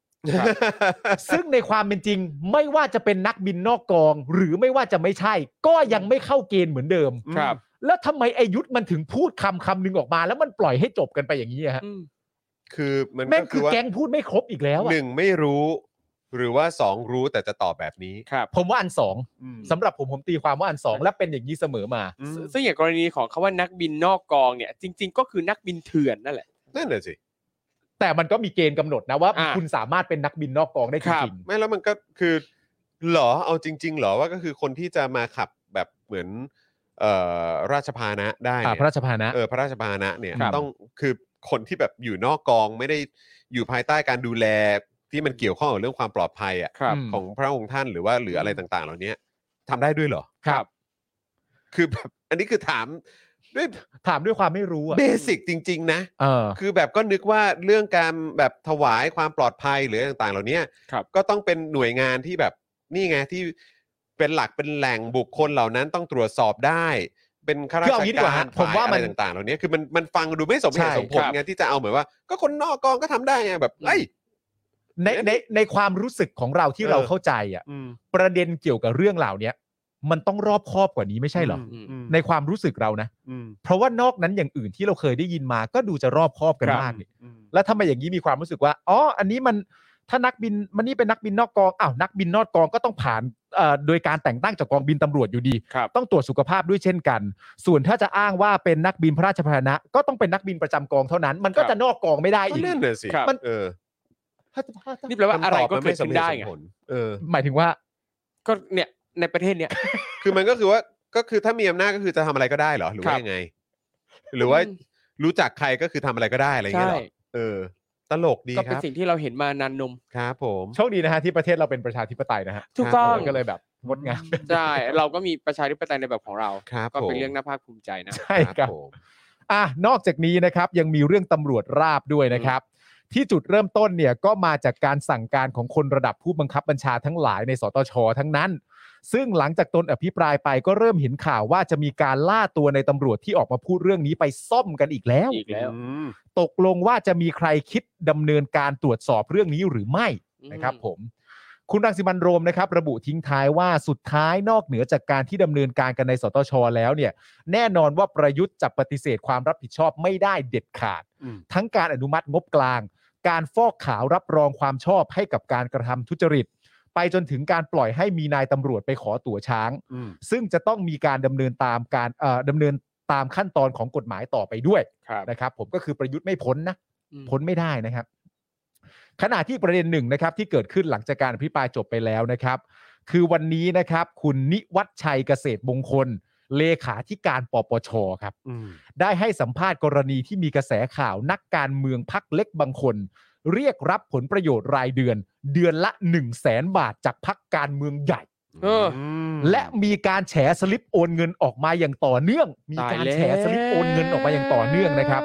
ซึ่งในความเป็นจริง ไม่ว่าจะเป็นนักบินนอกกอง หรือไม่ว่าจะไม่ใช่ ก็ยังไม่เข้าเกณฑ์เหมือนเดิม ครับ แล้วทำไมไอยุทธมันถึงพูดคำคำหนึ่งออกมา แล้วมันปล่อยให้จบกันไปอย่างนี้อะฮะ อืม คือมัน แม่ ก็ ง คื คืออ ว่า แก๊งพูดไม่ครบอีกแล้วอะ หนึ่งไม่รู้ หรือว่าสองรู้แต่จะตอบแบบนี้ ครับ ผมว่าอันสอง อืม สำหรับผมผมตีความว่าอันสองและเป็นอย่างนี้เสมอมา อืม ซึ่งอย่างกรณีของคาว่านักบินนอกกองเนี่ย จริง ๆ ก็คือนักบินเถื่อนนั่นแหละ นั่นแหละสิ แต่มันก็มีเกณฑ์กำหนดนะว่า อ่า คุณสามารถเป็นนักบินนอกกองได้จ ครั ริ บ ง ไม่แล้วมันก็คือเหรอเอาจริง ๆเหรอว่าก็คือคนที่จะมาขับแบบเหมือนเอ่อราชพาหนะได้ ๆ เนี่ อ่าย พระราชพานะ เออพระราชพาหนะเนี่ย ครับ ต้องคือคนที่แบบอยู่นอกกองไม่ได้อยู่ภายใต้การดูแลที่มันเกี่ยวข้องกับเรื่องความปลอดภัยอ่ะ ครับ ม ของพระองค์ท่านหรือว่าหรืออะไรต่าง ๆ เหล่านี้ทำได้ด้วยเหรอ ครับ คือแบบอันนี้คือถามด้วย ถามด้วยความไม่รู้อะ เบสิกจริง ๆ นะ เออ คือแบบก็นึกว่าเรื่องการแบบถวายความปลอดภัยหรืออะไรต่างๆ เหล่านี้ ครับ ก็ต้องเป็นหน่วยงานที่แบบนี่ไงที่เป็นหลักเป็นแหล่งบุคคลเหล่านั้นต้องตรวจสอบได้ เป็นข้ารา คือเอา ช งี้ดีก กา ว่าร ฮะผมว่า ฝ่ย มัน อะไรต่างๆ เหล่านี้คือมันมันฟังดูไม่สมเหตุ ใช่ สมผล ครับ ไงที่จะเอาเหมือนว่า ก็คนนอกกองก็ทำได้ไงแบบเอ้ย ในในในความรู้สึกของเราที่ เออ เราเข้าใจอะ อืม ประเด็นเกี่ยวกับเรื่องเหล่าเนี้ยมันต้องรอบคอบกว่านี้ไม่ใช่เหรออ อืม อืม ในความรู้สึกเรานะ อืม เพราะว่านอกนั้นอย่างอื่นที่เราเคยได้ยินมา ก็ดูจะรอบคอบกัน ครับ มากนี่ อืม แล้วทำไมอย่างนี้มีความรู้สึกว่าอ๋ออันนี้มันถ้านักบินมันนี่เป็นนักบินนอกกองอ้าวนักบินนอกกองก็ต้องผ่านเอ่อโดยการแต่งตั้งจากกองบินตำรวจอยู่ดี ครับ ต้องตรวจสุขภาพด้วยเช่นกัน ส่วนถ้าจะอ้างว่าเป็นนักบินพระราชพาหนะ ก็ต้องเป็นนักบินประจำกองเท่านั้น มันก็ ครับ จะนอกกองไม่ได้ ก็ อีก นั่นเลยสิ ครับ มัน เออ นี่แปลว่าอะไรก็ คำตบมัน เกิดขึ้นได้ไง ม่สมเหตุสมผลเออ หมายถึงว่า ก็เนี่ยในประเทศเนี่ย คือมันก็คือว่าก็คือถ้ามีอำนาจก็คือจะทำอะไรก็ได้เหรอหรือ ค ว่า รับ ยังไง หรือว่ารู้จักใครก็คือทำอะไรก็ได้อะไรอย่าง ใช่ เงี้ยเหรอเออ ตลกดี ก็ ค เป็น รับ สิ่งที่เราเห็นมานานนม ครับผม โชคดีนะฮะที่ประเทศเราเป็นประชาธิปไตยนะฮะ ถูกต้อง ก็เลยแบบงดงาม ใช่เราก็มีประชาธิปไตยในแบบของเรา ครับ ก็เป็น ผม เรื่องน่าภาคภูมิใจนะ ใช่ครับ ผม อ่ะนอกจากนี้นะครับยังมีเรื่องตำรวจราบด้วยนะครับ ที่จุดเริ่มต้นเนี่ยก็มาจากการสั่งการของคนระดับผู้บังคับบัญชาทั้งหลายในสตชทั้งนั้น ซึ่งหลังจากตนอภิปรายไปก็เริ่มเห็นข่าวว่าจะมีการล่าตัวในตำรวจที่ออกมาพูดเรื่องนี้ไปซ่อมกันอีกแล้ว อีกแล้ว อืม ตกลงว่าจะมีใครคิดดำเนินการตรวจสอบเรื่องนี้หรือไม่นะครับผม คุณรังสิมันต์โรมนะครับ ระบุทิ้งท้ายว่าสุดท้ายนอกเหนือจากการที่ดำเนินการกันในสตชแล้วเนี่ย แน่นอนว่าประยุทธ์จะปฏิเสธความรับผิดชอบไม่ได้เด็ดขาด อืม ทั้งการอนุมัติงบกลาง การฟอกขาวรับรองความชอบให้กับการกระทำทุจริต ไปจนถึงการปล่อยให้มีนายตำรวจไปขอตั๋วช้าง อืม ซึ่งจะต้องมีการดำเนินตามการเอ่อดำเนินตามขั้นตอนของกฎหมายต่อไปด้วย ครับ นะครับ ผมก็คือประยุทธ์ไม่พ้นนะ อืม พ้นไม่ได้นะครับ ขณะที่ประเด็นหนึ่งนะครับ ที่เกิดขึ้นหลังจากการอภิปรายจบไปแล้วนะครับ คือวันนี้นะครับ คุณนิวัฒน์ชัยเกษตรมงคล เลขาธิการปปชครับ อืม ได้ให้สัมภาษณ์กรณีที่มีกระแสข่าวนักการเมืองพักเล็กบางคน เรียกรับผลประโยชน์รายเดือน เดือนละ 1 0 0 0 0แสนบาทจากพักการเมืองใหญ่ เออ ม และมีการแฉสลิปโอนเงินออกมาอย่างต่อเนื่อง มีการแฉสลิปโอนเงินออกมาอย่างต่อเนื่องนะครับ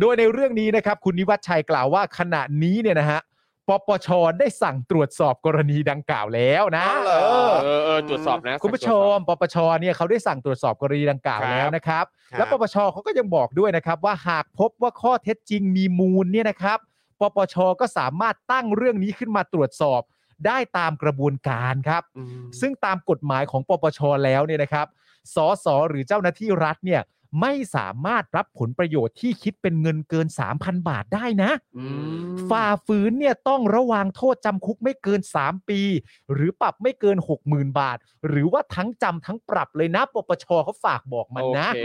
โดยในเรื่องนี้นะครับ คุณนิวัฒน์ชัยกล่าวว่าขณะนี้เนี่ยนะฮะ ปปชได้สั่งตรวจสอบกรณีดังกล่าวแล้วนะ เหรอ เออเออตรวจสอบนะ คุณผู้ชม ปปช เนี่ยเขาได้สั่งตรวจสอบกรณีดังกล่าว ครับ แล้วนะครับ ครับ และปปชเขาก็ยังบอกด้วยนะครับว่าหากพบว่าข้อเท็จจริงมีมูลเนี่ยนะครับ ปปช ก็สามารถตั้งเรื่องนี้ขึ้นมาตรวจสอบได้ตามกระบวนการครับ อืม ซึ่งตามกฎหมายของปปช แล้วเนี่ยนะครับ สส หรือเจ้าหน้าที่รัฐเนี่ยไม่สามารถรับผลประโยชน์ที่คิดเป็นเงินเกิน 3,000 บาทได้นะ อืม ฝ่าฝืนเนี่ยต้องระวังโทษจำคุกไม่เกิน 3 ปี หรือปรับไม่เกิน 60,000 บาท หรือว่าทั้งจำทั้งปรับเลยนะ ปปชเขาฝากบอกมันนะ โอเค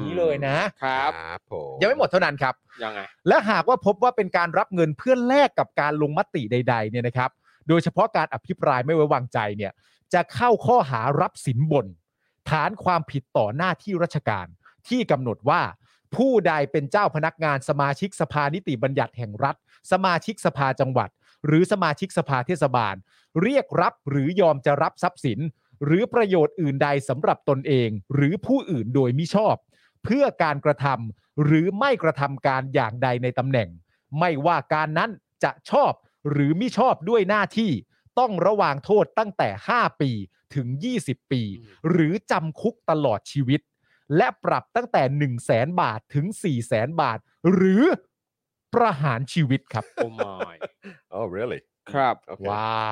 อย่างนี้เลยนะ ครับ ครับผม ยังไม่หมดเท่านั้นครับ ยังไง และหากว่าพบว่าเป็นการรับเงินเพื่อแลกกับการลงมติใด ๆ เนี่ยนะครับ โดยเฉพาะการอภิปรายไม่ไว้วางใจเนี่ยจะเข้าข้อหารับสินบน ฐานความผิดต่อหน้าที่ราชการ ที่กำหนดว่า ผู้ใดเป็นเจ้าพนักงานสมาชิกสภานิติบัญญัติแห่งรัฐ สมาชิกสภาจังหวัด หรือสมาชิกสภาเทศบาล เรียกรับหรือยอมจะรับทรัพย์สิน หรือประโยชน์อื่นใดสำหรับตนเอง หรือผู้อื่นโดยมิชอบ เพื่อการกระทำหรือไม่กระทำการอย่างใดในตำแหน่ง ไม่ว่าการนั้นจะชอบหรือมิชอบด้วยหน้าที่ ต้องระวางโทษตั้งแต่ 5 ปีถึง 20 ปี หรือจำคุกตลอดชีวิต และปรับตั้งแต่ 1 0 0 0 0แบาทถึง 4 0 0แสนบาท หรือประหารชีวิตครับ โอ้ my อ๋อ really ครับ โอเค ว้า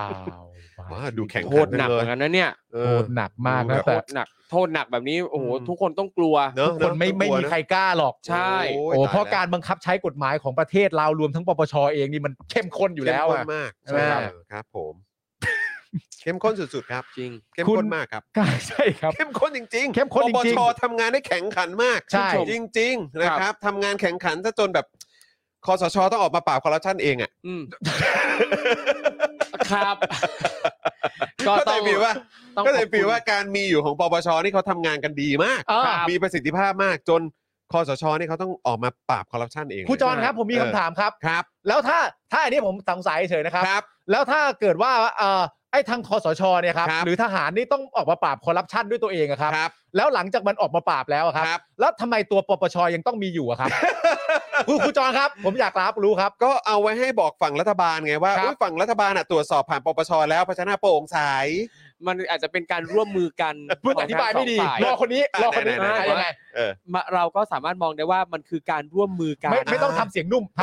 ว ว้าวดูแข็ง โทษหนักเหมือนกันนะเนี่ย เอ โท อ ษหนักมาก ดู นะ แบบ แต่ โทษหนัก โทษหนักแบบนี้ โอ้โห ทุกคนต้องกลัว เนอะ ทุกคนไม่ เอะ ไม่มีใครกล้าหรอก ใช่ โอ้ย โอ้ ตย เพราะ แล้ว การบังคับใช้กฎหมายของประเทศเรารวมทั้งปปชเองนี่มันเข้มข้นอยู่แล้ว เข้ม อะ ข้นมาก ใช่ไหม ครับครับ (laughs) ผมเข้มข้นสุดๆครับ จริง เข้มข้นมากครับ ใช่ใช่ครับ เข้มข้นจริงๆ เข้มข้นจริงๆ ปปชทำงานได้แข็งขันมาก ใช่ จริง ๆ นะครับทำงานแข็งขันซะจนแบบคอสชต้องออกมาปราบคอร์รัปชันเองอ่ะ อืม ครับ ก็ ก็ ต้ เล อง ยปีว่า ต้อง ก็เล ข ย อบ ปี คุณ ว่าการมีอยู่ของปปชนี่เขาทำงานกันดีมาก เออ มีประสิทธิภาพมากจนคอสชนี่เขาต้องออกมาปราบคอร์รัปชันเอง ผู้จรครับ ผมมีคำถามครับ ครับ แล้วถ้าถ้าอันนี้ผมสงสัยเฉยๆนะครับ ครับ แล้วถ้าเกิดว่าเอ่อไอ้ทางคอสชเนี่ยครับ ครับ หรือทหารนี่ต้องออกมาปราบคอร์รัปชันด้วยตัวเองอะครับ ครับ แล้วหลังจากมันออกมาปราบแล้วอะครับ ครับ แล้วทำไมตัวปปชยังต้องมีอยู่อะครับ ผู้ผู้จรครับ ผมอยากรับรู้ครับ ก็เอาไว้ให้บอกฝั่งรัฐบาลไงว่า ครับ อุ๊ยฝั่งรัฐบาลน่ะตรวจสอบผ่านปปชแล้วเพราะฉะนั้นโปร่งใส มันอาจจะเป็นการร่วมมือกัน เพื่อนอธิบายไม่ดี ขงทั้งสอง รอ ฝ่าย คนนี้รอคนนี้ ไหนๆๆ อ่ะยังไง เออ มาเราก็สามารถมองได้ว่ามันคือการร่วมมือกัน ไม่ไม่ต้องทำเสียงนุ่มท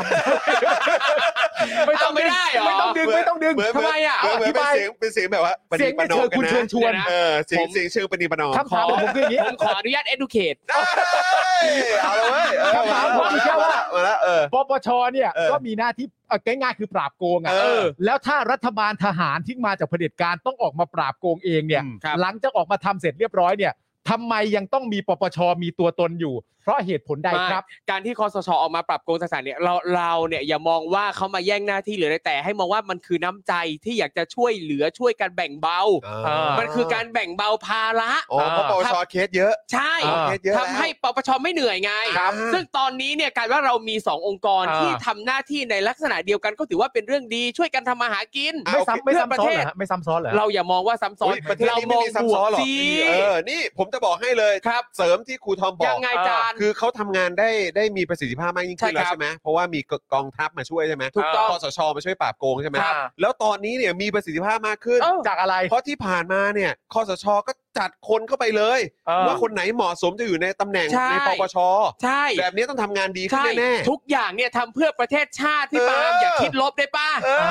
ำ เอาไม่ได้เหรอ ไม่ต้องดึง ไม่ต้องดึง เหน ทำไมอ่ะ เหนเหมืน อธิบาย เป็นเสียงเป็นเสียงแบบว่าป เสี ฏิ ยง ป ไม่ นอมเชิง กัน คุณ นะ ชวนชวน เดี๋ยะ เออเสียง ผม เสียงเชิงปฏิปนอม คำถามของผมคืออย่างนี้ ผมขออนุญาต educate เอ้ยเอาละเว้ยเออ คำถามผมคือแค่ว่า มาแล้วเออ ปปชเนี่ย เออ ก็มีหน้าที่เอ่อง่ายๆคือปราบโกงอ่ะ เออ แล้วถ้ารัฐบาลทหารที่มาจากเผด็จการต้องออกมาปราบโกงเองเนี่ย อืม ครับ หลังจากออกมาทำเสร็จเรียบร้อยเนี่ยทำไมยังต้องมีปปชมีตัวตนอยู่ เพราะเหตุผลใด มา ครับ การที่คอสชออกมาปรับโกงต่างๆเนี่ยเราเราเนี่ยอย่ามองว่าเขามาแย่งหน้าที่หรืออะไรแต่ให้มองว่ามันคือน้ำใจที่อยากจะช่วยเหลือช่วยกันแบ่งเบา เออ มันคือการแบ่งเบาภาระ อ๋อเพราะปปชเคสเยอะ ใช่ อ่า เคสเยอะแล้ว ทำให้ปปชไม่เหนื่อยไง ครับ ซึ่งตอนนี้เนี่ยกลารว่าเรามีสององค์กร อ่า ที่ทำหน้าที่ในลักษณะเดียวกันก็ถือว่าเป็นเรื่องดีช่วยกันทำมาหากิน อ่ะ ไม่ โอเค ซ้ำไม่ เพื่อ ซ้ำ ประ ซ้อ เท นเหศรอฮะไม่ซ้ำซ้อนเหรอ เราอย่ามองว่าซ้ำซ้อน อุ๊ยประเทศนี้ ม ไม่ อง มี บ ซับ ว ซ้อก นหรอก สิ เออนี่ผมจะบอกให้เลย ครับ เสริมที่ครูทอมบอ ยั ก งไงจาน คือเขาทำงานได้ได้มีประสิทธิภาพมากยิ่งขึ้น ใช่ แล้ว ครับ ใช่ไหมเพราะว่ามีกองทัพมาช่วยใช่ไหม ถูกต้อง คสชมาช่วยปราบโกงใช่ไหม ครับ แล้วตอนนี้เนี่ยมีประสิทธิภาพมากขึ้น เออ จากอะไร เพราะที่ผ่านมาเนี่ยคอสชก็จัดคนเข้าไปเลย เออ ว่าคนไหนเหมาะสมจะอยู่ในตำแหน่ง ใช่ ในปปช ใช่ แบบนี้ต้องทำงานดีขึ้น ใช่ แน่ ทุกอย่างเนี่ยทำเพื่อประเทศชาติที่ เออ ปาล์มอย่าคิดลบได้ป่ะ ๆเออ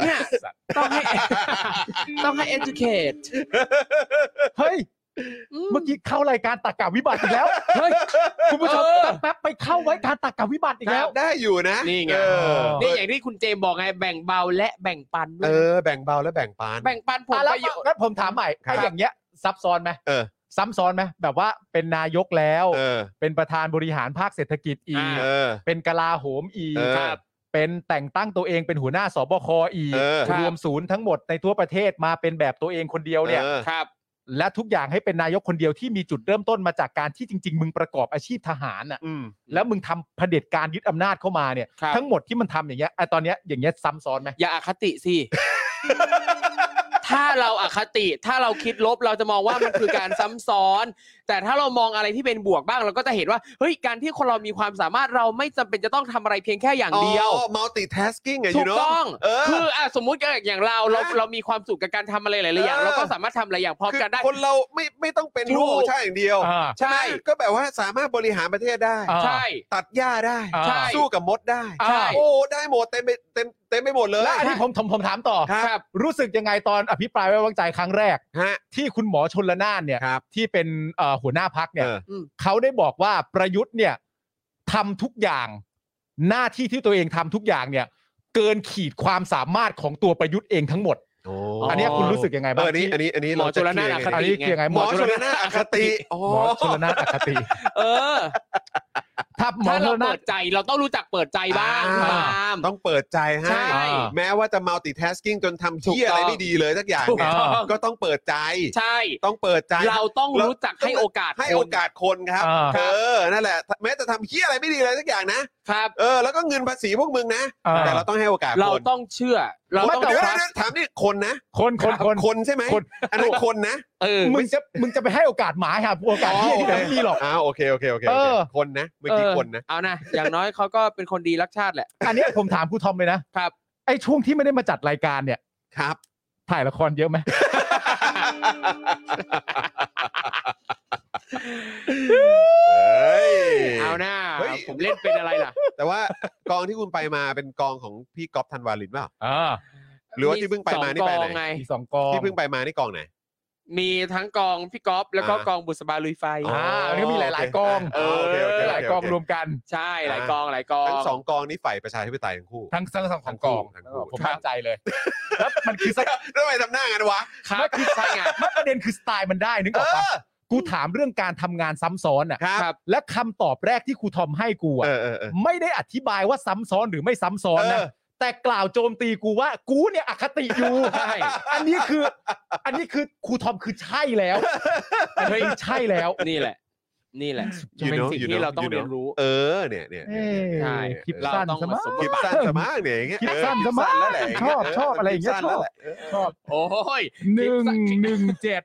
เนี่ยต้อง (laughs) ให้ ต้องให้ educate เฮ้ย อื เมื่อกี้เข้ารายการตักกะวิบัติอีกแล้วเฮ้ยคุณผู้ชม เออ แป๊บๆไปเข้าไว้การตักกะวิบัติอีกแล้ว ได้อยู่นะ นี่ไง เออ นี่อย่างที่คุณเจมส์บอกไงแบ่งเบาและแบ่งปันด้ว เอย อ แบ่งเบาและแบ่งปาน แบ่งปันผล อ่ะแล้วประโยชน์ งั้นผมถามใหม่ ครับ ไอ้อย่างเงี้ยซับซ้อนไหม เออ ซ้ำซ้อนไหมแบบว่าเป็นนายกแล้ว เออ เป็นประธานบริหารภาคเศรษฐกิจอีก อ่า เออ เป็นกลาโหมอีก เออครับ เป็นแต่งตั้งตัวเองเป็นหัวหน้าสบคอีก เออครับ รวมศูนย์ทั้งหมดในทั่วประเทศมาเป็นแบบตัวเองคนเดียวเนี่ย ออ ครับ และทุกอย่างให้เป็นนายกคนเดียวที่มีจุดเริ่มต้นมาจากการที่จริง ๆ มึงประกอบอาชีพทหารอ่ะ อืม แล้วมึงทำเผด็จการยึดอำนาจเข้ามาเนี่ย ครับ ทั้งหมดที่มันทำอย่างเงี้ยไอ้ตอนเนี้ยอย่างเงี้ยซ้ำซ้อนไหม อย่าอคติสิ ถ้าเราอคติ ถ้าเราคิดลบเราจะมองว่ามันคือการซ้ำซ้อน แต่ แต่ถ้าเรามองอะไรที่เป็นบวกบ้างเราก็จะเห็นว่าเฮ้ยการที่คนเรามีความสามารถเราไม่จำเป็นจะต้องทำอะไรเพียงแค่อย่างเดียว multitasking ไง ถู you ก know ต้อง เออ คืออ่ะสมมุติก็อย่างเราเรา ฮะ เรามีความสุขกับการทำอะไรหลายๆอย่าง เออ เราก็สามารถทำหลายอย่างพร้อม คื กันได้ คนเราไม่ไม่ต้องเป็น ถูก ลูกของชาติอย่างเดียว อ่า ใช่ไหมก็แบบว่าสามารถบริหารประเทศได้ อ่า ใช่ ตัดหญ้าได้ ใช่ สู้กับมดได้ ใช่ โอ้ ได้หมดเต็มไปเต็มเต็มไปหมดเลย แล้วอันนี้ผมผมผมถามต่อ ครับ รู้สึกยังไงตอนอภิปรายไว้วางใจครั้งแรก ฮะ ที่คุณหมอชนละนานเนี่ย ครับ ที่เป็นเอ่อหัวหน้าพักเนี่ย เออ เขาได้บอกว่าประยุทธ์เนี่ยทำทุกอย่าง หน้าที่ที่ตัวเองทำทุกอย่างเนี่ย เกินขีดความสามารถของตัวประยุทธ์เองทั้งหมด โอ้ อ๋ออั อันเนี้ยคุณรู้สึกยังไง เอ บ้าง ออันนี้อันนี้อันนี้ หมอ เรา จุลนาถ เค อ ลีย ค ร์ยังไง อันนี้ยัติงไง หมอชลนาถอคติอ๋อ หมอชลนานอคติ เออ ถ้าหมอชถ้าเรา ลนา เปิ น ดใจเราต้องรู้จักเปิดใจบ้าง อ่า ตาม ต้องเปิดใจให้ ใช่ แม้ว่าจะ multitasking จนทำเที่ยอะไรไม่ดีเลยสักอย่าง ถูก เนี่ย ต้อง ก็ต้องเปิดใจ ใช่ ต้องเปิดใจ เราต้อง เรา รู้จักให้โอกาส ให้ คน โอกาสคนครับ อ่า เออนั่นแหละ แม้จะทำเที่ยอะไรไม่ดีเลยสักอย่างนะครับ เออแล้วก็เงินภาษีพวกมึงนะ อ่า แต่เราต้องให้โอกาส เรา คน ต้องเชื่อ เรา คน ต้อง เดี๋ยว ครั เดี๋ยวถามนี่คนนะ คนคนคน คนใช่ไหม คน อันนั้นคนนะ เออ มึงจะมึงจะไปให้โอกาสหมาครับโอกาสที่ที่ไหนไม่มีหรอก อ้าวโอเคโอเคโอเค เออ คนนะเมื่อกี้ เออ คนนะ เอานะ อย่างน้อยเขาก็เป็นคนดีรักชาติแหละ อันเนี้ยผมถามครูทอมเลยนะครับ ไอ้ช่วงที่ไม่ได้มาจัดรายการเนี่ย ครับ ถ่ายละครเยอะไหม เฮ้ย เอาหน้า เฮ้ย ผมเล่นเป็นอะไรล่ะ แต่ว่ากองที่คุณไปมาเป็นกองของพี่ก๊อฟธันวาลินเปล่า อ่า หรือว่าที่เพิ่งไปมานี่ ส ไป อง ไหน กองไง อีกสองกอง ที่เพิ่งไปมานี่กองไหน มีทั้งกองพี่ก๊อฟแล้วก็ อ่าก ก องบุษบาลุยไฟ อ่ามันก็มีหลาย ๆกอง โอเคโอเคโเคโเค หลายกองรวมกัน ใช่หลายกองหลายกอง ทั้งสองกองนี้ฝ่ายประชาธิปไตยทั้งคู่ ทั้งทั้งสอง ทั้ง กอง ทั้งคู่ ผมมั่นใจ (laughs) เลยแล้วมันคือสไตล์ แล้วทำไมทำหน้างั้นวะ ครับ มันคือ ใช่ไง มันประเด็นคือสไตล์มันได้นึกออกปะกูถามเรื่องการทำงานซ้ำซ้อนอ่ะ ครับ และคำตอบแรกที่ครูทอมให้กูอ่ะ เออเออเออ ไม่ได้อธิบายว่าซ้ำซ้อนหรือไม่ซ้ำซ้อนนะ เออ แต่กล่าวโจมตีกูว่ากูเนี่ยอคติอยู่อันนี้คือ อันนี้คือครูทอมคือใช่ (laughs) แล้วอันนี้คือใช่แล้ว นี่แหละ นี่แหละ You เป็น know, สิ่ง you ที่ know, เราต้อง you know เรียนรู้ เออเนี่ยเนี่ยเนี่ยเนี่ย เอ้ย ใช่ คลิป เรา สั้น ต้อง ส มา มั สม คลิปสั้นสมากเนี่ยอย่างเงี้ย คลิปสั้น เอ ส อ มั คลิปสั้นแล้วแหละ ชอบชอบอะไรอย่างเงี้ย คลิป ช สั้นแล้อว บ แหละเออ ชอบ โอ้ย หนึ่งหนึ่งเจ็ด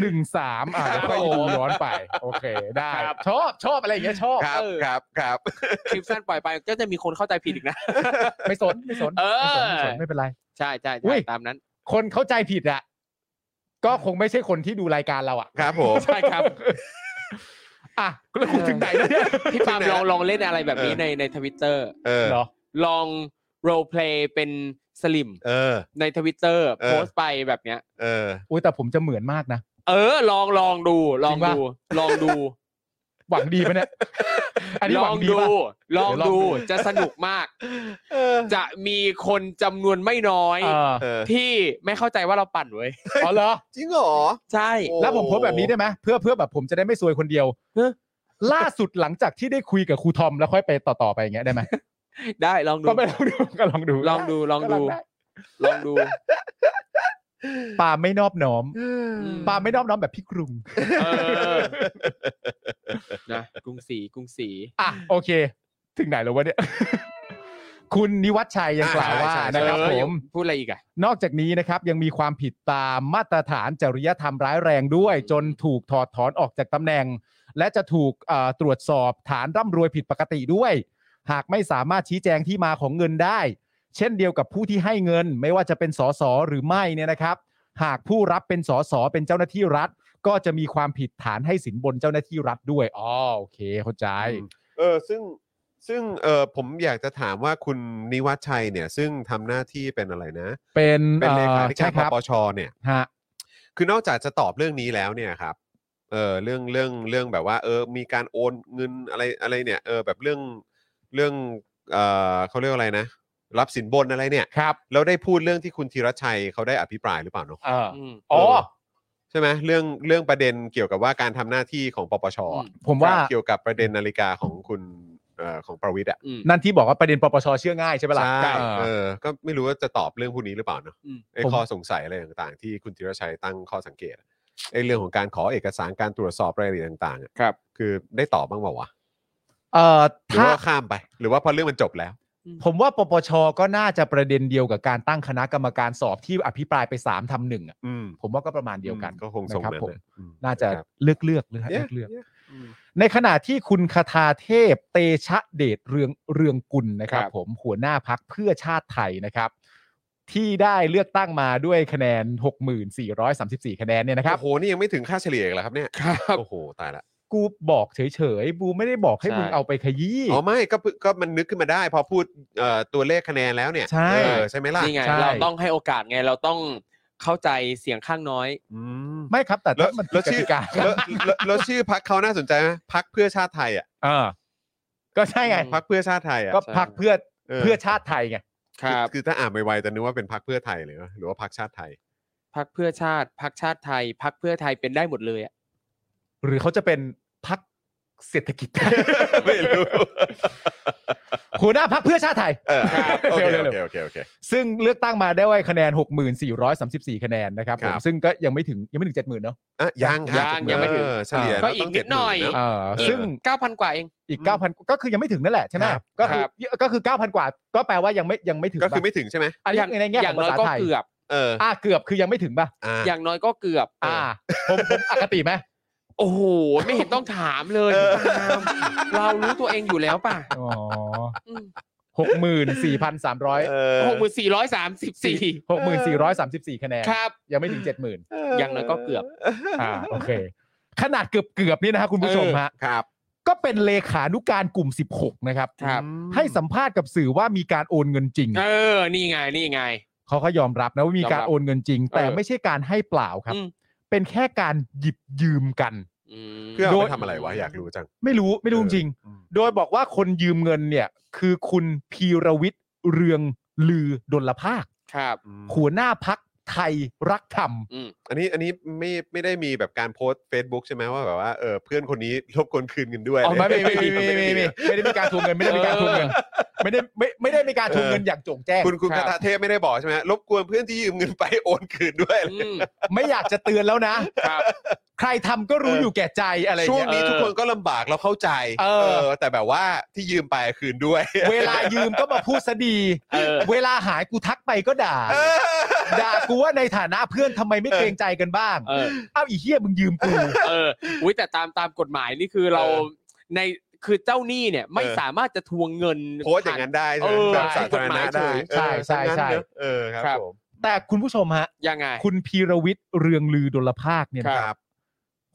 หนึ่งสามอ่ะ ครับ แล้วก็ดูย้อนไป โอเคได้ ครับ ชอบชอบอะไรอย่างเงี้ยชอบ ครับ เออ ครับครับ คลิปสั้นปล่อยไปก็จะมีคนเข้าใจผิดอีกนะ ไม่สนไม่สน เออ ไม่สนไม่สนไม่เป็นไร ใช่ใช่ อุ้ ใช่ ย ตามนั้น คนเข้าใจผิดอ่ะก็คงไม่ใช่คนที่ดูรายการเราอ่ะ ครับ (laughs) ผม ใช่ครับ อ่ะแล้วคุณถึงไหนแล้วเนี่ย พี่ปาล์มลองลองเล่นอะไรแบบนี้ในในทวิตเตอร์ เออ เหรอ ลองโรลเพลย์เป็นสลิม เออ ในทวิตเตอร์ เออ โพสต์ไปแบบเนี้ย เออ อุ้ยแต่ผมจะเหมือนมากนะ เออ ลองลองดูลอง จริงปะ ดู ลองดู หวังดีปะเนี่ยอันนี้ ล ห อ วั ง งดี ดู ปะ ลอง เดี๋ยวลองดู ดูจะสนุกมาก จะมีคนจำนวนไม่น้อย เออ เออ ที่ไม่เข้าใจว่าเราปั่นเว้ย อ๋อเหรอ จริงเหรอ ใช่ โอ้ แล้วผมโพสต์แบบนี้ได้ไหมเพื่อเพื่อแบบผมจะได้ไม่ซวยคนเดียว เฮ้ย ล่าสุดหลังจากที่ได้คุยกับครูทอมแล้วค่อยไปต่อต่อๆไปอย่างเงี้ยได้ไหม ได้ลองดู ก็ไม่ลองดู (laughs) ก็ลองดู ลองดูลองดู ก็ไ ลองดู ปาไม่นอบน้อม อืม ปาไม่นอบน้อมแบบพี่กรุง เออนะกรุงศรีกรุงศรี อ่ะโอเค ถึงไหนแล้ววะเนี่ย (laughs) คุณนิวัชชัยยังกล่าว อ่า ว่า ใช่ใช่ นะครับ เออ ผม พูดอะไรอีกอะ นอกจากนี้นะครับ ยังมีความผิดตามมาตรฐานจริยธรรมร้ายแรงด้วย จนถูกถอดถอนออกจากตำแหน่ง และจะถูกเอ่อตรวจสอบฐานร่ำรวยผิดปกติด้วย หากไม่สามารถชี้แจงที่มาของเงินได้ เช่นเดียวกับผู้ที่ให้เงิน ไม่ว่าจะเป็นสสหรือไม่เนี่ยนะครับ หากผู้รับเป็นสสเป็นเจ้าหน้าที่รัฐ ก็จะมีความผิดฐานให้สินบนเจ้าหน้าที่รัฐด้วยอ๋อโอเคเข้าใจ เออซึ่งซึ่งเออผมอยากจะถามว่าคุณนิวัชชัยเนี่ย ซึ่งทำหน้าที่เป็นอะไรนะ เป็น เป็นเลขาธิ อ่อใช่ การ ค ป รับ ปชเนี่ย ฮะ คือนอกจากจะตอบเรื่องนี้แล้วเนี่ยครับ เออเรื่องเรื่องเรื่องแบบว่า เออ มีการโอนเงินอะไรอะไรเนี่ย เออแบบเรื่องเรื่องเออเขาเรียกว่าอะไรนะ รับสินบนอะไรเนี่ย ครับ แล้วได้พูดเรื่องที่คุณธีรชัยเขาได้อภิปรายหรือเปล่าเนาะ เออ อืม อ๋อ ใช่ไหมเรื่องเรื่องประเด็นเกี่ยวกับว่าการทำหน้าที่ของปปช อืม ผมว่า เกี่ยวกับประเด็นนาฬิกาของคุณเอ่อของประวิทย์อะ อืม นั่นที่บอกว่าประเด็นปปชเชื่อง่ายใช่ไหมล่ะ ใช่ เออ เออ ก็ไม่รู้ว่าจะตอบเรื่องพวกนี้หรือเปล่าเนาะ อืม ไอ้ ผม ข้อสงสัยอะไรต่างๆ ที่คุณธีรชัยตั้งข้อสังเกตอะไอ้เรื่องของการขอเอกสารการตรวจสอบรายละเอียดต่างๆอะ ครับ คือได้ตอบบ้างเปล่าวะหรือ ถ้า ว่าข้ามไป หรือว่าพอเรื่องมันจบแล้ว ผมว่าปปชก็น่าจะประเด็นเดียวกับการตั้งคณะกรรมการสอบที่อภิปรายไปสามทำหนึ่งอะ อืม ผมว่าก็ประมาณเดียวกัน ก็คงทรง นะครับ นั้น ผม นะอืม น่าจะ ครับ เลือกเลือกเลือก เย้ เลือกในขณะที่คุณคทาเทพ เตชะเดชเรืองเรืองกุลนะครับ ครับ ผมหัวหน้าพักเพื่อชาติไทยนะครับ ที่ได้เลือกตั้งมาด้วยคะแนน 6,434 คะแนนเนี่ยนะครับ โอ้โห นี่ยังไม่ถึงค่าเฉลี่ยอีกเหรอครับเนี่ย ครับ โอ้โห ตายละ กูบอกเฉยๆบูไม่ได้บอกให้ ใช่ มึงเอาไปขยี้ อ๋อไม่ก็เพิ่งก็มันนึกขึ้นมาได้ พอพูดเอ่อตัวเลขคะแนนแล้วเนี่ย ใช่ เออใช่ไหมล่ะ นี่ไง ใช่ เราต้องให้โอกาสไงเราต้องเข้าใจเสียงข้างน้อย อืม ไม่ครับ แต่ แล้ว ถ้ามันคื แล้ อ ว ก ชื่อ ติกา แล้วแล้วแล้วชื่อพักเขาน่าสนใจไหมพักเพื่อชาติไทยอ่ะ เออก็ใช่ไง อืม พักเพื่อชาติไทยอ่ะ ก็พักเพื่อเพื่อ เ ชาติไทยไง ครั อบ คือถ้าอ่านไปไวๆจะนึกว่าเป็นพักเพื่อไทยเลยนะหรือว่าพักชาติไทย พักเพื่อชาติพักชาติไทย พักเพื่อไทยเป็นได้หมดเลยอะ หรือเขาจะเป็นพักเศรษฐกิจ ไม่รู้ หัวหน้าพักเพื่อชาติไทย (laughs) เออโอเค เร็ โอ วๆ เคโอเคโอเค ซึ่งเลือกตั้งมาได้ไว้คะแนน 6,434 คะแนนนะครับผ ค ม รับ ซึ่งก็ยังไม่ถึงยังไม่ถึง 70,000เนาะ อ่ะยังครับ ยังยังไม่ถึง เออเฉลี่ย ก็ แล้ว อีก ต้ง นิดหน่อย เจ็ดมื่ะ เออ เออ ซึ่ง เก้าพันกว่าเอง อีก 9,000 ก็คือยังไม่ถึงนั่นแหละใช่ไหม ครับ ก็คือ ครับ ก็คือ 9,000 กว่า ก็แปลว่ายังไม่ยังไม่ถึง ก็คือ ปะ ไม่ถึงใช่ไหม อันนี้ อย่าง ในแง่ อ ข ย่า อง ง น้อ ภาย ษา ก็ ไทย เกือบ เออ อ่าเกือบคือยังไม่ถึงป่ะ อ่า อย่างน้อยก็เกือบ อ่า ผมผมอคติไหม โอ้โห ไม่เห็นต้องถามเลย เออ ตามเรารู้ตัวเองอยู่แล้วป่ะ อ๋อหกหมื่นสี่พันสามร้อย เออ หกหมื่นสี่ร้อยสามสิบสี่ หกหมื่นสี่ร้อยสามสิบสี่คะแนน ครับ ยังไม่ถึงเจ็ดหมื่น อย่างน้อยก็เกือบ อ่าโอเค ขนาดเกือบเกือบๆนี่นะฮะคุณผู้ชมฮะ ครับ ก็เป็นเลขานุการกลุ่ม 16 นะครับ ครับ ให้สัมภาษณ์กับสื่อว่ามีการโอนเงินจริง เออ นี่ไง นี่ไง เขาก็ยอมรับนะว่ามีการ ยอมรับ โอนเงินจริง แต่ เออ ไม่ใช่การให้เปล่าครับ อืม เป็นแค่การหยิบยืมกัน ม เพื่อเอา โด ไป ย ทำอะไรวะอยากรู้จัง ไม่รู้ไม่รู้จริง อืม โดยบอกว่าคนยืมเงินเนี่ย คือคุณพีรวิทย์เรืองลือดลภาค ครับ หัวหน้าพักไทยรักธรรม อืม อันนี้อันนี้ไม่ไม่ได้มีแบบการโพสต์ Facebook ใช่ไหมว่าแบบว่าเออเพื่อนคนนี้รบกวนคืนเงินด้วย อ๋อไม่ไม่ไม่ไม่ไม่ไม่ ไม่ ไม่ ไม่ ไม่ได้มีการทวงเงินไม่ได้มีการทวงเงินไม่ได้ไม่ไม่ได้มีการทวงเงินอย่างโจงแจ้ง คุณคุณ ครั คา บ ตาเทพไม่ได้บอกใช่ไหมรบกวนเพื่อนที่ยืมเงินไปโอนคืนด้วย อืม ไม่อยากจะเตือนแล้วนะ ครับ ใครทำก็รู้ เอออ อยู่แก่ใจอะไร ช่วง เงี้ย นี้ทุกคนก็ลำบากเราเข้าใจ เออ แต่แบบว่าที่ยืมไปคืนด้วย เวลายืมก็มาพูดซะดี เออ เวลาหายกูทักไปก็ด่า ด่ากูว่าในฐานะเพื่อนทำไมไม่เกรงใจกันบ้าง เออ เอ้าอีเหี้ยมึงยืมกู เอออุ้ยแต่ตามตามกฎหมายนี่คือเราในคือเจ้าหนี้เนี่ยไม่ เออ สามารถจะทวงเงิน โพสต์อย่างนั้นได้ใช่ไหม เออ แบบสาธารณะได้ ใช่ใช่ เออ ใช่ ทั้งนั้นเนอะเออค ครั รับบ ผม แต่คุณผู้ชมฮะ ยังไง คุณพีรวิทย์เรืองลือดลภาคเนี่ย ค นะ รับ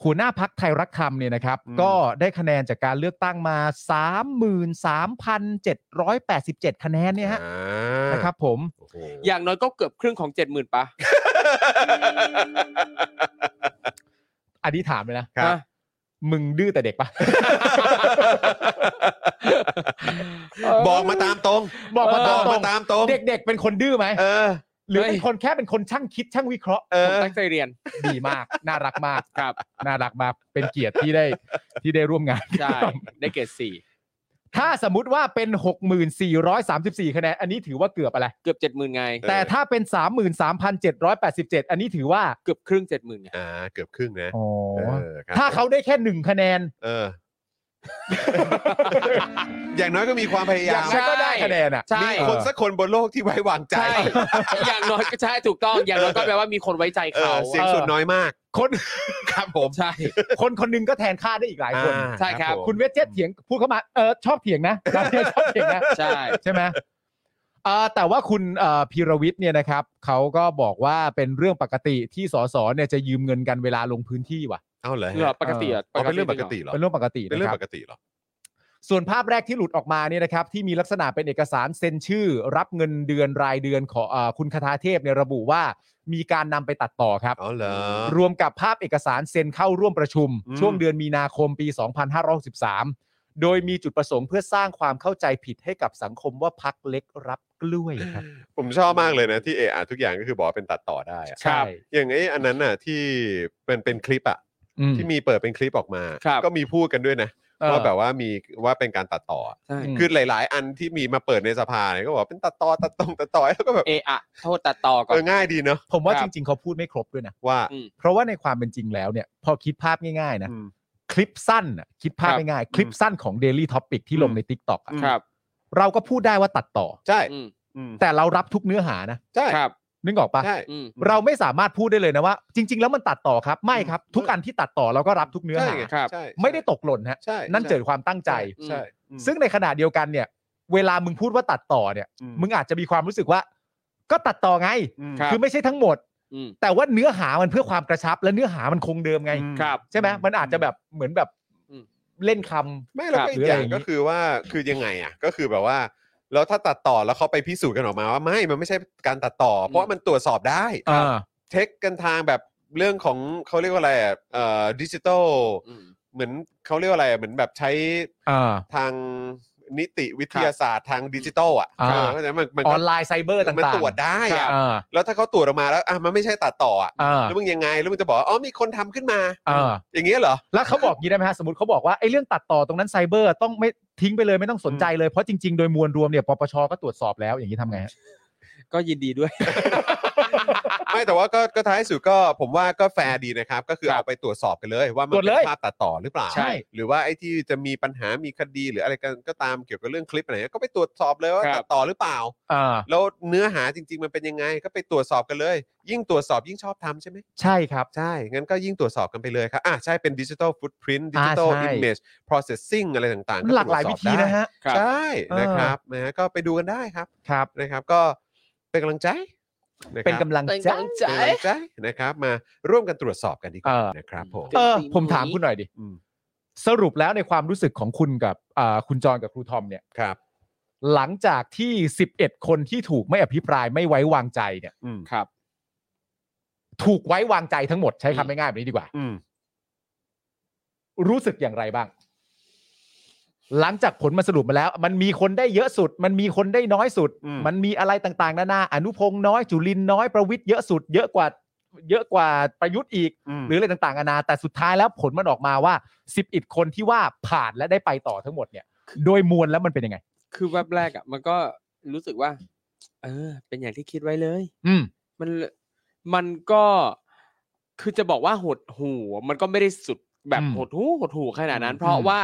หัวหน้าพักไทยรักธรรมเนี่ยนะครับ อืม ก็ได้คะแนนจากการเลือกตั้งมา 33,787 คะแนนเนี่ยฮะ อ่า นะครับผม โอ้โห อย่างน้อยก็เกือบครึ่งของเจ็ดหมื่นปะ อันนี้ถามเลยนะ ครับ นะ มึงดื้อแต่เด็กปะ บอกมาตามตรง บอกมาตามตรง มาตามตรง เด็กๆ เป็นคนดื้อไหม เออ หรือเป็นคนแค่เป็นคนช่างคิดช่างวิเคราะห์ เอ ผม อ ตั้งใจเรียน ดีมาก น่ารักมาก ครับ น่ารักมากเป็นเกียรติที่ได้ที่ได้ร่วมงาน ใช่ ได้เกรดสี่ ถ้าสมมติว่าเป็น 6,434 คะแนน อันนี้ถือว่าเกือบอะไร เกือบเจ็ดหมื่นไง อ แต่ถ้าเป็น 33,787 อันนี้ถือว่า เกือบครึ่งเจ็ดหมื่นไง อ่าเกือบครึ่งนะ อ๋อ เออครับ ถ้าเขาได้แค่หนึ่งคะแนน เออ (laughs) อย่างน้อยก็มีความพอยยาา ย่าง ม น้อยก็ได้ ใช่ คะแนนอ่ะ ใช่ มีคนสักคนบนโลกที่ไว้วางใจ ใช่ อย่างน้อย (laughs) ก็ใช่ถูกต้อง อย่างน้อยก็แปลว่ามีคนไว้ใจ เอ เขา อเสียงส่วนน้อยมาก คน ครับผม ใช่ คน (laughs) คนหนึงก็แทนค่าได้อีกหลายคน อ่า ใช่ครับ ผม คุณเวทเจ็ดเถียงพูดเข้ามาเออชอบเถียงนะ (laughs) ชอบเถียงนะ ใช่ ใช่ไหมเอ่อแต่ว่าคุณเอ่อพีรวิทย์เนี่ยนะครับเขาก็บอกว่าเป็นเรื่องปกติที่สสเนี่ยจะยืมเงินกันเวลาลงพื้นที่ว่ะ เอ้าเหรอฮะ เหรอปกติอ่ะ อ๋อเป็นเรื่องปกติเหรอ เป็นเรื่องปกติ เป็ นะ นเรื่อ ค ง รับ ปกติเหรอ ส่วนภาพแรกที่หลุดออกมาเนี่ยนะครับ ที่มีลักษณะเป็นเอกสารเซ็นชื่อ รับเงินเดือนรายเดือนของเอ่อคุณคทาเทพเนี่ยระบุว่ามีการนำไปตัดต่อครับ อ๋อเหรอ รวมกับภาพเอกสารเซ็นเข้าร่วมประชุม อืม ช่วงเดือนมีนาคมปี 2563 โดยมีจุดประสงค์เพื่อสร้างความเข้าใจผิดให้กับสังคมว่าพักเล็กรับกล้วยครับ ผมชอบมากเลยนะที่เออทุกอย่างก็คือบอกว่าเป็นตัดต่อได้อะ ใช่ อย่างไอ้อันนั้นน่ะที่เป็นเป็นคลิปอ่ะ อืม ที่มีเปิดเป็นคลิปออกมา ครับ ก็มีพูดกันด้วยนะ เออ ว่าแบบว่ามีว่าเป็นการตัดต่ออะ ใช่ อืม คือหลาย ๆ อันที่มีมาเปิดในสภาเนี่ยก็บอกเป็นตัดต่อตัดตรงตัดต่อ (laughs) แล้วก็แบบ เอะอะโทษตัดต่อก่ เอ ออนง่ายดีเนาะ ผมว่า ครั จ บ ริง ๆ เขาพูดไม่ครบด้วยนะ ว่า อืม เพราะว่าในความเป็นจริงแล้วเนี่ย พอคิดภาพง่าย ๆ นะ อืม คลิปสั้นน่ะคิดภาพ ครับ ง่ายๆ คลิปสั้นของ Daily Topic ที่ลง อืม ใน t ิ k t o k อ่ะ ครับ เราก็พูดได้ว่าตัดต่อ ใช่ อืม แต่เรารับทุกเนื้อหานะ ใช่ ครับ นึกออกปะ ใช่ อืม เราไม่สามารถพูดได้เลยนะว่า จริง ๆ แล้วมันตัดต่อครับไม่ครับ ทุกอันที่ตัดต่อเราก็รับทุกเนื้อ ใช่ หา ไง ครับ ใช่ใช่ ไม่ได้ตกหล่นฮะ ใช่ นั่นเจิดความตั้งใจ ใช่อืม ซึ่งในขณะเดียวกันเนี่ย เวลามึงพูดว่าตัดต่อเนี่ย อื มึงอาจจะมีความรู้สึกว่า ก็ตัดต่อไง อืม ครับ คือไม่ใช่ทั้งหมด อืม แต่ว่าเนื้อหามันเพื่อความกระชับ และเนื้อหามันคงเดิมไง อืม ครับ ใช่ไหมมันอาจจะแบบเหมือนแบบ อืม เล่นคำ ไม่แล้ว ครับ ก็อีกอย่าง หรืออะไรอย่างงี้ ก็คือว่าคือยังไงอ่ะก็คือแบบว่าแล้วถ้าตัดต่อแล้วเขาไปพิสูจน์กันออกมาว่าไม่มันไม่ใช่การตัดต่อ เพราะว่ามันตรวจสอบได้ อ่า เทคกันทางแบบเรื่องของเขาเรียกว่าอะไรอ่ะเอ่อดิจิตอล อืม เหมือนเขาเรียกว่าอะไรอ่ะเหมือนแบบใช้ อ่า ทางนิติวิทยาศาสตร์ทางดิจิตอลอ่ะ อ่า เออเพราะฉะนั้นมันมัน อ ก็ อนไลน์ไซเบอร์ต่างๆ มันตรวจได้อ่ะ อ่า แล้วถ้าเขาตรวจออกมาแล้วอ่ะมันไม่ใช่ตัดต่ออ่ะ อ่า แล้วมึงยังไงแล้วมึงจะบอกว่าอ๋อมีคนทำขึ้นมา อ่า อย่างเงี้ยเหรอ แล้วเขาบอกงี้ได้ไหมฮะสมมติเขาบอกว่าไอ้เรื่องตัดต่อตรงนั้นไซเบอร์ต้องไม่ทิ้งไปเลยไม่ต้องสนใจเลย เพราะจริงๆ โดยมวลรวมเนี่ยปปชก็ตรวจสอบแล้วอย่างนี้ทำไงฮะ ก็ยินดีด้วย (laughs) ไม่แต่ว่าก็ก็ท้ายสุดก็ผมว่าก็แฟร์ดีนะครับ ก็คือ ครับ เอาไปตรวจสอบกันเลย ว่ามัน ตรวจ เป็ เลย นภาพตัดต่อหรือเปล่า ใช่ หรือว่าไอ้ที่จะมีปัญหามีคดีหรืออะไรกันก็ตามเกี่ยวกับเรื่องคลิปอะไรเงี้ยก็ไปตรวจสอบเลยว่า ครับ ตัดต่อหรือเปล่า อ่า แล้วเนื้อหาจริง ๆ มันเป็นยังไง ก็ไปตรวจสอบกันเลย ยิ่งตรวจสอบยิ่งชอบทำใช่ไหม ใช่ครับ ใช่งั้นก็ยิ่งตรวจสอบกันไปเลยครับอ่ะใช่เป็นดิจิทัลฟุตพิ้นดิ อ่า จิทัล ใช่ อิมเมจโปรเซสซิ่งอะไรต่างๆ หลากหลายวิธีนะฮะ ครับ ใช่นะครับ อ่า นะฮะก็ไปดูกันได้ครับ ครับ นะครับ ก็เป็นกำลังใจะครับ เป็นกำลัง เป็น ใจ กำลังใจ เป็นกำลังใจนะครับมาร่วมกันตรวจสอบกันดีกว่า เออ นะครับผม เออผมถามคุณหน่อยดิ อืม สรุปแล้วในความรู้สึกของคุณกับอ่าคุณจรกับครูทอมเนี่ย ครับ หลังจากที่ 11 คนที่ถูกไม่อภิปรายไม่ไว้วางใจเนี่ย อืม ครับ ถูกไว้วางใจทั้งหมดใช้ อืม คำง่ายๆแบบนี้ดีกว่า อืม รู้สึกอย่างไรบ้าง หลังจากผลมันสรุปมาแล้ว มันมีคนได้เยอะสุด มันมีคนได้น้อยสุด มันมีอะไรต่างๆ นานาอนุพงศ์น้อยจุลินทร์น้อยประวิทย์เยอะสุด เยอะกว่า เยอะกว่าประยุทธ์อีก หรืออะไรต่างๆนานาแต่สุดท้ายแล้วผลมันออกมาว่า11คนที่ว่าผ่านและได้ไปต่อทั้งหมดเนี่ย โดยมวลแล้วมันเป็นยังไง คือแวบแรกอ่ะมันก็รู้สึกว่า เออ เป็นอย่างที่คิดไว้เลย อืม มันเลมันก็คือจะบอกว่าหดหูมันก็ไม่ได้สุดแบบ อืม หดหูหดหูขนาดนั้น อืม เพราะ อืม ว่า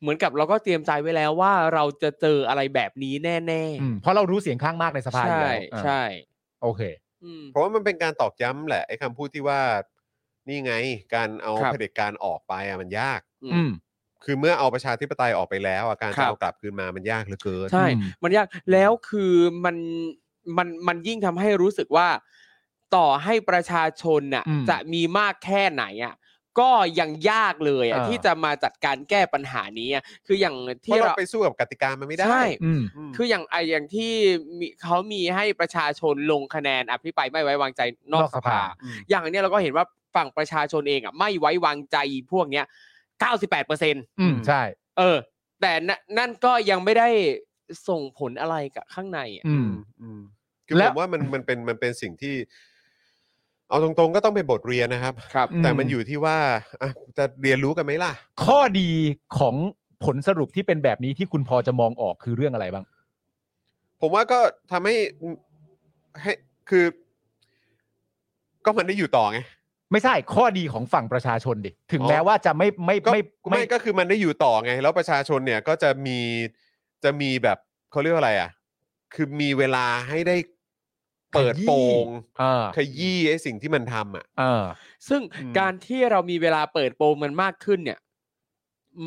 เหมือนกับเราก็เตรียมใจไว้แล้วว่าเราจะเจออะไรแบบนี้แน่ อืมเพราะเรารู้เสียงข้างมากในส ๆ ภาอยู่ ใช่ แล้วอ่า ใช่ โอเค อืม เพราะว่ามันเป็นการตอกย้ำแหละไอ้คำพูดที่ว่า นี่ไงการเอา ครับ เผด็จการออกไปอะมันยาก อืม คือเมื่อเอาประชาธิปไตยออกไปแล้วอะการ ครั จะ บ เอากลับคืนมามันยากเหลือเกิน ใช่ อืม มันยากแล้วคือมันมันมันยิ่งทำให้รู้สึกว่าต่อให้ประชาชนน่ะ อืม จะมีมากแค่ไหนอ่ะก็ยังยากเลยอ่ะ อ่า ที่จะมาจัดการแก้ปัญหานี้อะคืออย่าง เพ ที่ ราะเรา เรา ไปสู้กับกติกามันไม่ได้ ใช่ อืม ม คืออย่างไออย่างที่มีเขามีให้ประชาชนลงคะแนนอภิปรายไม่ไว้วางใจนอน ก อกส ส ภา ภา อย่างอันเนี้ยเราก็เห็นว่าฝั่งประชาชนเองอ่ะไม่ไว้วางใจพวกเนี้ย98เปอร์เซ็น อืมใช่ เออ แต่นั่นนั่นก็ยังไม่ได้ส่งผลอะไรกับข้างในอ่ะ อืม อืมคือ และ ผมว่ามันมันเป็นมันเป็นสิ่งที่ เอาตรงๆก็ต้องเป็นบทเรียนนะครับ ครับ แต่ อืม มันอยู่ที่ว่าอ่ะจะเรียนรู้กันไหมล่ะ ข้อดีของผลสรุปที่เป็นแบบนี้ที่คุณพอจะมองออกคือเรื่องอะไรบ้าง ผมว่าก็ทำให้ให้คือ ก็มันได้อยู่ต่อไง ไม่ใช่ข้อดีของฝั่งประชาชนดิ ถึง อ๋อ แม้ว่าจะไม่ไม่ ก็ ไม่ ไม่ก็คือมันได้อยู่ต่อไง แล้วประชาชนเนี่ยก็จะมีจะมีแบบเขาเรียกว่าอะไรอ่ะ คือมีเวลาให้ได้เปิดโปง เออ ขยี้ไอ้สิ่งที่มันทำอ่ะ เออ ซึ่ง อืม การที่เรามีเวลาเปิดโปงมันมากขึ้นเนี่ย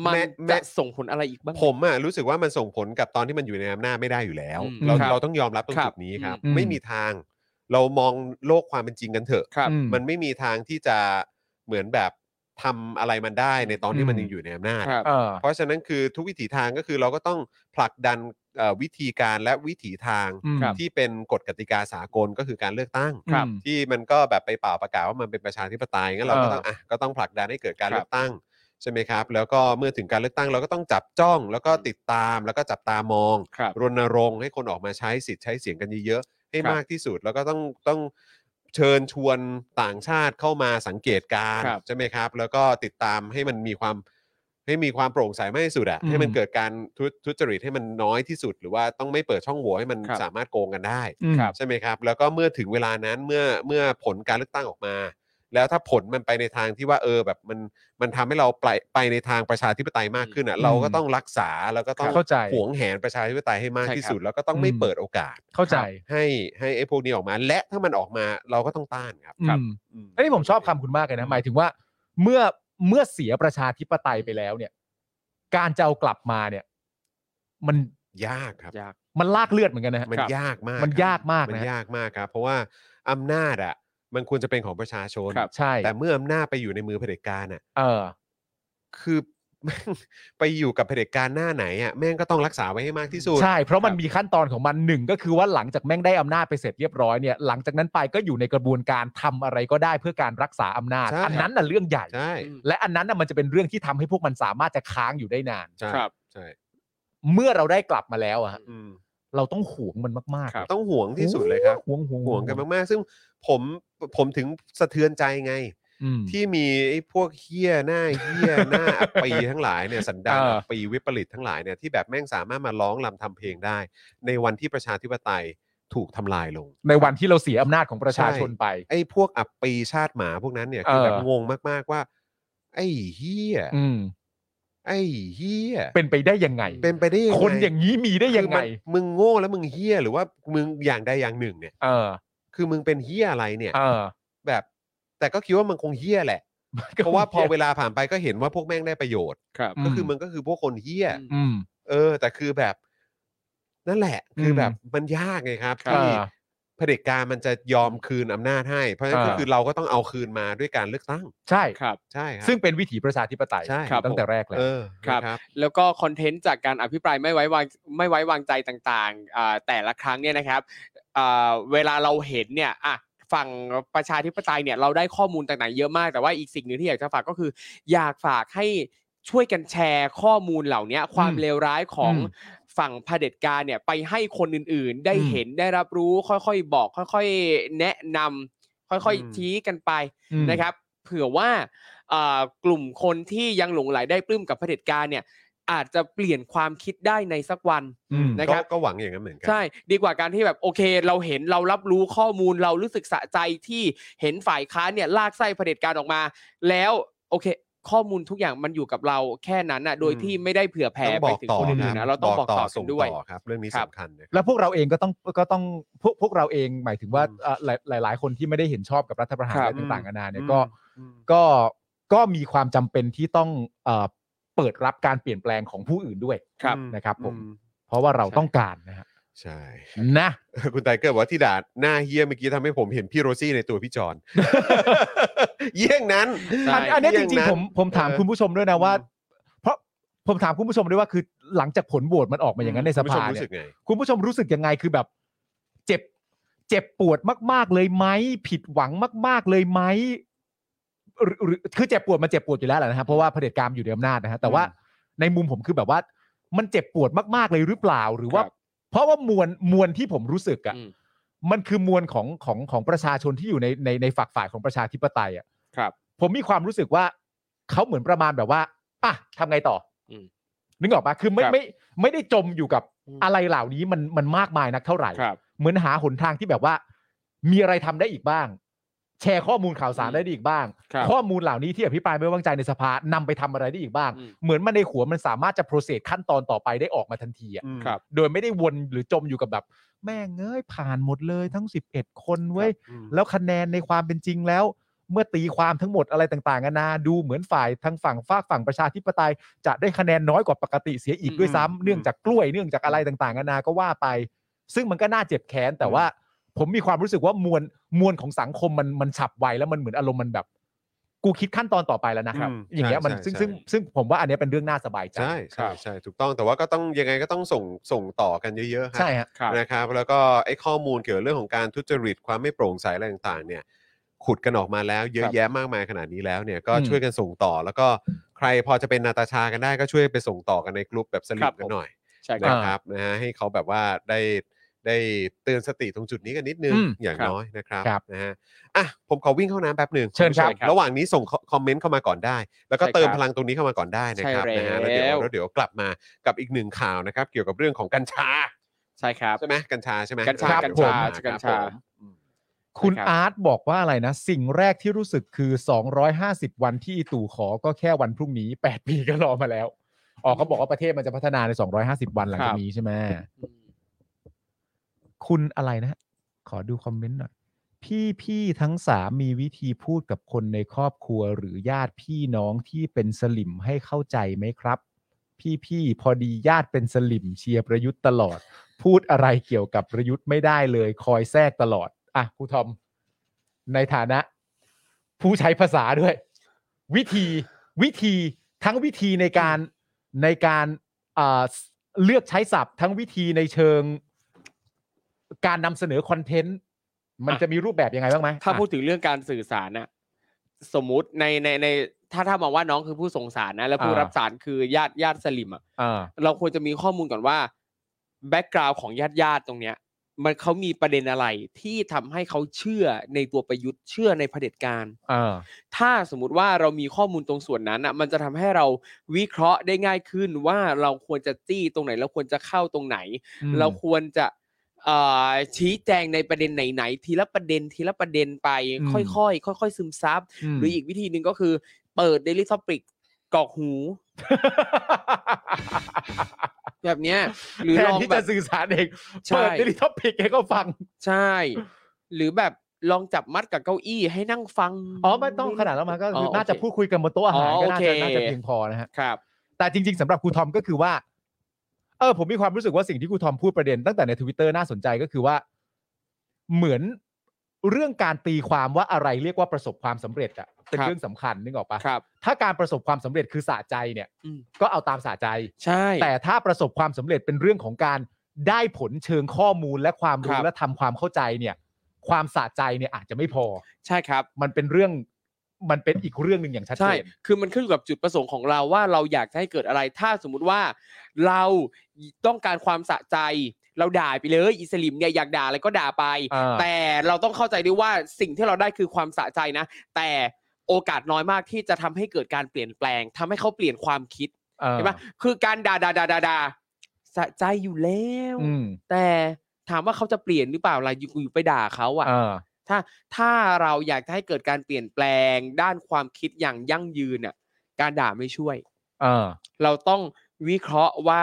มัน แม้แม้ จะส่งผลอะไรอีกบ้าง ผมอ่ะรู้สึกว่ามันส่งผลกับตอนที่มันอยู่ในอำนาจไม่ได้อยู่แล้ว อืม เรา ครับ เราต้องยอมรับตรง ครั จุ บ ดนี้ครับ อืม ไม่มีทาง เรามองโลกความเป็นจริงกันเถอะ ครับ อืม มันไม่มีทางที่จะเหมือนแบบทำอะไรมันได้ในตอนที่มันยังอยู่ในอำนาจ ครับ เออ เพราะฉะนั้นคือทุกวิถีทางก็คือเราก็ต้องผลักดันเอ่อวิธีการและวิถีทาง อืมครับ ที่เป็นกฎกติกาสากลก็คือการเลือกตั้ง ครับ ที่มันก็แบบไปเป่าประกาศว่ามันเป็นประชาธิปไตยงั้นเราก็ เออ ต้องอ่ะก็ต้องผลักดันให้เกิดการ ครับ เลือกตั้งใช่ไหมครับ แล้วก็เมื่อถึงการเลือกตั้งเราก็ต้องจับจ้องแล้วก็ติดตามแล้วก็จับตามอง ครับ รณรงค์ให้คนออกมาใช้สิทธิ์ใช้เสียงกันเยอะๆให้ ครับ มากที่สุดแล้วก็ต้องต้องเชิญชวนต่างชาติเข้ามาสังเกตการณ์ ครับ ใช่ไหมครับ แล้วก็ติดตามให้มันมีความให้มีความโปร่งใสมากที่สุดอะ อืม ให้มันเกิดการทุทุจริตให้มันน้อยที่สุด หรือว่าต้องไม่เปิดช่องโหว่ให้มัน ครับ สามารถโกงกันได้ อืม ใช่ไหมครับ แล้วก็เมื่อถึงเวลานั้นเมื่อเมื่อผลการเลือกตั้งออกมา แล้วถ้าผลมันไปในทางที่ว่าเออแบบมันมันทำให้เราไปไปในทางประชาธิปไตยมากขึ้นอ่ะเราก็ต้องรักษาแล้วก็ต้อง เข้าใจ หวงแหนประชาธิปไตยให้มาก ใช่ ที่ ครับ สุด แล้วก็ต้องไม่ อืม เปิดโอกาส เข้าใจ ให้ให้ไอ้พวกนี้ออกมา และถ้ามันออกมาเราก็ต้องต้านครับ อืม อืม เอ้ยผมชอบคำคุณมากเลยนะหมายถึงว่าเมื่อเมื่อเสียประชาธิปไตยไปแล้วเนี่ย การจะเอากลับมาเนี่ย มัน ยากครับ ยาก มันลากเลือดเหมือนกันนะฮะ มันยากมาก มัน ครับ ยากมาก มัน นะ ยากมากครับ เพราะว่าอำนาจอ่ะมันควรจะเป็นของประชาชน ครับ ใช่ แต่เมื่ออำนาจไปอยู่ในมือเผด็จการอ่ะ เออ คือ (laughs) ไปอยู่กับเผด็จการหน้าไหนอ่ะแม่งก็ต้องรักษาไว้ให้มากที่สุด ใช่ เพราะมันมีขั้นตอนของมันหนึ่งก็คือว่าหลังจากแม่งได้อำนาจไปเสร็จเรียบร้อยเนี่ยหลังจากนั้นไปก็อยู่ในกระบวนการทำอะไรก็ได้เพื่อการรักษาอำนาจ ใช่ อันนั้นน่ะเรื่องใหญ่ ใช่ อืม และอันนั้นน่ะมันจะเป็นเรื่องที่ทำให้พวกมันสามารถจะค้างอยู่ได้นาน ใช่ ครับ ใช่ เมื่อเราได้กลับมาแล้วอะฮะ อืม เราต้องหวงมันมากๆ ครับ ต้องห่วงที่สุดเลยครับ หวงหวง ห่วงกันมากๆ ซึ่งผมผมถึงสะเทือนใจไง อืม ที่มีไอ้พวกเฮี้ยหน้าเฮี้ยหน้าอัปปีทั้งหลายเนี่ยสันดาน เอออั อัปปีวิปริตทั้งหลายเนี่ยที่แบบแม่งสามารถมาร้องรำทำเพลงได้ ในวันที่ประชาธิปไตยถูกทำลายลง ในวันที่เราเสียอำนาจของประชาชนไป ไอ้พวกอัปปีชาติหมาพวกนั้นเนี่ยคือ เออ แบบงงมากๆว่า ไอ้เฮี้ย อืม ไอ้เฮี้ย เป็นไปได้ยังไง เป็นไปได้ยังไง คนอย่างนี้มีได้ยัง คือ ไง มันมึงโง่แล้วมึงเฮี้ยหรือว่ามึงอย่างใดอย่างหนึ่งเนี่ย เออ คือมึงเป็นเฮี้ยอะไรเนี่ย เออ แบบ แต่ก็คิดว่ามันคงเฮี้ยแหละ (laughs) เพราะว่าพอเวลาผ่านไปก็เห็นว่าพวกแม่งได้ประโยชน์ ครับ ก็คือมันก็คือพวกคนเฮี้ย อืม เออ แต่คือแบบ นั่นแหละ คือแบบมันยากไงครับ ครับ ที่เผด็จการมันจะยอมคืนอำนาจให้ เพราะฉะนั้น เออ ก็คือเราก็ต้องเอาคืนมาด้วยการเลือกตั้ง ใช่ ครับ ใช่ครับ ซึ่งเป็นวิถีประชาธิปไตย ใช่ ครับ ตั้งแต่แรกเลย เออ ครับ นะ แล้วก็คอนเทนต์จากการอภิปรายไม่ไว้วางไม่ไว้วางใจต่างๆอ่าแต่ละครั้งเนี่ยนะครับอ่าเวลาเราเห็นเนี่ยอ่ะฝั่งประชาธิปไตยเนี่ยเราได้ข้อมูลต่างๆเยอะมาก แต่ว่าอีกสิ่งหนึ่งที่อยากจะฝากก็คือ อยากฝากให้ช่วยกันแชร์ข้อมูลเหล่านี้ความ อืม เลวร้ายของ อืม ฝั่งเผด็จการเนี่ยไปให้คนอื่นๆ ได้ อืม เห็นได้รับรู้ค่อยๆบอก ค่อยๆแนะนำค่อยๆชี้กันไป อืม นะครับเผื่อว่าอ่ากลุ่มคนที่ยังหลงไหลได้ปลื้มกับเผด็จการเนี่ยอาจจะเปลี่ยนความคิดได้ในสักวัน อืม นะค ก็ รับ ก็หวังอย่างนั้นเหมือนกั ใช่ดีกว่าการที่แบบโอเค เราเห็นเรารับรู้ข้อมูลเรารู้สึกสะใจที่เห็นฝ่ายค้านเนี่ยลากไส้เผด็จการออกมา แล้วโอเค ข้อมูลทุกอย่างมันอยู่กับเราแค่นั้นน่ะโดยที่ไม่ได้เผื่อแผ่ ต้องบอกไปถึง ต่อ คนอื่นๆ ค นะ บ เราต้องบอกต่อกั ส่ น ง ด้วย ต่อครับ เรื่องนี้ ครับ สำคัญนะครับ แล้วพวกเราเองก็ต้องก็ต้องพวกพวกเราเองหมายถึงว่า อืม เอ่อหลายหลายหลายคนที่ไม่ได้เห็นชอบกับรัฐประหาร ครั อะไร บ ต่างๆนานาเนี่ย อืม ก็ อืม ก็ก็มีความจำเป็นที่ต้องเอ่อเปิดรับการเปลี่ยนแปลงของผู้อื่นด้วย ครับ นะครับ ผม อื เพราะว่าเราต้องการนะฮะ ใช่ (laughs) นะ คุณไทเกอร์บอกว่าที่ด่าหน้าเฮี้ยเมื่อกี้ทำให้ผมเห็นพี่โรซี่ในตัวพี่จอน (laughs) เยี่ยงนั้น อันอันเนี้ย เรื่ จ อง ริง นั้น ๆผมผมถาม เออ คุณผู้ชมด้วยนะว่า อืม เพราะผมถามคุณผู้ชมด้วยว่าคือหลังจากผลโหวตมันออกมาอย่างนั้นในสภา คุณผู้ชมรู้ เนี่ สึ ย กไง คุณผู้ชมรู้สึกยังไงคือแบบ เจ็บ เจ็บปวดมาก ๆ เลยไหมผิดหวังมาก ๆ เลยไหมหรือหรือคือเจ็บปวดมันเจ็บปวดอยู่แล้วแหละนะครับเพราะว่าเผด็จการอยู่ในอำนาจนะฮะแต่ว่าในมุมผมคือแบบว่า มันเจ็บปวดมาก ๆ เลยหรือเปล่าหรือว่า ครับ เพราะว่ามวลมวลที่ผมรู้สึกอะ อืม มันคือมวลของของของประชาชนที่อยู่ในในในฝักฝ่ายของประชาธิปไตยอะ ครับ ผมมีความรู้สึกว่าเขาเหมือนประมาณแบบว่าอ่ะทำไงต่ออ ม นึกออกปะคือไม่ ครับ ไม่ไม่ได้จมอยู่กับ อืม อะไรเหล่านี้มันมันมากมายนักเท่าไหร่ ครับ เหมือนหาหนทางที่แบบว่า มีอะไรทำได้อีกบ้าง แชร์ข้อมูลข่าวสาร อืม ได้อีกบ้าง ครับ ข้อมูลเหล่านี้ที่อภิปรายไม่ไว้วางใจในสภานำไปทำอะไรได้อีกบ้าง อืม เหมือนมันในหัวมันสามารถจะโปรเซสขั้นตอนต่อไปได้ออกมาทันทีอะ ครับ โดยไม่ได้วนหรือจมอยู่กับแบบ แม่งเอ้ยผ่านหมดเลยทั้ง 11 คนเว้ย อืม แล้วคะแนนในความเป็นจริงแล้ว เมื่อตีความทั้งหมดอะไรต่างๆนานาดูเหมือนฝ่ายทางฝั่งฝากฝั่งประชาธิปไตย จะได้คะแนนน้อยกว่าปกติเสียอีกด้วยซ้ำเนื่องจากกล้วยเนื่องจากอะไรต่างๆนานาก็ว่าไป ซึ่งมันก็น่าเจ็บแค้นแต่ว่า ผมมีความรู้สึกว่ามวลมวลของสังคมมันมันฉับไวแล้วมันเหมือนอารมณ์มันแบบ กูคิดขั้นตอนต่อไปแล้วนะครับ อืม อย่างเงี้ยมัน ใช่ ซึ่ง ใช่ ซึ่งซึ่งผมว่าอันเนี้ยเป็นเรื่องน่าสบายใจ ใช่ใช่ใช่ถูกต้องแต่ว่าก็ต้องยังไงก็ต้องส่งส่งต่อกันเยอะๆครั ใช่ฮะ ครับ นะครับแล้วก็ไอ้ข้อมูลเกี่ยวกับเรื่องของการทุจริตความไม่โปร่งใสอะไรต่างๆเนี่ยขุดกันออกมาแล้วเยอะแยะมากมายขนาดนี้แล้วเนี่ยก็ อืม ช่วยกันส่งต่อ แล้วก็ใครพอจะเป็นนาตาชากันได้ก็ช่วยไปส่งต่อกันในกลุ่มแบบสลิ ครั ป บ กันหน่อย ใช่ค นะ รับ ครับนะฮะให้เขาแบบว่าได้ได้เตือนสติตรงจุดนี้กันนิดนึง อืม อย่าง ครับ น้อยนะครับ ครับ นะฮะอ่ะผมขอวิ่งเข้าน้ำแป๊บหนึ่ง เชิญครับ ณผู้มระหว่างนี้ส่งคอมเมนต์เข้ามาก่อนได้ แล้วก็ ใช่ครับ เติมพลังตรงนี้เข้ามาก่อนได้นะครับ ใช่ นะฮะ แล้ว แล้วเดี๋ยวแล้วเดี๋ยวกลับมากับอีกหนึ่งข่าวนะครับเกี่ยวกับเรื่องของกัญชา ใช่ครับ ใช่ไหมกัญชาใช่ไหม กัญชา ครับ กัญ ผ ชาม กัญชา ครับผม คุณ นะครับ อาร์ตบอกว่าอะไรนะ สิ่งแรกที่รู้สึกคือ 250 วันที่อีตู่ขอก็แค่วันพรุ่งนี้ 8 ปีก็รอมาแล้วอ๋อเขาบอกว่าประเทศมันจะพัฒนาใน 250 วันหลังจากนี้ใช่ไหม อืม คุณอะไรนะ ขอดูคอมเมนต์หน่อย พี่พี่ๆทั้งสามมีวิธีพูดกับคนในครอบครัวหรือญาติพี่น้องที่เป็นสลิมให้เข้าใจไหมครับ พี่พี่ๆพอดีญาติเป็นสลิมเชียร์ประยุทธ์ตลอด พูดอะไรเกี่ยวกับประยุทธ์ไม่ได้เลย คอยแทรกตลอด อ่ะครูทอม ในฐานะ ผู้ใช้ภาษาด้วย วิธีวิธีทั้งวิธีในการในการอ่าเลือกใช้ศัพท์ ทั้งวิธีในเชิง การนำเสนอคอนเทนต์มัน อ่ะ จะมีรูปแบบยังไงบ้างไหม ถ้า อ่ะ พูดถึงเรื่องการสื่อสารน่ะสมมุติในในในถ้าถ้ามองว่าน้องคือผู้ส่งสารนะ แล้วผู้ อ่ารั รับสารคือญาติญาติสลิมอ่ะ อ่า เราควรจะมีข้อมูลก่อนว่าแบ็กกราวของญาติญาติตรงเนี้ย มันเขามีประเด็นอะไรที่ทำให้เขาเชื่อในตัวประยุทธ์เชื่อในเผด็จการ อ่า ถ้าสมมติว่าเรามีข้อมูลตรงส่วนนั้นอ่ะมันจะทำให้เราวิเคราะห์ได้ง่ายขึ้นว่าเราควรจะจี้ตรงไหนเราควรจะเข้าตรงไหน เราควรจะเอ่อชี้แจงในประเด็นไหนๆทีละประเด็นทีละประเด็นไป อืม ค่อยๆค่อย ๆ ซึมซับ ม (laughs) หรืออีกวิธีหนึ่งก็คือ เปิด Daily Topic กรอกหู แบบเนี้ย หรือ แทนลอง ที่ แบ จะ บ สื่อสารเอง ใช่ เปิดดิลิทอพิกให้เขาฟัง ใช่ หรือแบบลองจับมัดกับเก้าอี้ให้นั่งฟัง อ๋อ ไม่ต้องขนาดแล้วมันก็คืออ โเ น่าจะพูดคุยกันบนโต๊ะอาหาร อ๋อ ก็ โอ น่า เค จะน่าจะเพียงพอนะฮะ ครับ แต่จริง ๆสำหรับครูทอมก็คือว่าเออผมมีความรู้สึกว่าสิ่งที่ครูทอมพูดประเด็นตั้งแต่ในทวิตเตอร์น่าสนใจก็คือว่า เหมือนเรื่องการตีความว่าอะไรเรียกว่าประสบความสำเร็จอะเป็น ครับ เรื่องสำคัญนึกออกปะ ครับ ถ้าการประสบความสำเร็จคือสะใจเนี่ย อืม ก็เอาตามสะใจ ใช่ แต่ถ้าประสบความสำเร็จเป็นเรื่องของการได้ผลเชิงข้อมูลและความรู้และทำความเข้าใจเนี่ย ความสะใจเนี่ยอาจจะไม่พอ ใช่ครับ มันเป็นเรื่องมันเป็นอีกเรื่องหนึ่งอย่างชัด ใช่ เจน คือมันขึ้นอยู่กับจุดประสงค์ของเราว่าเราอยากจะให้เกิดอะไร ถ้าสมมุติว่าเราต้องการความสะใจ เราด่าไปเลยอิสลิมเนี่ยอยากด่าอะไรก็ด่าไป อ่า แต่เราต้องเข้าใจด้วยว่าสิ่งที่เราได้คือความสะใจนะ แต่โอกาสน้อยมากที่จะทำให้เกิดการเปลี่ยนแปลงทำให้เขาเปลี่ยนความคิด เออ เห็นปะคือการด่าด่าด่าด่าด่าสะใจอยู่แล้ว อืม แต่ถามว่าเขาจะเปลี่ยนหรือเปล่าล่ะอยู่อยู่ไปด่าเขาอะ เออ ถ้าถ้าเราอยากจะให้เกิดการเปลี่ยนแปลงด้านความคิดอย่างยั่งยืนน่ะการด่าไม่ช่วย เออ เราต้องวิเคราะห์ว่า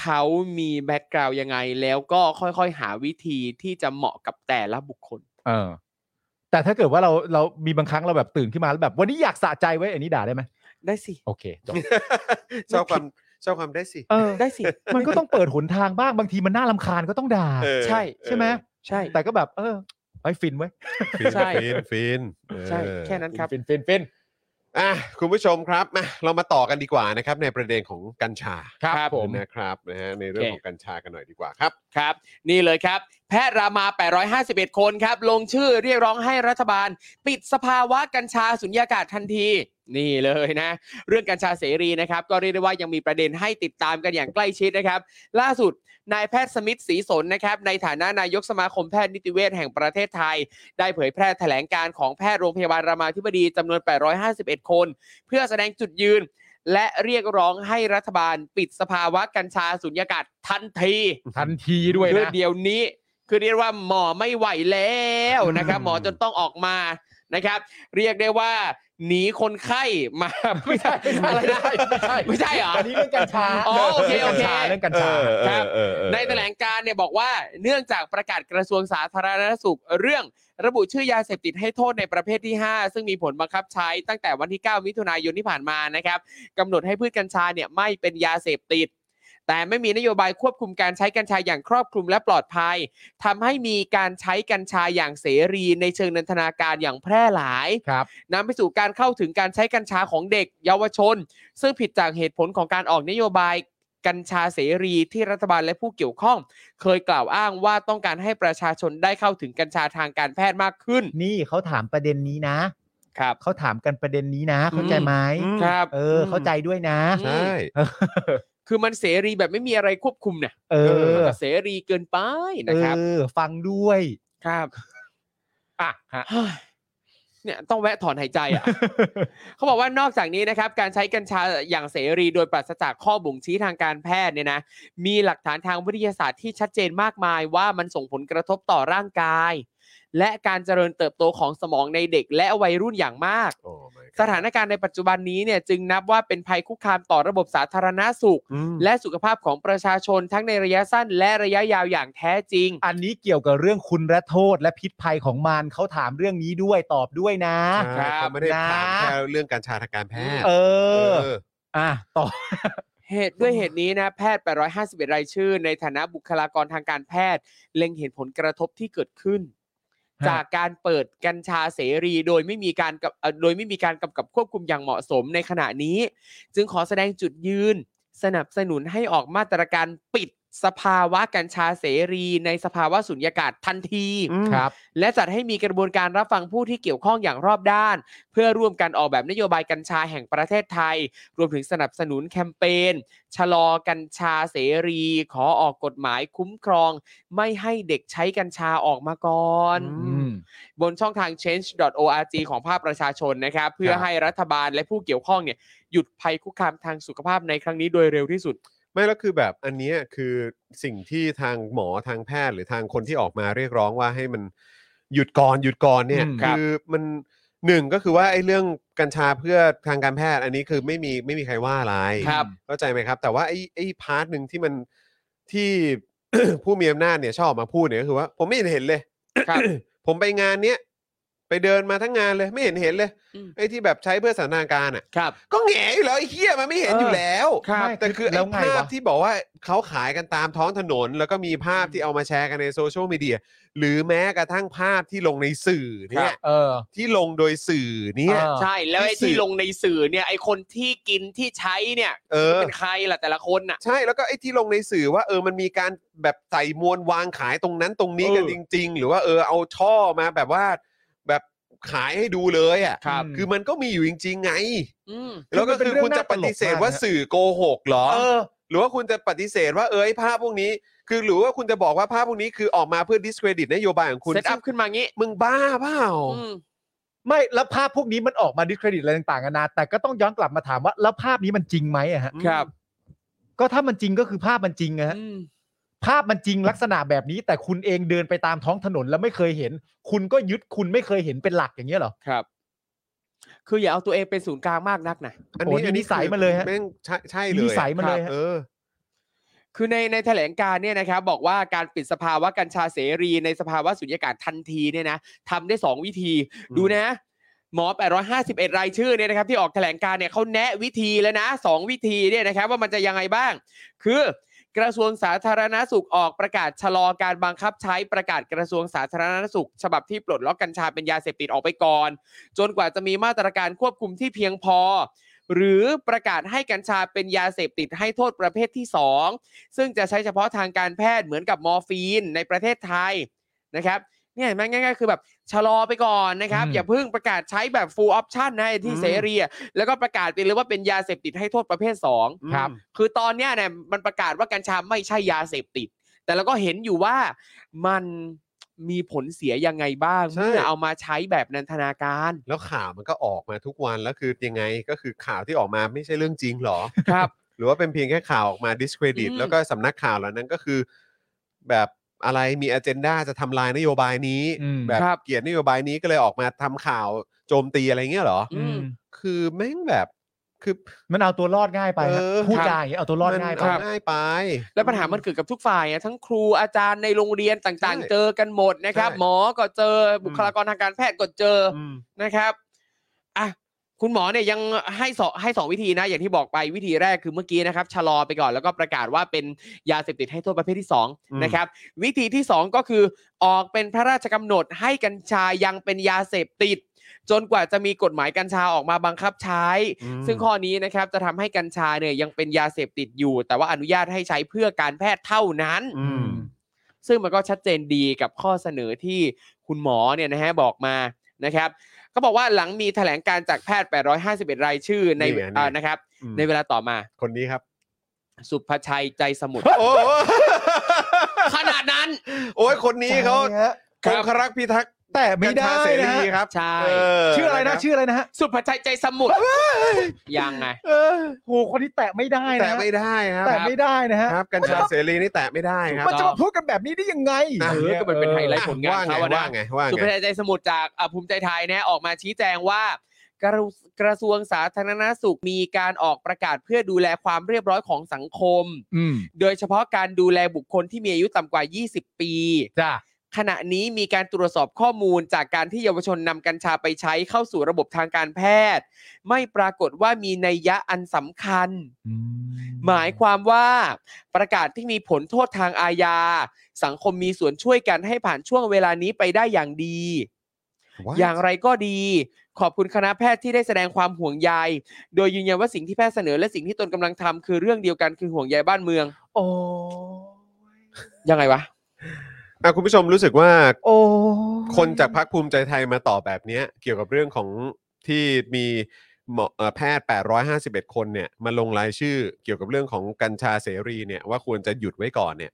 เขามีแบ็กกราวยังไง แล้วก็ค่อยๆหาวิธีที่จะเหมาะกับแต่ละบุคคล เออ แต่ถ้าเกิดว่าเราเรามีบางครั้งเราแบบตื่นขึ้นมาแล้วแบบ วันนี้อยากสะใจไว้ยอันนี้ด่าได้ไหม ได้สิ โอเคจบ (laughs) ชอบความชอบความได้สิ เออ ได้สิ มันก็ต้องเปิดหนทางบ้างบางทีมันน่าลำคาญก็ต้องด่า เออ ใช่ เออ ใช่ไหม ใช่ แต่ก็แบบ (laughs) เออไอ้ยฟินไว้ย ฟิน ใช่ ฟินฟินเออ ใช่แค่นั้นครับ ฟินฟินฟิน อ่ะคุณผู้ชมครับมาเรามาต่อกันดีกว่านะครับ ในประเด็นของกัญชา ครับผม นะครับนะฮะในเรื่องของกัญชากันหน่อยดีกว่าครับ ครับ นี่เลยครับ แพทย์รามา 851 คนครับ ลงชื่อเรียกร้องให้รัฐบาล ปิดสภาวะกัญชาสุญญากาศทันที นี่เลยนะ เรื่องกัญชาเสรีนะครับ ก็เรียกได้ว่ายังมีประเด็นให้ติดตามกันอย่างใกล้ชิดนะครับ ล่าสุดนายแพทย์สมิทธศรีสนนะครับ ในฐานะนายกสมาคมแพทย์นิติเวชแห่งประเทศไทย ได้เผยแพร่แถลงการณ์ของแพทย์โรงพยาบาลรามาธิบดีจำนวน 851 คน เพื่อแสดงจุดยืน และเรียกร้องให้รัฐบาล ปิดสภาวะกัญชาสุญญากาศทันที ทันทีด้วย คือ นะ เดี๋ยวนี้คือเรียกว่าหมอไม่ไหวแล้วนะครับ อืม หมอจนต้องออกมานะครับ เรียกได้ว่า หนีคนไข้มา (laughs) ไม่ใช่อะไรนะ ไม่ใช่เหรออั นนี้เรื่องกัญชา อ๋อโอเคโอเค เรื่องกัญชา ครับ เออเออเออ ในแถลงการณ์เนี่ยบอกว่าเนื่องจากประกาศกระทรวงสาธารณสุข เรื่องระบุชื่อยาเสพติดให้โทษในประเภทที่ 5 ซึ่งมีผลบังคับใช้ตั้งแต่วันที่ 9 มิถุนายนที่ผ่านมานะครับกำหนดให้พืชกัญชาเนี่ยไม่เป็นยาเสพติด แต่ไม่มีนโยบายควบคุมการใช้กัญชาอย่างครอบคลุมและปลอดภัยทำให้มีการใช้กัญชาอย่างเสรีในเชิงนันทนาการอย่างแพร่หลาย ครับ นำไปสู่การเข้าถึงการใช้กัญชาของเด็กเยาวชน ซึ่งผิดจากเหตุผลของการออกนโยบายกัญชาเสรีที่รัฐบาลและผู้เกี่ยวข้อง เคยกล่าวอ้างว่าต้องการให้ประชาชนได้เข้าถึงกัญชาทางการแพทย์มากขึ้น นี่เขาถามประเด็นนี้นะครับ เขาถามกันประเด็นนี้นะ เข้าใจ อืม ไหม ครับ เออ เข้าใจด้วยนะ ใช่ คือมันเสรีแบบไม่มีอะไรควบคุมเนี่ย เออ เสรีเกินไปนะครับ เออฟังด้วย ครับ อ่ะฮะ เฮ้ยเนี่ยต้องแวะถอนหายใจ (laughs) อ่ะ เขาบอกว่านอกจากนี้นะครับ การใช้กัญชาอย่างเสรีโดยปราศจากข้อบ่งชี้ทางการแพทย์เนี่ยนะมีหลักฐานทางวิทยาศาสตร์ที่ชัดเจนมากมายว่ามันส่งผลกระทบต่อร่างกาย และการเจริญเติบโตของสมองในเด็กและวัยรุ่นอย่างมาก โอ้ my ส god ถานการณ์ในปัจจุบันนี้เนี่ยจึงนับว่าเป็นภัยคุกคามต่อระบบสาธารณาสุข อืม และสุขภาพของประชาชนทั้งในระยะสั้นและระยะยาวอย่างแท้จริง อันนี้เกี่ยวกับเรื่องคุณและโทษและพิษภัยของมันเขาถามเรื่องนี้ด้วยตอบด้วยนะ ใช่เขาไม่ได้ถาม นะ แค่เรื่องการชาทางการแพทย์ เอ เอ อ อ อ่ะต่อ เหตุด้วยเหตุนี้นะแพทย์ 851 รายชื่อ ในฐานะบุคลากรทางการแพทย์ เล็งเห็นผลกระทบที่เกิดขึ้น ฮะ จากการเปิดกัญชาเสรีโดยไม่มีการกับเอ่อโดยไม่มีการกำกับควบคุมอย่างเหมาะสมในขณะนี้ จึงขอแสดงจุดยืน สนับสนุนให้ออกมาตรการปิดสภาวะกัญชาเสรีในสภาวะสุญญากาศทันที ครับ และจัดให้มีกระบวนการรับฟังผู้ที่เกี่ยวข้องอย่างรอบด้าน เพื่อร่วมกันออกแบบนโยบายกัญชาแห่งประเทศไทย รวมถึงสนับสนุนแคมเปญชะลอกัญชาเสรี ขอออกกฎหมายคุ้มครอง ไม่ให้เด็กใช้กัญชาออกมาก่อน อื อืม บนช่องทาง change.org ของภาคประชาชนนะครับ เพื่อ ครับ ให้รัฐบาลและผู้เกี่ยวข้องเนี่ยหยุดภัยคุกคามทางสุขภาพในครั้งนี้โดยเร็วที่สุด ไม่แล้วคือแบบอันเนี้ยคือสิ่งที่ทางหมอทางแพทย์หรือทางคนที่ออกมาเรียกร้องว่าให้มันหยุดก่อนหยุดก่อนเนี่ย อืมครับ คือมันหนึ่งก็คือว่าไอ้เรื่องกัญชาเพื่อทางการแพทย์อันนี้คือไม่มีไม่มีใครว่าอะไร ครับ เข้าใจไหมครับ แต่ว่าไอ้ไอ้พาร์ทหนึ่งที่มันที่ (coughs) ผู้มีอำนาจเนี่ยชอบออกมาพูดเนี่ยก็คือว่าผมไม่เห็นเห็นเลย ครับ (coughs) ผมไปงานเนี้ยไปเดินมาทั้งงานเลยไม่เห็นเห็นเลย อืม ไอ้ที่แบบใช้เพื่อสันทนาการอ่ะ ครับ ก็แหงอยู่แล้วไอ้เฮียมันไม่เห็น เออ อ อยู่ แล้ว ครับ แต่คือ แล้ ไอ้ วไง ภาว ะ พที่บอกว่าเขาขายกันตามท้องถนน แล้วก็มีภาพที่เอามาแชร์กันในโซเชียลมีเดียหรือแม้กระทั่งภาพที่ลงในสื่อเนี่ยครับ เออ ที่ลงโดยสื่อเนี่ย เออ ใช่แล้วไอ้ ที่ ที่ สื่อ ลงในสื่อเนี่ยไอ้คนที่กินที่ใช้เนี่ย เออ เป็นใครล่ะแต่ละคนน่ะ ใช่แล้วก็ไอ้ที่ลงในสื่อว่าเออมันมีการแบบใส่มวลวางขายตรงนั้นตรงนี้กัน เออ จริง ๆ หรือว่าเออเอาช่อมาแบบว่าแบบขายให้ดูเลยอ่ะ ครับ คือมันก็มีอยู่จริงๆไง อืม แล้วก็คือคุณจะปฏิเสธว่าสื่อโกหกเหรอ เออ หรือว่าคุณจะปฏิเสธว่าเอ้ยภาพพวกนี้ คือหรือว่าคุณจะบอกว่าภาพพวกนี้คือออกมาเพื่อ discredit นโยบายของคุณ เซตอัพขึ้นมางี้ มึงบ้าเปล่า อืม ไม่ แล้วภาพพวกนี้มันออกมาดิสเครดิตอะไรต่างๆกันานาแต่ก็ต้องย้อนกลับมาถามว่า แล้วภาพนี้มันจริงไหมอะฮะ ครับ ก็ถ้ามันจริงก็คือภาพมันจริงอะฮะ อืม ภาพมันจริงลักษณะแบบนี้ แต่คุณเองเดินไปตามท้องถนนแล้วไม่เคยเห็น คุณก็ยึดคุณไม่เคยเห็นเป็นหลักอย่างเงี้ยเหรอ ครับ คืออย่าเอาตัวเองเป็นศูนย์กลางมากนักนะ โอ้นี่นิสัยมาเลยฮะ แม่งใช่ใช่เล นิ ย สัยมันเลยฮะ เออ คือในในแถลงการเนี่ยนะครับบอกว่าการปิดสภาวะกัญชาเสรีในสภาวะสุญญากาศทันทีเนี่ยนะทำได้ 2 วิธี อืม ดูนะ หมอ 851 รายชื่อเนี่ยนะครับที่ออกแถลงการเนี่ยเขาแนะวิธีแล้วนะ 2 วิธีเนี่ยนะครับว่ามันจะยังไงบ้าง คือกระทรวงสาธารณสุขออกประกาศชะลอการบังคับใช้ประกาศกระทรวงสาธารณสุข ฉบับที่ปลดล็อกกัญชาเป็นยาเสพติดออกไปก่อน จนกว่าจะมีมาตรการควบคุมที่เพียงพอ หรือประกาศให้กัญชาเป็นยาเสพติดให้โทษประเภทที่สอง ซึ่งจะใช้เฉพาะทางการแพทย์เหมือนกับมอร์ฟีนในประเทศไทยนะครับเนี่ยเห็นไหมันง่ายๆคือแบบชะลอไปก่อนนะครับ อืม อย่าเพิ่งประกาศใช้แบบ full option นะไอ้ที่เสรีอะแล้วก็ประกาศไปเลยว่าเป็นยาเสพติดให้โทษประเภท 2 ครับ คือตอนเนี้ยเนี่ยมันประกาศว่ากัญชาไม่ใช่ยาเสพติด แต่เราก็เห็นอยู่ว่ามันมีผลเสียยังไงบ้าง ใช่ เมื่อเอามาใช้แบบนันทนาการ แล้วข่าวมันก็ออกมาทุกวันแล้วคือยังไงก็คือข่าวที่ออกมาไม่ใช่เรื่องจริงเหรอ ครับ หรือว่าเป็นเพียงแค่ข่าวออกมา discredit อืม แล้วก็สำนักข่าวเหล่านั้นก็คือ แบบอะไรมี agenda จะทำลายนโยบายนี้ อืม แบบ ครับ เกลียดนโยบายนี้ก็เลยออกมาทำข่าวโจมตีอะไรเงี้ยเหร (laughs) อ อืม คือแม่งแบบคือ มันเอาตัวรอดง่ายไปฮะ เออ พูดจาอย่างเงี้ยเอาตัวรอด มัน ง่ายไป เง่ายไป แล้วปัญหามันเกิดกับทุกฝ่ายอะทั้งครูอาจารย์ในโรงเรียนต่าง ใช่ ๆ เจอกันหมดนะครับ ใช่ หมอก็เจออบุคลากรทางการแพทย์ก็เจออ อืม นะครับอ่ะคุณหมอเนี่ยยังให้สองให้สองวิธีนะ อย่างที่บอกไปวิธีแรกคือเมื่อกี้นะครับชะลอไปก่อนแล้วก็ประกาศว่าเป็นยาเสพติดให้โทษประเภทที่สอง อืม นะครับ วิธีที่สองก็คือออกเป็นพระราชกำหนดให้กัญชายังเป็นยาเสพติด จนกว่าจะมีกฎหมายกัญชาออกมาบังคับใช้ อืม ซึ่งข้อนี้นะครับจะทำให้กัญชาเนี่ยยังเป็นยาเสพติดอยู่ แต่ว่าอนุญาตให้ใช้เพื่อการแพทย์เท่านั้น อืม ซึ่งมันก็ชัดเจนดีกับข้อเสนอที่คุณหมอเนี่ยนะฮะบอกมานะครับเขาบอกว่าหลังมีแถลงการจากแพทย์ 851 รายชื่อใน นี่ไงนี่ไง อ่านะครับ อืม ในเวลาต่อมา คนนี้ครับ สุภชัยใจสมุ (laughs) ทร โอ้ ขนาดนั้น โอ้ยคนนี้เขา ใช่ฮะ คงครักษ์พิทักษ์ แต่ไม่ได้ กัญชาเส นะ รี ฮะ ครับ ใช่ เ ชื่ออะไรนะชื่ออะไรนะฮะ สุดผัดใจใจสมุทรยังไง เออโหคนที่แตะไม่ได้นะ แต่ไม่ได้ครับ แตะไม่ได้นะฮะ ครับกัญชาเสรีนี่แตะไม่ได้ครับ มันจะมาพูดกันแบบนี้ได้ยังไง อ่ะ เออก็มันเป็นไฮไลท์ผลงานเขาอะ ว่า นะ ไงว่า สุ ไง ภชัยใจสมุทรจากอ่ะภูมิใจไทยนะออกมาชี้แจงว่ากระกระทรวงสาธารณสุขมีการออกประกาศเพื่อดูแลความเรียบร้อยของสังคม อืม โดยเฉพาะการดูแลบุคคลที่มีอายุต่ำกว่า 20 ปี จ้า ขณะนี้มีการตรวจสอบข้อมูลจากการที่เยาวชนนำกัญชาไปใช้เข้าสู่ระบบทางการแพทย์ ไม่ปรากฏว่ามีนัยยะอันสำคัญ หมายความว่าประกาศที่มีผลโทษทางอาญา สังคมมีส่วนช่วยกันให้ผ่านช่วงเวลานี้ไปได้อย่างดี อย่างไรก็ดี ขอบคุณคณะแพทย์ที่ได้แสดงความห่วงใย โดยยืนยันว่าสิ่งที่แพทย์เสนอและสิ่งที่ตนกำลังทำคือเรื่องเดียวกันคือห่วงใยบ้านเมือง โอ้ ยังไงวะ อ่ะคุณผู้ชมรู้สึกว่า โอ้ คนจากพรรคภูมิใจไทยมาตอบแบบเนี้ยเกี่ยวกับเรื่องของที่มีหมอเอ่อแพทย์ 851 คนเนี่ยมาลงรายชื่อเกี่ยวกับเรื่องของกัญชาเสรีเนี่ยว่าควรจะหยุดไว้ก่อนเนี่ย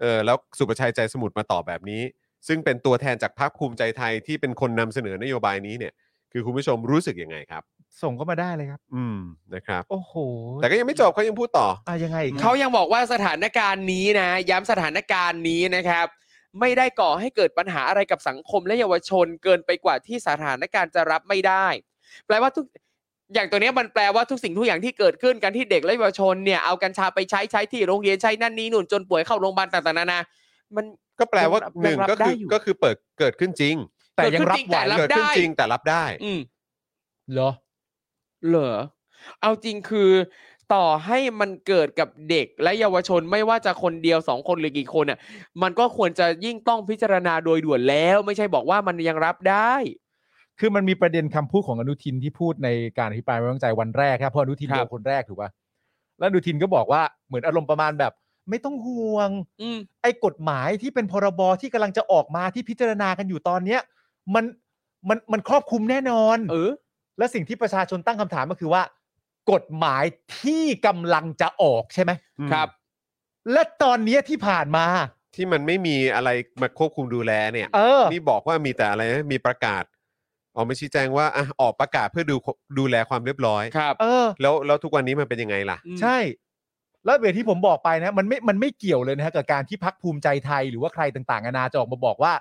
เออแล้วสุประชัยใจสมุทรมาตอบแบบนี้ ซึ่งเป็นตัวแทนจากพรรคภูมิใจไทยที่เป็นคนนำเสนอนโยบายนี้เนี่ย คือคุณผู้ชมรู้สึกยังไงครับ ส่งเข้ามาได้เลยครับ อืมนะครับ โอ้โห แต่ก็ยังไม่จบเขายังพูดต่อ อ่ะยังไงอีก เขายังบอกว่าสถานการณ์นี้นะ ย้ำสถานการณ์นี้นะครับ ไม่ได้ก่อให้เกิดปัญหาอะไรกับสังคมและเยาวชนเกินไปกว่าที่สถานการณ์จะรับไม่ได้ แปลว่าทุกอย่างตัวเนี้ยมันแปลว่าทุกสิ่งทุกอย่างที่เกิดขึ้นการที่เด็กและเยาวชนเนี่ยเอากัญชาไปใช้ใช้ที่โรงเรียนใช้นั่นนี่นู่นจนป่วยเข้าโรงพยาบาลต่างๆนานามัน ก็แปลว่า ยังรับ หนึ่ง ยังรับ ก็คือ ได้อยู่ ก็คือเปิดเกิดขึ้นจริง แต่ยังรับ เกิดขึ้นจริง ไหว แต่รับ เกิดขึ้น ได้ จริงแต่รับได้ อืม เหรอ เหรอเอาจริงคือ ต่อให้มันเกิดกับเด็กและเยาวชนไม่ว่าจะคนเดียวสองคนหรือกี่คนอ่ะ มันก็ควรจะยิ่งต้องพิจารณาโดยด่วนแล้ว ไม่ใช่บอกว่ามันยังรับได้ คือมันมีประเด็นคำพูดของอนุทินที่พูดในการอภิปรายไม่ไว้วางใจวันแรกครับเพราะอนุทิน ครับ เป็นคนแรกถูกป่ะแล้วอนุทินก็บอกว่าเหมือนอารมณ์ประมาณแบบ ไม่ต้องห่วง อืม ไอ้กฎหมายที่เป็นพรบที่กำลังจะออกมาที่พิจารณากันอยู่ตอนเนี้ย มันมันมันครอบคลุมแน่นอน เออ และสิ่งที่ประชาชนตั้งคำถามก็คือว่า กฎหมายที่กำลังจะออกใช่ไหม ครับ และตอนเนี้ยที่ผ่านมา ที่มันไม่มีอะไรมาควบคุมดูแลเนี่ย เออ นี่บอกว่ามีแต่อะไรนะมีประกาศออกมาชี้แจงว่าอ่ะออกประกาศเพื่อดูดูแลความเรียบร้อย ครับ เออ แล้วแล้วทุกวันนี้มันเป็นยังไงล่ะ อืม ใช่ แล้วเวทที่ผมบอกไปนะ มันไม่มันไม่เกี่ยวเลยนะฮะกับการที่พักภูมิใจไทยหรือว่าใครต่างๆนานาจะออกมาบอกว่า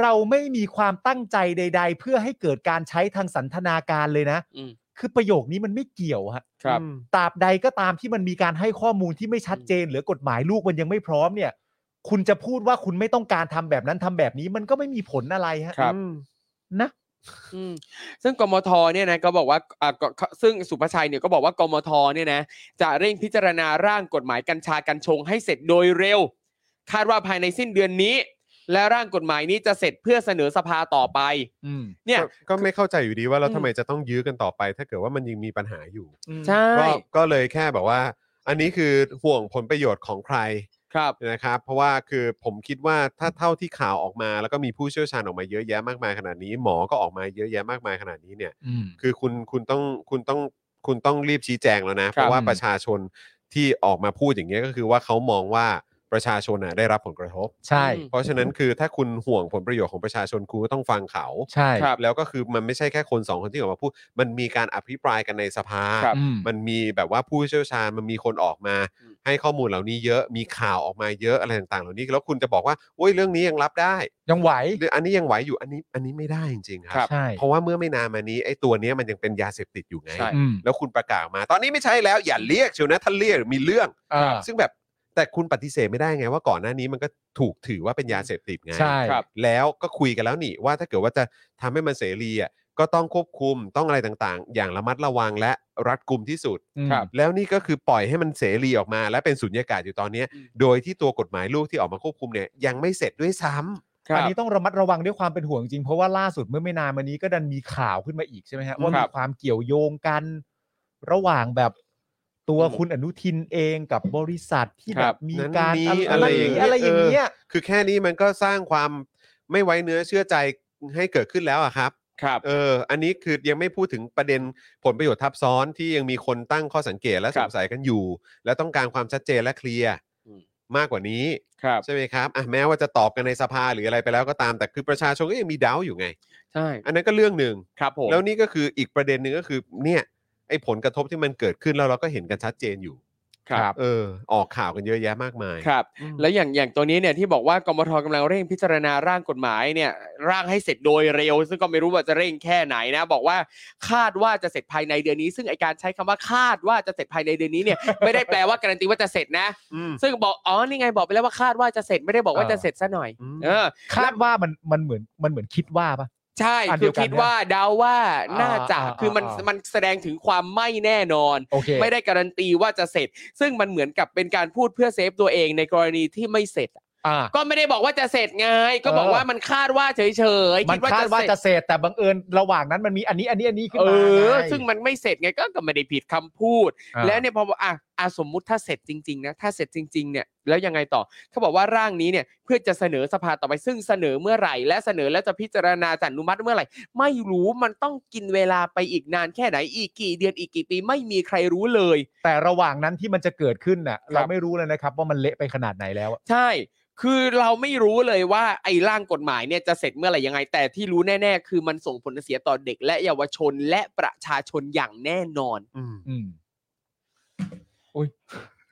เราไม่มีความตั้งใจใด ๆ เพื่อให้เกิดการใช้ทางสันทนาการเลยนะ อืม คือประโยคนี้มันไม่เกี่ยวฮะ ครับ ตราบใดก็ตามที่มันมีการให้ข้อมูลที่ไม่ชัดเจน หรือกฎหมายลูกมันยังไม่พร้อมเนี่ย คุณจะพูดว่าคุณไม่ต้องการทำแบบนั้นทำแบบนี้มันก็ไม่มีผลอะไรฮะ ครับ นะ อืมซึ่งกมทเนี่ยนะก็บอกว่าอ่าก็ซึ่งสุภชัยเนี่ยก็บอกว่ากมทเนี่ยนะจะเร่งพิจารณาร่างกฎหมายกัญชากัญชงให้เสร็จโดยเร็ว คาดว่าภายในสิ้นเดือนนี้ และร่างกฎหมายนี้จะเสร็จเพื่อเสนอสภาต่อไป อืม เนี่ย ก็ก็ไม่เข้าใจอยู่ดีว่าเรา อืม ทำไมจะต้องยื้อกันต่อไป ถ้าเกิดว่ามันยังมีปัญหาอยู่ ใช่ ก็ก็เลยแค่แบบว่า อันนี้คือห่วงผลประโยชน์ของใคร ครับ นะครับ เพราะว่าคือผมคิดว่าถ้าเท่าที่ข่าวออกมา แล้วก็มีผู้เชี่ยวชาญออกมาเยอะแยะมากมายขนาดนี้ หมอก็ออกมาเยอะแยะมากมายขนาดนี้เนี่ย อืม คือคุณคุณต้องคุณต้องคุณต้องรีบชี้แจงแล้วนะ เพราะว่าประชาชนที่ออกมาพูดอย่างนี้ยก็คือว่าเขามองว่าประชาชนน่ะได้รับผลกระทบ ใช่ อืม เพราะฉะนั้นคือถ้าคุณห่วงผลประโยชน์ของประชาชนคุณก็ต้องฟังเขา ใช่ ครับ แล้วก็คือมันไม่ใช่แค่คนสองคนที่ออกมาพูด มันมีการอภิปรายกันในสภา ครับ อืม มันมีแบบว่าผู้เชี่ยวชาญมันมีคนออกมา อืม ให้ข้อมูลเหล่านี้เยอะมีข่าวออกมาเยอะอะไรต่างๆ เหล่านี้แล้วคุณจะบอกว่าโอ้ยเรื่องนี้ยังรับได้ ยังไหว หรืออันนี้ยังไหวอยู่อันนี้อันนี้ไม่ได้จริงๆค ครั รับ ใช่ เพราะว่าเมื่อไม่นานมานี้ไอ้ตัวเนี้ยมันยังเป็นยาเสพติดอยู่ไง ใช่ อืม แล้วคุณประกาศมา ตอนนี้ไม่ใช่แล้วอย่าเรียกเชียวนะถ้าเรียกมีเรื่อง อ่า ซึ่งแบบแต่คุณปฏิเสธไม่ได้ไงว่าก่อนหน้านี้มันก็ถูกถือว่าเป็นยาเสพติดไง ใช่ ครับ แล้วก็คุยกันแล้วนี่ว่าถ้าเกิดว่าจะทำให้มันเสรีอ่ะก็ต้องควบคุมต้องอะไรต่างๆ อย่างระมัดระวังและรัดกุมที่สุด อืม ครับ แล้วนี่ก็คือปล่อยให้มันเสรีออกมา และเป็นสุญญากาศอยู่ตอนเนี้ย อืม โดยที่ตัวกฎหมายลูกที่ออกมาควบคุมเนี่ยยังไม่เสร็จด้วยซ้ำ ครั อัน บ นี้ต้องระมัดระวังด้วยความเป็นห่วงจริงเพราะว่าล่าสุดเมื่อไม่นานมานี้ก็ดันมีข่าวขึ้นมาอีกใช่ไหมฮะว่า ครั มี บ ความเกี่ยวโยงกัน ระหว่างแบบตัว อืม คุณอนุทินเองกับบริษัทที่ ค แบ รั บบ มี นั้น การ นี้ อะ อะไร ไรอย่อา ย่าง งเงี้เงี้ยอะไรอย่างเงี้ ย ย เออคือแค่นี้มันก็สร้างความไม่ไว้เนื้อเชื่อใจให้เกิดขึ้นแล้วอะครับ ครับ เออ อันนี้คือยังไม่พูดถึงประเด็นผลประโยชน์ทับซ้อนที่ยังมีคนตั้งข้อสังเกตและ ค ส รั ง บ สัยกันอยู่ และต้องการความชัดเจนและเคลียร์ อืม มากกว่านี้ ครับ ใช่ไหมครับอ่ะแม้ว่าจะตอบกันในสภาหรืออะไรไปแล้วก็ตามแต่คือประชาชนก็ยังมีดาวอยู่ไง ใช่ อันนั้นก็เรื่องหนึ่ง ครับผม แล้วนี่ก็คืออีกประเด็นหนึ่งก็คือเนี่ยไอ้ผลกระทบที่มันเกิดขึ้นแล้วเราก็เห็นกันชัดเจนอยู่ ครับ เออ ออกข่าวกันเยอะแยะมากมาย ครับ อืม แล้วอย่างอย่างตัวนี้เนี่ยที่บอกว่ากมทกำลังเร่งพิจารณาร่างกฎหมายเนี่ยร่างให้เสร็จโดยเร็ว ซึ่งก็ไม่รู้ว่าจะเร่งแค่ไหนนะ บอกว่าคาดว่าจะเสร็จภายในเดือนนี้ ซึ่งไอการใช้คำว่าคาดว่าจะเสร็จภายในเดือนนี้เนี่ยไม่ได้แปลว่าการันตีว่าจะเสร็จนะ อืม ซึ่งบอกอ๋อนี่ไงบอกไปแล้วว่าคาดว่าจะเสร็จไม่ได้บอกว่าจะเสร็จซะหน่อย อืม เออ คาดว่ามันมันเหมือนมันเหมือนคิดว่าปะ ใช่ อันเดี คื ย อ วกัน คิดว่าเดาว่าน่าจะ อ่าอ่า คือมัน อ่ามั มันแสดงถึงความไม่แน่นอน โอเค ไม่ได้การันตีว่าจะเสร็จ ซึ่งมันเหมือนกับเป็นการพูดเพื่อเซฟตัวเองในกรณีที่ไม่เสร็จ อ่า ก็ไม่ได้บอกว่าจะเสร็จไง ก็บอก เออ ว่ามันคาดว่าเฉยๆ มัน ด คาดว่า เสร็จ จะเสร็จแต่บังเอิญระหว่างนั้นมันมีอันนี้อันนี้อันนี้ขึ้น เอ มา อ ไ ซึ่งมันไม่เสร็จไงก็ก็ไม่ได้ผิดคำพูด อ่า แล้วเนี่ยพอบอกอ่ะอ่ะสมมุติถ้าเสร็จจริง ๆ นะ ถ้าเสร็จจริง ๆ เนี่ย แล้วยังไงต่อ เขาบอกว่าร่างนี้เนี่ย เพื่อจะเสนอสภาต่อไป ซึ่งเสนอเมื่อไหร่ และเสนอแล้วจะพิจารณาจะอนุมัติเมื่อไหร่ ไม่รู้ มันต้องกินเวลาไปอีกนานแค่ไหน อีกกี่เดือน อีกกี่ปี ไม่มีใครรู้เลย แต่ระหว่างนั้นที่มันจะเกิดขึ้นน่ะ ค เรา รับ ไม่รู้เลยนะครับ ว่ามันเละไปขนาดไหนแล้วอะ ใช่ คือเราไม่รู้เลยว่าไอ้ร่างกฎหมายเนี่ยจะเสร็จเมื่อไหร่ยังไง แต่ที่รู้แน่ ๆ คือมันส่งผลเสียต่อเด็ก และเยาวชนและประชาชนอย่างแน่นอน อืม อืมอุ้ย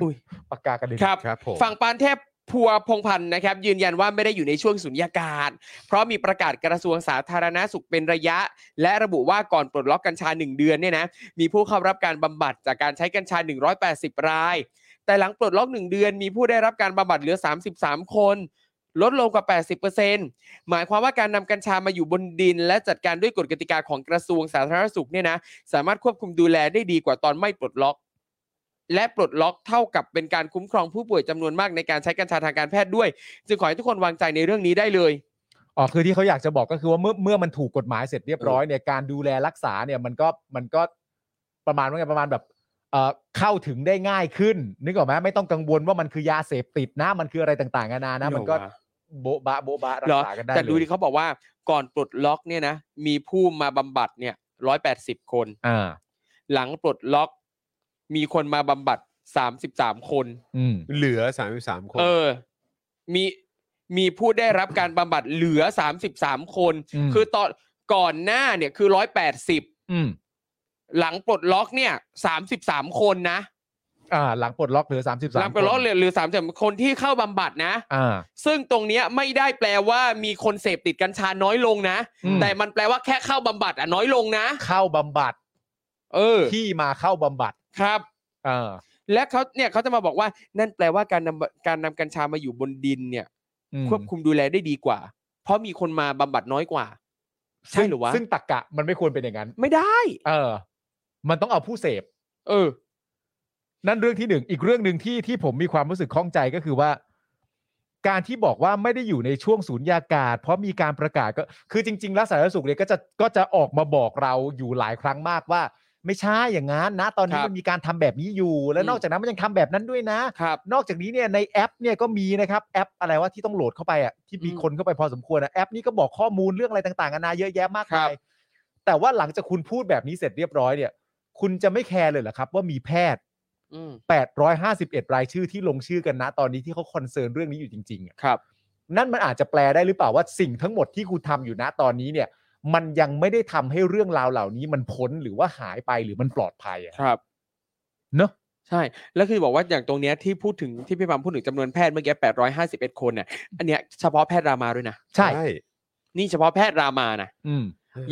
อุ๊ย ปากกากระเด็น ครับ ครับผม ฝั่งปานเทพพัวพงพันธ์นะครับ ยืนยันว่าไม่ได้อยู่ในช่วงสุญญากาศ เพราะมีประกาศกระทรวงสาธารณสุขเป็นระยะ และระบุว่าก่อนปลดล็อกกัญชา 1 เดือนเนี่ยนะมีผู้เข้ารับการบำบัดจากการใช้กัญชา 180 ราย แต่หลังปลดล็อก 1 เดือน มีผู้ได้รับการบำบัดเหลือ 33 คน ลดลงกว่า 80%หมายความว่าการนำกัญชามาอยู่บนดิน และจัดการด้วยกฎกติกาของกระทรวงสาธารณสุขเนี่ยนะสามารถควบคุมดูแลได้ดีกว่าตอนไม่ปลดล็อก และปลดล็อกเท่ากับเป็นการคุ้มครองผู้ป่วยจำนวนมากในการใช้กัญชาทางการแพทย์ด้วย จึงขอให้ทุกคนวางใจในเรื่องนี้ได้เลย อ๋อคือที่เขาอยากจะบอกก็คือว่าเมื่อเมื่อมันถูกกฎหมายเสร็จเรียบร้อยเนี่ยการดูแลรักษาเนี่ยมันก็มันก็ประมาณว่าไงประมาณแบบเอ่อเข้าถึงได้ง่ายขึ้น นึกออกไหมไม่ต้องกังวลว่ามันคือยาเสพติดนะมันคืออะไรต่างๆนานานะ มันก็ เหรอวะ โบ๊ะบะโบ๊ะบะรั เหร ก อ ษากันได้ แต่ดู เลย ดิเขาบอกว่าก่อนปลดล็อกเนี่ยนะมีผู้มาบำบัดเนี่ยร้อยแปดสิบคน อ่า หลังปลดล็อก มีคนมาบำบัดสามสิบสามคน อืม เหลือ 33 คน เออ มีมีผู้ได้รับการบำบัดเหลือสามสิบสามคน อืม คือตอนก่อนหน้าเนี่ยคือร้อยแปดสิบ อืม หลังปลดล็อกเนี่ยสามสิบสามคนนะ อ่า หลังปลดล็อกเหลือสามสิบสาม รับไปร้อยเหรือสามสิบคนที่เข้าบำบัดนะ อ่า ซึ่งตรงเนี้ยไม่ได้แปลว่ามีคนเสพติดกัญชาน้อยลงนะ อืม แต่มันแปลว่าแค่เข้าบำบัดอะน้อยลงนะ เข้าบำบัด เออ ที่มาเข้าบำบัด ครับ อ่า และเขาเนี่ยเขาจะมาบอกว่านั่นแปลว่าการนำการนำกัญชามาอยู่บนดินเนี่ย อืม ควบคุมดูแลได้ดีกว่า เพราะมีคนมาบำบัดน้อยกว่า ใช่ ซึ่ง หรือวะ ซึ่งตักกะมันไม่ควรเป็นอย่างนั้น ไม่ได้ เออ มันต้องเอาผู้เสพ เออ นั่นเรื่องที่หนึ่งอีกเรื่องหนึ่งที่ที่ผมมีความรู้สึกข้องใจก็คือว่า การที่บอกว่าไม่ได้อยู่ในช่วงศูนยากาศ เพราะมีการประกาศก็คือจริงๆแล้วสาธารณสุขเนี่ยก็จะก็จะออกมาบอกเราอยู่หลายครั้งมากว่า ไม่ใช่อย่างนั้นนะ ตอนนี้ ครับ มันมีการทำแบบนี้อยู่ แล้ อื ว ม นอกจากนั้นมันยังทำแบบนั้นด้วยนะ ครับ นอกจากนี้เนี่ยในแอปเนี่ยก็มีนะครับแอปอะไรว่าที่ต้องโหลดเข้าไปอ่ะที่มี อืม คนเข้าไปพอสมควรอ่ะแอปนี้ก็บอกข้อมูลเรื่องอะไรต่างๆนานาเยอะแยะมาก ครั มา บ ยแต่ว่าหลังจากคุณพูดแบบนี้เสร็จเรียบร้อยเนี่ย คุณจะไม่แคร์เลยเหรอครับ ว่ามีแพทย์ อืม 851 รายชื่อที่ลงชื่อกันนะตอนนี้ที่เขาคอนเซิร์นเรื่องนี้อยู่จริงๆอะ ครับ นั่นมันอาจจะแปลได้หรือเปล่าว่าสิ่งทั้งหมดที่คุณทำอยู่นะตอนนี้เนี่ย มันยังไม่ได้ทำให้เรื่องราวเหล่านี้มันพ้นหรือว่าหายไปหรือมันปลอดภัยอะ ครับ เนอะ ใช่ แล้วคือบอกว่าอย่างตรงเนี้ยที่พูดถึงที่พี่ปั๊มพูดถึงจำนวนแพทย์เมื่อกี้ 851 คนเนี่ย อันเนี้ยเฉพาะแพทย์รามาด้วยนะ ใช่ นี่เฉพาะแพทย์รามานะ อืม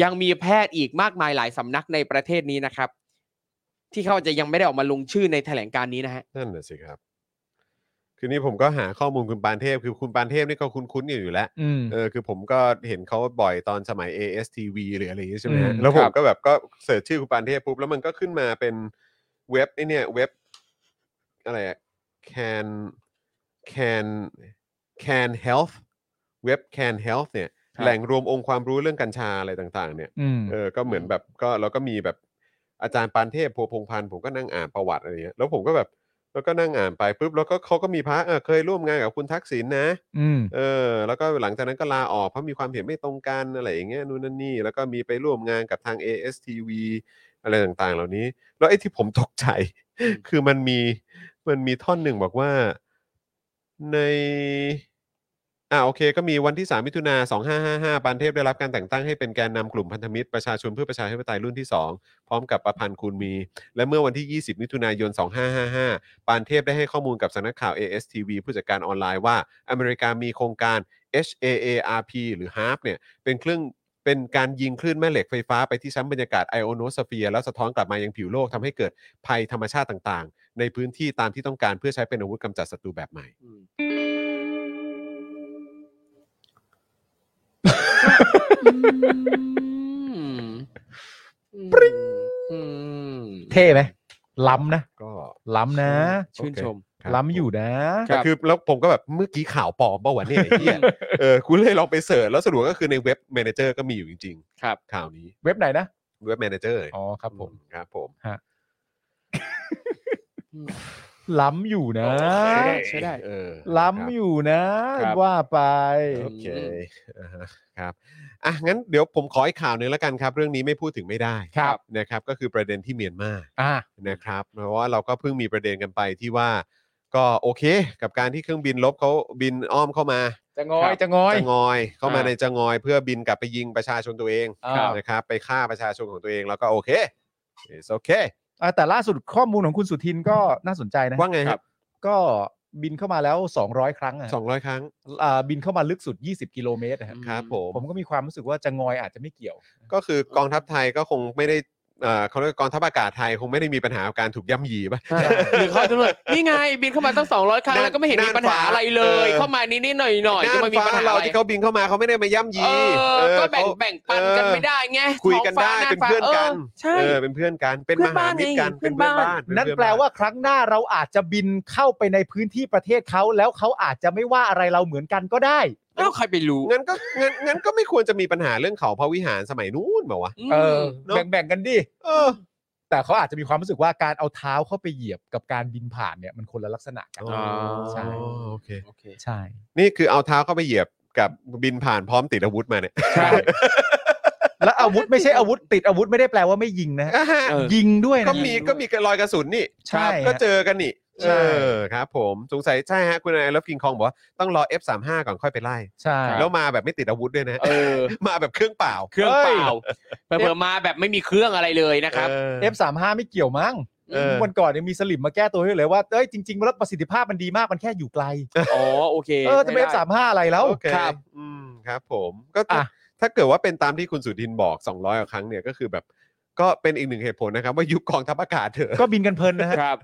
ยังมีแพทย์อีกมากมายหลายสำนักในประเทศนี้นะครับ ที่เขาจะยังไม่ได้ออกมาลงชื่อในแถลงการณ์นี้นะฮะ นั่นแหละสิครับ คือนี่ผมก็หาข้อมูลคุณปานเทพ คือคุณปานเทพนี่ก็คุ้นๆกันอยู่แล้ว อืม เออคือผมก็เห็นเขาบ่อยตอนสมัย ASTV หรืออะไรอย่างงี้ใช่ไหมฮะ อืม แล้วผ ค ม รับ ก็แบบก็เสิร์ชชื่อคุณปานเทพปุ๊บ แล้วมันก็ขึ้นมาเป็นเว็บไอเนี่ยเว็บ อะไรอะ can can can health เว็บ can health เนี่ย ครับ แหล่งรวมองค์ความรู้เรื่องกัญชาอะไรต่างๆเนี่ย อืม เออ ก็เหมือนแบบก็เราก็มีแบบอาจารย์ปานเทพพัวพงพันธ์ผมก็นั่งอ่านประวัติอะไรเงี้ย แล้วผมก็แบบแล้วก็นั่งอ่านไปปุ๊บแล้วก็เขาก็มีพระเออเคยร่วมงานกับคุณทักษิณนะ อืม เออ แล้วก็หลังจากนั้นก็ลาออกเพราะมีความเห็นไม่ตรงกันอะไรอย่างเงี้ยนู่นนั่นนี่แล้วก็มีไปร่วมงานกับทาง ASTV อะไรต่างๆ เหล่านี้ แล้วไอ้ที่ผมตกใจ คือมันมีมันมีท่อนหนึ่งบอกว่า ในอ่าโอเค ก็มีวันที่ 3 มิถุนา2555ปานเทพได้รับการแต่งตั้งให้เป็นแกนนำกลุ่มพันธมิตรประชาชนเพื่อประชาธิปไตยรุ่นที่ 2 พร้อมกับประพันธ์คูณมี และเมื่อวันที่ 20 มิถุนายน 2555 ปานเทพได้ให้ข้อมูลกับสำนักข่าว ASTV ผู้จัดการออนไลน์ว่า อเมริกามีโครงการ HAARP หรือ HARP เนี่ย เป็นเครื่องเป็นการยิงคลื่นแม่เหล็กไฟฟ้าไปที่ชั้นบรรยากาศไอโอโนสเฟียร์แล้วสะท้อนกลับมายังผิวโลกทำให้เกิดภัยธรรมชาติต่างๆ ในพื้นที่ตามที่ต้องการเพื่อใช้เป็นอาวุธกำจัดศัตรูแบบใหม่ อืมปริ้ง เท่ไหมล้ำนะ ก็ ล้ำนะ ชื่นชม ครับ ล้ำอยู่นะ แต่คือแล้วผมก็แบบเมื่อกี้ข่าวปลอมเปล่าวะเนี่ยไอ้ (laughs) เหี้ยเออคุณเลยลองไปเสิร์ชแล้วสรุปก็คือในเว็บแมเนเจอร์ก็มีอยู่จริงๆ ครับ ข่าวนี้ เว็บไหนนะ เว็บแมเนเจอร์ อ๋อครับผม ครับผม ล้ำอยู่นะ ใช้ได้ เออ ล้ำอยู่นะ ครับ ว่าไป โอเคอ่าฮะครับอ่ะงั้นเดี๋ยวผมขออีกข่าวหนึ่งแล้วกันครับ เรื่องนี้ไม่พูดถึงไม่ได้ ครับ นะครับ ก็คือประเด็นที่เมียนมา อ่ะ นะครับเพราะว่าเราก็เพิ่งมีประเด็นกันไปที่ว่า ก็โอเค กับการที่เครื่องบินลบเขาบินอ้อมเข้ามา จะงอย จะงอย จะงอยเข้ามา อ่า ในจะงอยเพื่อบินกลับไปยิงประชาชนตัวเอง ครับ นะครับไปฆ่าประชาชนของตัวเองแล้วก็โอเค it's okay อ่ะแต่ล่าสุดข้อมูลของคุณสุทินก็น่าสนใจนะ ว่าไง ค ค รั รับ บ ก็บินเข้ามาแล้ว 200 ครั้งอะ สองร้อยครั้ง อ่าบินเข้ามาลึกสุด 20 กิโลเมตรอะฮะ ครับผม ผมก็มีความรู้สึกว่าจะงอยอาจจะไม่เกี่ยว ก็คือกองทัพไทยก็คงไม่ได้เอ่อเขาเรียกกองทัพอากาศไทยคงไม่ได้มีปัญหากับการถูกย่ำยีป่ะ หรือเขาจะเลยนี่ไง บินเข้ามาตั้งสองร้อยครั้ง น่าน แล้วก็ไม่เห็นมีปัญน่านหาฟ้า อะไรเลย เออ เข้ามานิดๆหน่อยๆจะไม่มีปัญหา เรา อะไร ที่เขาบินเข้ามาเขาไม่ได้มาย่ำยี เอ เอ อ อ ก็แบ่ง เขา แบ่งปันกันไม่ได้ไง คุยกันได้ ท้งฟ้า เป็นเพื่อนกัน เออใช่ เออเป็นเพื่อนกันเป็น เพื่ ม อน หา บ้าน มิตรกัน ไง เป็น เพื่ เพื่อน นอบ้า บ้าน น นั่นแปลว่าครั้งหน้าเราอาจจะบินเข้าไปในพื้นที่ประเทศเขาแล้วเขาอาจจะไม่ว่าอะไรเราเหมือนกันก็ได้ เอ้าใครไปรู้ งั้นก็งั้นงั้นก็ไม่ควรจะมีปัญหาเรื่องเขาพระวิหารสมัยนู้นเปล่าวะ เออ เนอะ แบ่งแบ่งกันดิ เออ แต่เขาอาจจะมีความรู้สึกว่าการเอาเท้าเข้าไปเหยียบกับการบินผ่านเนี่ยมันคนละลักษณะกัน อ๋อ ใช่ โอเค โอเค ใช่ นี่คือเอาเท้าเข้าไปเหยียบกับบินผ่านพร้อมติดอาวุธมาเนี่ย ใช่ และอาวุธไม่ใช่อาวุธติดอาวุธไม่ได้แปลว่าไม่ยิงนะฮะ อ่าฮะ เออ ยิงด้วย ก็ นะ มีก็มีกระรอยกระสุนนี่คใช่รับก็เจอกันนี่ ใช่ เออครับ ผมสงสัยใช่ฮะคุณนายแล้วกิงคองบอกว่าต้องรอ F35 ก่อนค่อยไปไล่ ใช่ แล้วมาแบบไม่ติดอาวุธด้วยนะ เออ มาแบบเครื่องเปล่า เครื่องเป เอ้ย ล่าเปิดมาแบบไม่มีเครื่องอะไรเลยนะครับ เออ F35 ไม่เกี่ยวมั้ง เออ วันก่อนเนี่ยมีสลิมมาแก้ตัวให้เลยว่าเอ้ยจริงๆแล้วประสิทธิภาพมันดีมากมันแค่อยู่ไกล อ๋อโอเค เออจะเป็น ใช้ได้ F35 อะไรแล้ว โอเคอืมครับ ผมก็ถ้า อ่ะ ถ้าเกิดว่าเป็นตามที่คุณสุทินบอก 200กว่าครั้งเนี่ยก็คือแบบ ก็เป็นอีกหนึ่งเหตุผลนะครับ ว่ายุคกองทัพอากาศเถอะ ก็บินกันเพลินนะฮะ ครับ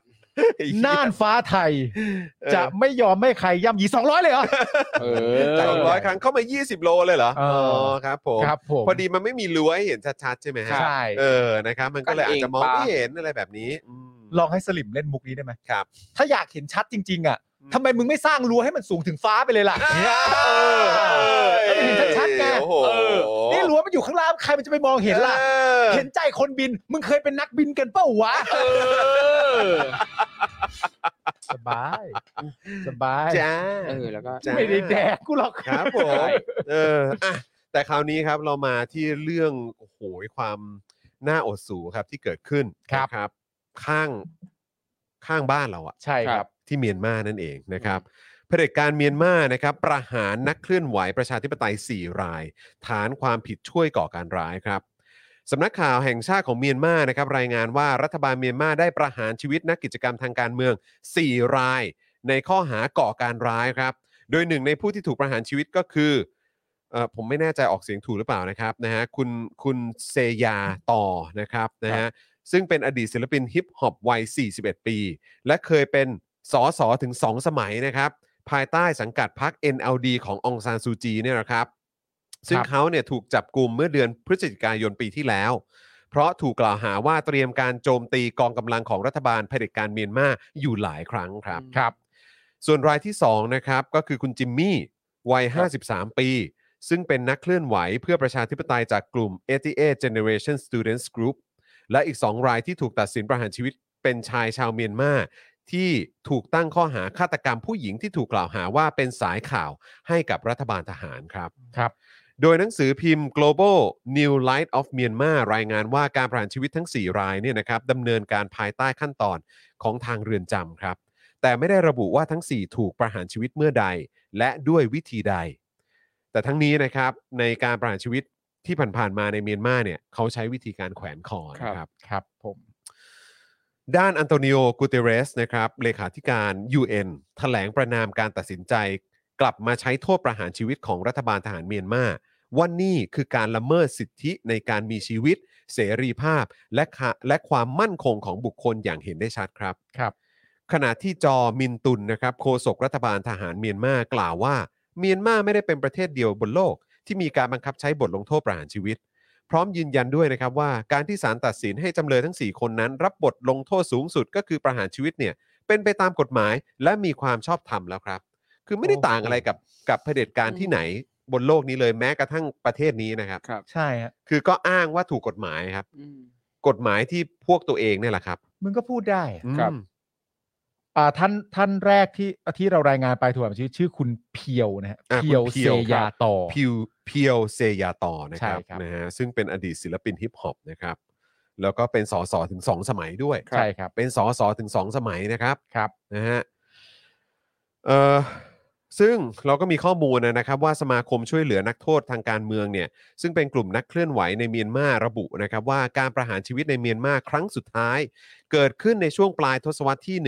ไอ้เหี้ย น่านฟ้าไทย เออ จะไม่ยอมไม่ใครย่ำยี200 เลยเหรอ เอ จาก อ ร้อยครั้งเข้ามา 20 โลเลยเหรอ เอออ๋ อครับผม ครับผม พอดีมันไม่มีรั้วให้เห็นชัดๆใช่ไหมฮะ ใช่ เออนะครับ มันก็เลยอาจจะมอง กันเองปะ ไม่เห็นอะไรแบบนี้อืม ลองให้สลิมเล่นมุกนี้ได้ไหม ครับ ถ้าอยากเห็นชัดจริง ๆ อ่ะทำไมมึงไม่สร้างรั้วให้มันสูงถึงฟ้าไปเลยล่ะเนี่ยเออ เออ เห็นชัดๆไง โอ้โห นี่รั้วมันอยู่ข้างล่างใครมันจะไปมองเห็นล่ะ ออ เห็นใจคนบิน มึงเคยเป็นนักบินกันเป้าวะ เออ สบาย สบาย จ้า เออแล้วก็ จ้า ไม่ได้แดกกูหรอก ครับผมเอออ่ะแต่คราวนี้ครับเรามาที่เรื่องโอ้โหความน่าอดสูครับที่เกิดขึ้น ครับ นะข้างข้างบ้านเราอะ ใช่ครับ ที่เมียนมานั่นเองนะครับเผด็จการเมียนมานะครับ ประหารนักเคลื่อนไหวประชาธิปไตย 4 ราย ฐานความผิดช่วยก่อการร้ายครับสำนักข่าวแห่งชาติของเมียนมานะครับ รายงานว่ารัฐบาลเมียนมาได้ประหารชีวิตนักกิจกรรมทางการเมือง 4 ราย ในข้อหาก่อการร้ายครับ โดยหนึ่งในผู้ที่ถูกประหารชีวิตก็คือเอ่อผมไม่แน่ใจออกเสียงถูกหรือเปล่านะครับนะฮะคุณคุณเซยาต่อนะครับนะฮะซึ่งเป็นอดีตศิลปินฮิปฮอปวัย 41 ปี และเคยเป็นสอสอถึง 2 สมัยนะครับ ภายใต้สังกัดพรรค NLD ขององซานซูจีเนี่ยนะครับ ซึ่งเขาเนี่ยถูกจับกลุ่มเมื่อเดือนพฤศจิกายนปีที่แล้ว เพราะถูกกล่าวหาว่าเตรียมการโจมตีกองกำลังของรัฐบาลเผด็จการเมียนมาอยู่หลายครั้งครับ ครับ ส่วนรายที่ 2 นะครับ ก็คือคุณจิมมี่วัย 53 ปี ซึ่งเป็นนักเคลื่อนไหวเพื่อประชาธิปไตยจากกลุ่ม88 Generation Students Group และอีก 2 รายที่ถูกตัดสินประหารชีวิตเป็นชายชาวเมียนมาที่ถูกตั้งข้อหาฆาตกรรมผู้หญิงที่ถูกกล่าวหาว่าเป็นสายข่าวให้กับรัฐบาลทหารครับ ครับ โดยหนังสือพิมพ์ Global New Light of Myanmar รายงานว่าการประหารชีวิตทั้ง 4 รายเนี่ยนะครับดำเนินการภายใต้ขั้นตอนของทางเรือนจำครับ แต่ไม่ได้ระบุว่าทั้ง 4 ถูกประหารชีวิตเมื่อใด และด้วยวิธีใด แต่ทั้งนี้นะครับในการประหารชีวิตที่ผ่านๆมาในเมียนมาเนี่ยเขาใช้วิธีการแขวนคอนะครับ ครับผม ด้านอันโตนิโอกูเตเรสนะครับเลขาธิการ UN แถลงประนามการตัดสินใจ กลับมาใช้โทษประหารชีวิตของรัฐบาลทหารเมียนมาว่านี่คือการละเมิดสิทธิในการมีชีวิต เสรีภาพ และค่ะและความมั่นคงของบุคคลอย่างเห็นได้ชัดครับ ครับ ขณะที่จอมินตุนนะครับโฆษกรัฐบาลทหารเมียนมากล่าวว่า เมียนมาไม่ได้เป็นประเทศเดียวบนโลก ที่มีการบังคับใช้บทลงโทษประหารชีวิต พร้อมยืนยันด้วยนะครับว่าการที่ศาลตัดสินให้จำเลยทั้ง 4 คนนั้น รับบทลงโทษสูงสุดก็คือประหารชีวิตเนี่ยเป็นไปตามกฎหมายและมีความชอบธรรมแล้วครับ คือไม่ได้ต่างอะไรกับกับเผด็จการที่ไหนบนโลกนี้เลยแม้กระทั่งประเทศนี้นะครับ ครับ ใช่ฮะ คือก็อ้างว่าถูกกฎหมายครับ อืม กฎหมายที่พวกตัวเองเนี่ยแหละครับ มึงก็พูดได้อะ ครับ อืม อ่าท่านท่านแรกที่ที่เรารายงานไปถูกไหมชื่อชื่อคุณเพียวนะฮะ อ่ะ เพียว คุณ เซยาต่อ พิวเพียวเซยาต่อนะครับ ใช่ครับ นะฮะซึ่งเป็นอดีตศิลปินฮิปฮอปนะครับแล้วก็เป็นสสถึงสองสมัยด้วย ใช่ครับ เป็นสสถึงสองสมัยนะครับ ครับ นะฮะเอ่อซึ่งเราก็มีข้อมูลนะครับว่าสมาคมช่วยเหลือนักโทษทางการเมืองเนี่ยซึ่งเป็นกลุ่มนักเคลื่อนไหวในเมียนมาระบุนะครับว่าการประหารชีวิตในเมียนมาครั้งสุดท้าย เกิดขึ้นในช่วงปลายทศวรรษที่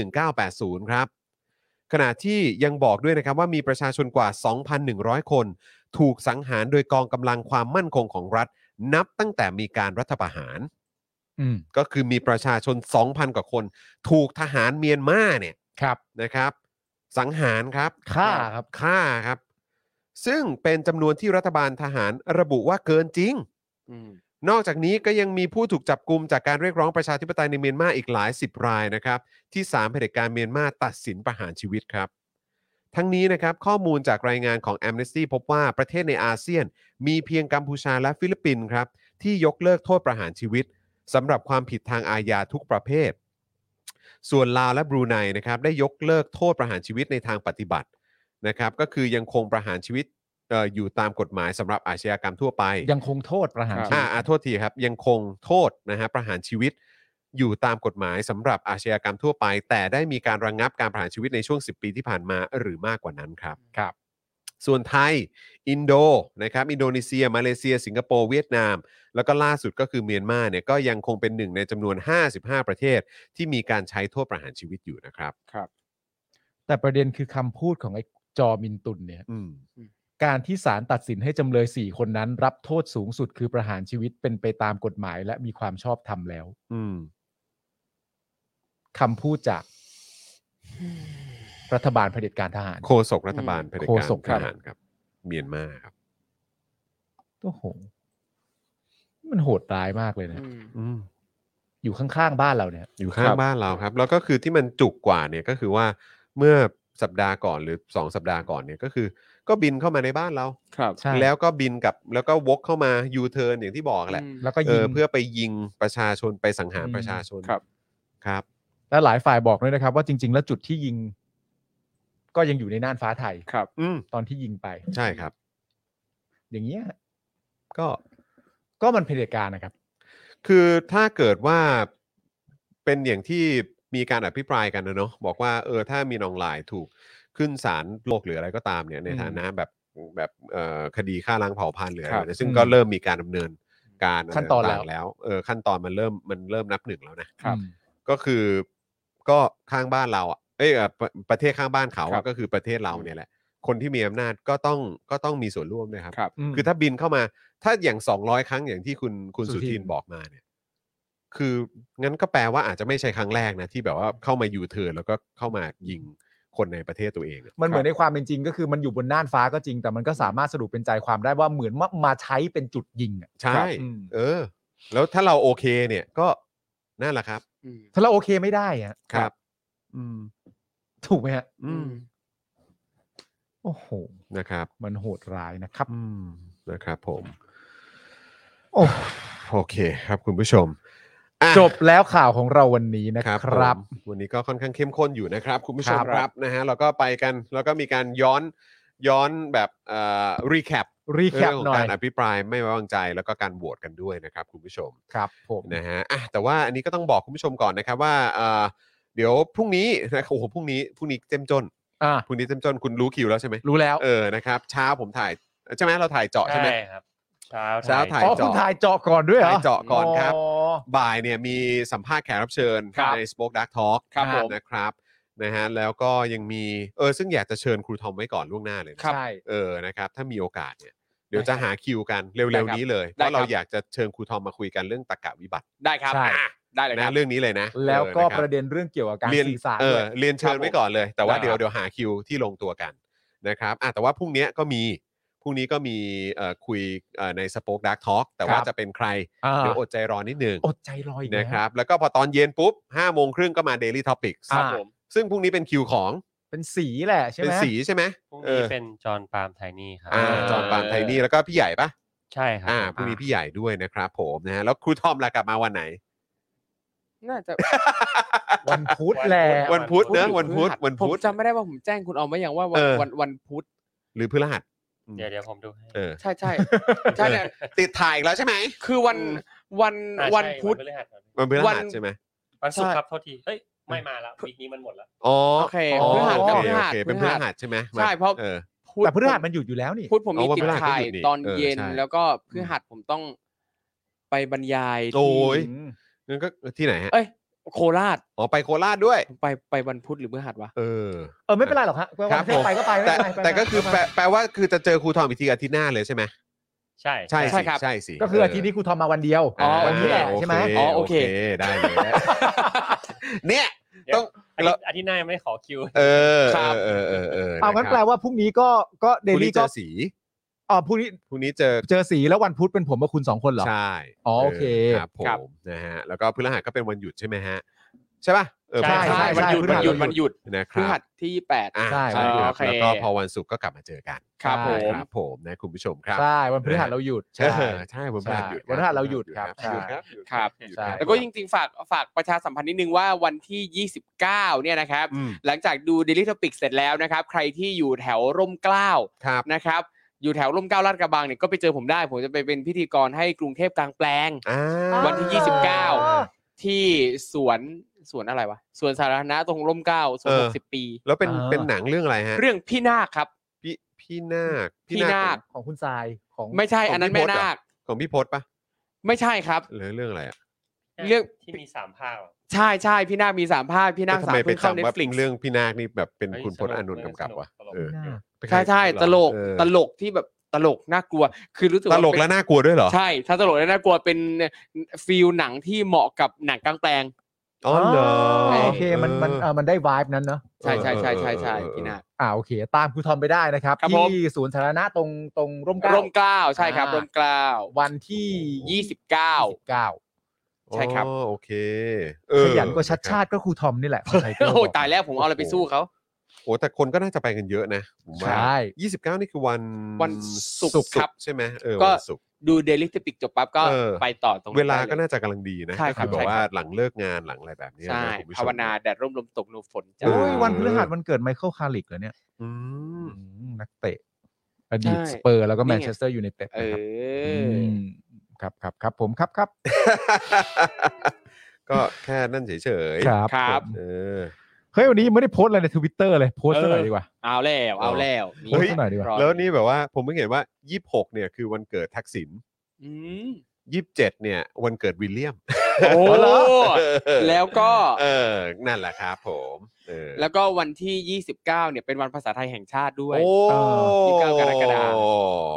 1980 ครับ ขณะที่ยังบอกด้วยนะครับว่ามีประชาชนกว่า 2,100 คน ถูกสังหารโดยกองกำลังความมั่นคงของรัฐ นับตั้งแต่มีการรัฐประหาร อืม ก็คือมีประชาชน 2,000 กว่าคน ถูกทหารเมียนมาเนี่ย ครับ นะครับ สังหารครับ ฆ่าครับ ฆ่าครับ ซึ่งเป็นจำนวนที่รัฐบาลทหารระบุว่าเกินจริง อืม นอกจากนี้ก็ยังมีผู้ถูกจับกลุมจากการเรียกร้องประชาธิปไตยในเมียนมาอีกหลายสิบรายนะครับ ที่สามเผด็จการเมียนมาตัดสินประหารชีวิตครับ ทั้งนี้นะครับ ข้อมูลจากรายงานของ Amnesty พบว่าประเทศในอาเซียน มีเพียงกัมพูชาและฟิลิปปินส์ครับ ที่ยกเลิกโทษประหารชีวิตสำหรับความผิดทางอาญาทุกประเภท ส่วนลาวและบรูไนนะครับได้ยกเลิกโทษประหารชีวิตในทางปฏิบัตินะครับก็คือยังคงประหารชีวิตเอ่ออยู่ตามกฎหมายสำหรับอาชญากรรมทั่วไป ยังคงโทษประหารชี อ่า วิต อ่าโทษทีครับ ยังคงโทษนะฮะประหารชีวิตอยู่ตามกฎหมายสำหรับอาชญากรรมทั่วไป แต่ได้มีการระงงับการประหารชีวิตในช่วง 10 ปีที่ผ่านมาหรือมากกว่านั้นครับ ครับ ส่วนไทย อินโดนะครับอินโดนีเซีย มาเลเซีย สิงคโปร์เวียดนาม แล้วก็ล่าสุดก็คือเมียนมาเนี่ยก็ยังคงเป็นหนึ่งในจำนวน 55 ประเทศ ที่มีการใช้โทษประหารชีวิตอยู่นะครับ แต่ประเด็นคือคำพูดของไอ้จอมินตุนเนี่ย อืม การที่ศาลตัดสินให้จำเลยสี่คนนั้น รับโทษสูงสุดคือประหารชีวิตเป็นไปตามกฎหมาย และมีความชอบธรรมแล้ว อืม คำพูดจาก รัฐบาลเผด็จการทหาร โฆษกรัฐบาลเผด็จ โฆ การ ษก ท ครับ หารครับ เมียนมาครับ โอ้โห มันโหดร้ายมากเลยนะ อืม อยู่ข้างๆบ้านเราเนี่ย อยู่ข้างบ้านเราครับ แล้วก็คือที่มันจุกกว่าเนี่ยก็คือว่าเมื่อสัปดาห์ก่อนหรือ 2 สัปดาห์ก่อนเนี่ยก็คือ ก็บินเข้ามาในบ้านเรา ครับ ใช่ แล้วก็บินกลับแล้วก็วกเข้ามายูเทิร์นอย่างที่บอกแหละ อืม แล้วก็ เอ ยิง อเพื่อไปยิงประชาชนไปสังหาร อืม ประชาชน ครับ ครับ และหลายฝ่ายบอกด้วยนะครับ ว่าจริง ๆ แล้วจุดที่ยิง ก็ยังอยู่ในน่านฟ้าไทย ครับ อืม ตอนที่ยิงไป ใช่ครับ อย่างเงี้ย ก็ ก็มันเผด็จการนะครับ คือถ้าเกิดว่าเป็นอย่างที่มีการอภิปรายกันนะเนาะบอกว่าเออถ้ามีนองลายถูกขึ้นศาลโลกหรืออะไรก็ตามเนี่ยใน อืม ฐานะแบบแบบเอ่อคดีฆ่าล้างเผ่าพันธุ์หรืออะไร ครับ เนี่ยซึ่งก็เริ่มมีการดำเนิน การะไร ขั้นตอนแล้ว างๆแล้วเออขั้นตอนมันเริ่มมันเริ่มนับหนึ่งแล้วนะครับ อืม ก็คือก็ข้างบ้านเราอ่ะเอยเอ่อประประเทศข้างบ้านเขา ครั อะ บ ก็คือประเทศเราเนี่ยแหละ คนที่มีอำนาจก็ต้องก็ต้องมีส่วนร่วมนะครับ ครับ อืม คือถ้าบินเข้ามาถ้าอย่าง 200 ครั้งอย่างที่คุณคุณ สุ สุ ทิน ทินบอกมาเนี่ย คืองั้นก็แปลว่าอาจจะไม่ใช่ครั้งแรกนะ ที่แบบว่าเข้ามายูเทิร์นแล้วก็เข้ามายิงคนในประเทศตัวเองอะ มันเหมือนในความเป็นจริงก็คือมันอยู่บนน่านฟ้าก็จริง แต่มันก็สามารถสรุปเป็นใจความได้ว่าเหมือนมามาใช้เป็นจุดยิงอะ ใช่ อืม เออ แล้วถ้าเราโอเคเนี่ยก็นั่นแหละครับ อืม ถ้าเราโอเคไม่ได้อะ ครับ อืม ถูกไหมฮะ อืม โอ้โห นะครับ มันโหดร้ายนะครับ อืมนะครับผม โอ้ โอเคครับคุณผู้ชมอ่ะ จบแล้วข่าวของเราวันนี้นะ ค ค รั รั บบ ผมวันนี้ก็ค่อนข้างเข้มข้นอยู่นะครับ คุณผู้ชม ครับ ครับนะฮะเราก็ไปกันแล้วก็มีการย้อนย้อนแบบเอ่อรีแคป รีแค เรื่ ป ของ หน่อย การอภิปรายไม่ไว้วางใจแล้วก็การโหวตกันด้วยนะครับ คุณผู้ชม ครับผม นะฮะอ่ะแต่ว่าอันนี้ก็ต้องบอกคุณผู้ชมก่อนนะครับว่าเอ่อ เดี๋ยวพรุ่งนี้นะโอ้โหพรุ่งนี้พรุ่งนี้เจ้มจน อ่า พรุ่งนี้เจ้มจนคุณรู้คิวแล้วใช่ไหม รู้แล้ว เออนะครับเช้าผมถ่ายใช่ไหมเราถ่ายเจาะใช่ไหม ครับเช้า เช้าถ่าย อ๋อคุณถ่ายเจาะก่อนด้วยเหรอ ถ่ายเจาะก่อนครับ อ๋อ บ่ายเนี่ยมีสัมภาษณ์แขกรับเชิญ ครับ ใน Spoke Dark Talk ครับผม นะครับนะฮะแล้วก็ยังมีเออซึ่งอยากจะเชิญครูทอมไว้ก่อนล่วงหน้าเลยนะ ใช่ เออนะครับถ้ามีโอกาสเนี่ยเดี๋ยวจะหาคิวกันเร็วๆนี้เลยเพ ได้คราะรับเราอยากจะเชิญครูทอมมาคุยกันเรื่องตรรกะวิบัติ ได้ครับ ใช่ อ่ะได้เลยค นะ รับ เรื่องนี้เลยนะ แล้วก็ ออคบ ประเด็นเรื่องเกี่ยวกับการ เรียน สื่อสาร เอ ด้ อ วย เรียนเชิ ครั ญ บ ไว้ก่อนเลย แต่ว่า ได้ เดี๋ยว ครับ เดี๋ยวหาคิวที่ลงตัวกันนะครับอ่ะแต่ว่าพรุ่งเนี้ยก็มีพรุ่งนี้ก็มีเอ่อคุยเอ่อในสป็อคดักทอล์กแต่ว่า ครับ จะเป็นใคร อ่า เดี๋ยวอดใจรอนิดนึง อดใจรออีกแล้ว นะครับแล้วก็พอตอนเย็นปุ๊บ5้าโมงครึ่งก็มา Daily Topics อ่า ซึ่งพรุ่งนี้เป็นคิวของ เป็นสีแหละใช่ไหม เป็นสีใช่ไหม พรุ่ง เอ นี้ อ เป็นจอห์นปาล์มไทนี่ครับ อ่าจอห์นปาล์มไทนี่แล้วก็พี่ใหญ่ปะ ใช่ครับ อ่าพรุ่งนี้พี่ใหญ่ด้วยนะครับผมนะฮะแล้วครูทอมล่ะกลับมาวันไหน น่าจะ วันพุธแหละ วันพุธเนอะวันพุธวันพุธ ผมจำไม่ได้ว่าผมแจ้งคุณออมไว้ยังว่าวัน เออ วันวันพุธ หรือพฤหัส เดี๋ยวเดี๋ยวผมดูให้ เออ ใช่ (laughs) ใช่ใช่เนี่ย ติดถ่ายอีกแล้วใช่ไหม คือวันวัน อ่า วัน ใช่ พุธ วันพฤหัสครับ วันพฤ วั หัส น ใช่ไหม วันศุก ใช่ ร์ครับโทษทีเฮ้ยไม่มาแล้ววีคนี้มันหมดแล้ว อ๋อ โอเค อ๋อ พฤหัส โอ กัเคบพฤ โอ หัส เคเป็นพฤหัสใช่ไหม ใช่เพราะ เออ แต่พฤหัสมันหยุดอยู่แล้วนี่ พุธผมมี เอาว่า ติ พฤ ด หัสก็ ถ่าย หยุดนี่ ตอน เออ เย็น ใช่ แล้วก็พฤหัสผมต้องไปบรรยาย โอ้ ทีย่งั้นก็ที่ไหนฮะ เอ้ย โคราช อ๋อไปโคราชด้วย ผมไปไปวันพุธหรือพฤหัสวะ เออ เออไม่เป็นไรหรอกฮะวัน ครับผม ไปก็ไปไม่ แต่ เป็นไรไป แต่ก็คือ ไป แปลแปลว่าคือจะเจอครูทอมอีกทีอาทิตย์หน้าเลยใช่ไหม ใช่ ใช่สิ ใช่ครับ ใช่สิ ก็คืออาทิตย์นี้ครูทอมมาวันเดียว อ๋อ วันนี้แหละ โอเค ใช่ไหม อ๋อโอเค ได้เลย (laughs) เนี่ย ต้อง อาทิตย์อาทิตย์หน้ายังไม่ได้ขอคิว เออ ครับ เออเออเออ เอางั้นแปลว่าพรุ่งนี้ก็ก็เด เดลี่ ลี่ เจ ก็ อสี อ๋อพรุ่งนี้ พรุ่งนี้เจอ เจอสีแล้ววันพุธเป็นผมกับคุณสองคนเหรอ ใช่ อ๋อโอเค ครับผ ครับ มนะฮะแล้วก็พฤหัสก็เป็นวันหยุดใช่ไหมฮะใช่ป่ะเออ ใช่ ใช่วันหยุด พฤ วัน หัส หยุดวันหยุด นะค พ รั ฤ บ หัสที่แปด อ่า ใช่ ใช่ครับ โอเค แล้วก็พอวันศุกร์ก็กลับมาเจอกัน ครับผม ครับผมนะคุณผู้ชมครับ ใช่วันพฤหัสเราหยุด เอ ใช่ อใช่วันพฤหัสหยุดคบ วันพฤหัสเราหยุดครับ หยุดครับ ครับ หยุด ใช่ แล้วก็จริงๆฝากฝากประชาสัมพันธ์นิดนึงว่าวันที่ 29 เนี่ยนะครับ อืม หลังจากดู Daily Topic เสร็จแล้วนะครับ ใครที่อยู่แถวร่มเกล้า ครับ นะครับ อยู่แถวร่มเกล้าลาดกระบังเนี่ยก็ไปเจอผมได้ ผมจะไปเป็นพิธีกรให้กรุงเทพกลางแปลง อ่า วันที่ 29 ที่สวนสวนอะไรวะสวนสาธารณะตรงร่มเกล้าสวน เออ หกสิบปี แล้วเป็น อ่า เป็นหนังเรื่องอะไรฮะ เรื่องพี่นาคครับ พี่พี่นาค พี่นาค ของคุณทรายของ ไม่ใช่ ขง อันนั้น พี่พศแม่เหร นาค ของพี่พศปะ ไม่ใช่ครับ หรือเรื่องอะไรอ่ะ เรื่อง ที่มีสามภาคอะ ใช่ใช่พี่นาคมีสามภาคพี่นาค แล้วทำ สาม ไมไป เพิ่งเข้า จำว่า Netflix เรื่องพี่นาคนี่แบบเป็น เฮ้ย คุณพ ส ศ นุก อานนท์กำกับวะ สนุก เออ น่า ใช่ใช่ เหรอ ตลก เออ ตลกที่แบบตลกน่ากลัว คือรู้สึก ต ว่า ลก เป็น และน่ากลัวด้วยเหรอ ใช่ ถ้าตลกและน่ากลัวเป็นฟิลหนังที่เหมาะกับหนังกลางแปลง อ๋อเหรอ โอเคมันมันเออมันได้วายนั้นเนาะ ใช่ใช่ใช่ใช่ใช่พี่นาค อ่าโอเค ตามครูทอมไปได้นะครับ ครับผม ที่ศูนย์สาธารณะตรงตรงร่มเกล้า ร่มเกล้าวใช่ครับ อ่า ร่มเกล้าว วันที่ ยี่สิบเก้า เก้า ใช่ครับ อ๋อโอเคเออ ขยันกว่าชัดชาติก็ครูทอมนี่แหละของไทเกร์ โอ้ย บอก ตายแล้วผมเอาอะไรไปสู้เขา โอ้แต่คนก็น่าจะไปกันเยอะนะผมว่า ใช่ ยี่สิบเก้านี่คือวัน วันศุกร์ครับ ใช่ไหมเออ ก็ วันศุกร์ ดูเดลิทปิกจบปั๊บก็ เออ ไปต่อตรงนั้น เวลาก็ ได้ย น่าจะกำลังดีนะ ใช่ ก็ ครับ คือแบบ ใช่ครับ ว่าหลังเลิกงานหลังอะไรแบบนี้นะ ใช่ คุณผู้ชม ภาวนาแดดร่มลมตกหนูฝนจ้า เอ โอ้ย อ วันพฤหัสวันเกิดไมเคิลคาริกเหรอเนี่ย อื (laughs) ม อืมนักเตะ อดีต ใช่ สเปอร์แล้วก็ นี่ แม ไง นเชสเตอร์ยูไนเต็ด เอ นะครับ ออ มครับครับครับผมครับครับ ก็แค่นั่นเฉย ครับ ครับ ผม ๆเออ เฮ้ยวันนี้ไม่ได้โพสต์อะไรในทวิตเตอร์เลยโพสต์ซะหน่อย เออ ดีกว่า เอาแล้วเอาแล้ว เฮ้ยหน่อยดีกว่า แล้วนี่แบบว่าผมเพิ่งเห็นว่า 26 เนี่ยคือวันเกิดทักษิณ อืม 27 เนี่ย วันเกิดวิลเลียม โอ้แล้วก็ เออนั่นแหละครับผมเออ แล้วก็วันที่ 29 เนี่ยเป็นวันภาษาไทยแห่งชาติด้วย โอ้ เอ อ29กรกฎาคม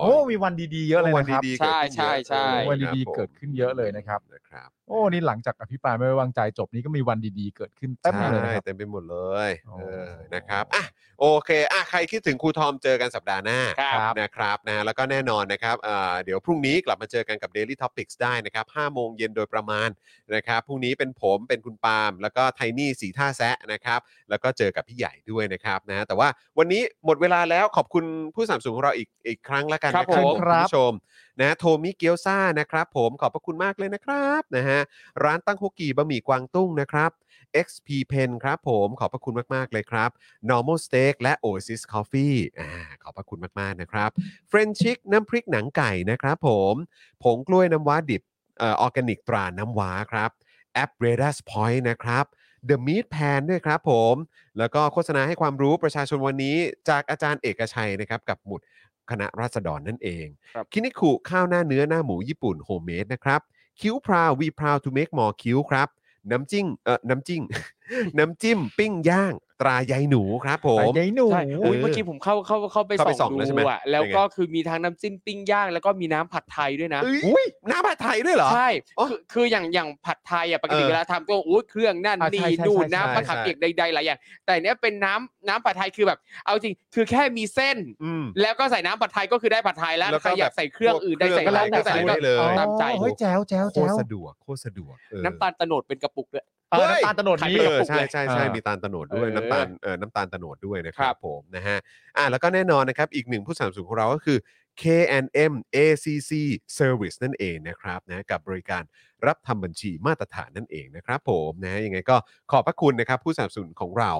โอ้มีวันดีๆเยอะเลยนะครับ วันดีๆเกิดขึ้นเยอะ ใช่ใช่ใช่ วันดี ครับผมๆเกิดขึ้นเยอะเลยนะครับ นะครับ โอ้นี่หลังจากอภิปรายไม่ไว้วางใจจบนี้ก็มีวันดีๆเกิดขึ้นเต็มเลยนะครับ เต็มไปหมดเลย โอ้ เออนะครับอ่ะโอเคอ่ะใครคิดถึงครูทอมเจอกันสัปดาห์หน้า ครับ นะครับนะแล้วก็แน่นอนนะครับเอ่อเดี๋ยวพรุ่งนี้กลับมาเจอกันกับ Daily Topics ได้นะครับ5โมงเย็นโดยประมาณนะครับพรุ่งนี้เป็นผมเป็นคุณปาล์มแล้วก็ไทนี่สีท่าแซะนะครับ แล้วก็เจอกับพี่ใหญ่ด้วยนะครับนะแต่ว่าวันนี้หมดเวลาแล้วขอบคุณผู้สนัมสูงของเราอีกอีกครั้งละกันนะครับ ผม คุณผู้ชมนะโทมิเกียวซ่านะครับผมขอบพระคุณมากเลยนะครับนะฮะร้านตั้งฮกกีบะหมี่กวางตุ้งนะครับ XP Pen ครับผมขอบพระคุณมาก ๆ เลยครับ Normal Steak และ Oasis Coffee อ่าขอบพระคุณมาก ๆ นะครับ เฟรนชิกน้ำพริกหนังไก่นะครับผมผงกล้วยน้ำว้าดิบเอออร์แกนิกตราน้ำว้าครับแอป r a d a r s Point นะครับ The Meat Pan ด้วยครับผม แล้วก็โฆษณาให้ความรู้ประชาชนวันนี้จากอาจารย์เอกชัยนะครับกับหมุดคณะราษฎรนั่นเอง ครับ คินิคุข้าวหน้าเนื้อหน้าหมูญี่ปุ่นโฮมเมดนะครับ คิ้วพราววีพราวทูเม e มอคิ้วครับ น้ำจิ้งเออน้ำจิ้ง (laughs) น้ำจิ้มปิ้งย่าง ตรายายหนูครับผม ไอ้หนู ใช่อุ๊เอยอ เมื่อกี้ผมเข้าเข้าเข้าไป เข้าไปส่ ส่ อ อง ง แล้วใช่ไหม ดูอะแล้ว เป็นไง ก็คือมีทั้งน้ำจิ้มปิ้งย่าง แล้วก็มีน้ำผัดไทยด้วยนะ เอ้ยหน้าผัดไทยด้วยเหรอ ใช่ อ๋อ คือคืออย่างอย่างผัดไทยอ่ะปกติ เออ เวลาทำก็โอ้ยเครื่องนั่น อ่ะใช่ นี่ ใช่ นู่น ใช่ น้ำมะขาม ใช่ เปียกใดๆหลายอย่างแต่เนี้ยเป็นน้ำน้ำผัดไทยคือแบบ เอาจริงคือแค่มีเส้น อืม แล้วก็ใส่น้ำผัดไทยก็คือได้ผัดไทยแล้ว แล้วก็ ใครอยากใส่เครื่องอื่นได้ แบบ ใส่ พวก อะไร เครื่องก็ก็ใส่ใส่ได้เลย ตามใจ อ๋อเฮ้ยแจ๋วแจ๋ว โค แจ๋ ตร ว สะดวกโคตรสะดวกเออ น้ำตาลตะโนดเป็นกระปุกด้วย เออ เฮ้ย น้ำตาลตะโนดนี้ เอ เอ อ อ ใช่ใช่ใช่ อ่ามี มีตาลตะโหนดด้วย เออ น้ำตาลเออน้ำตาลตะโหนดด้วยนะค ค รั รั บบ ผมนะฮะอ่ะแล้วก็แน่นอนนะครับ อีกหนึ่งผู้สนับสนุนของเราก็คือ K&M ACC Service นั่นเองนะครับนะกับบริการรับทำบัญชีมาตรฐานนั่นเองนะครับผมนะฮะยังไงก็ขอบพระคุณนะครับ ผู้สนับสนุนของเรา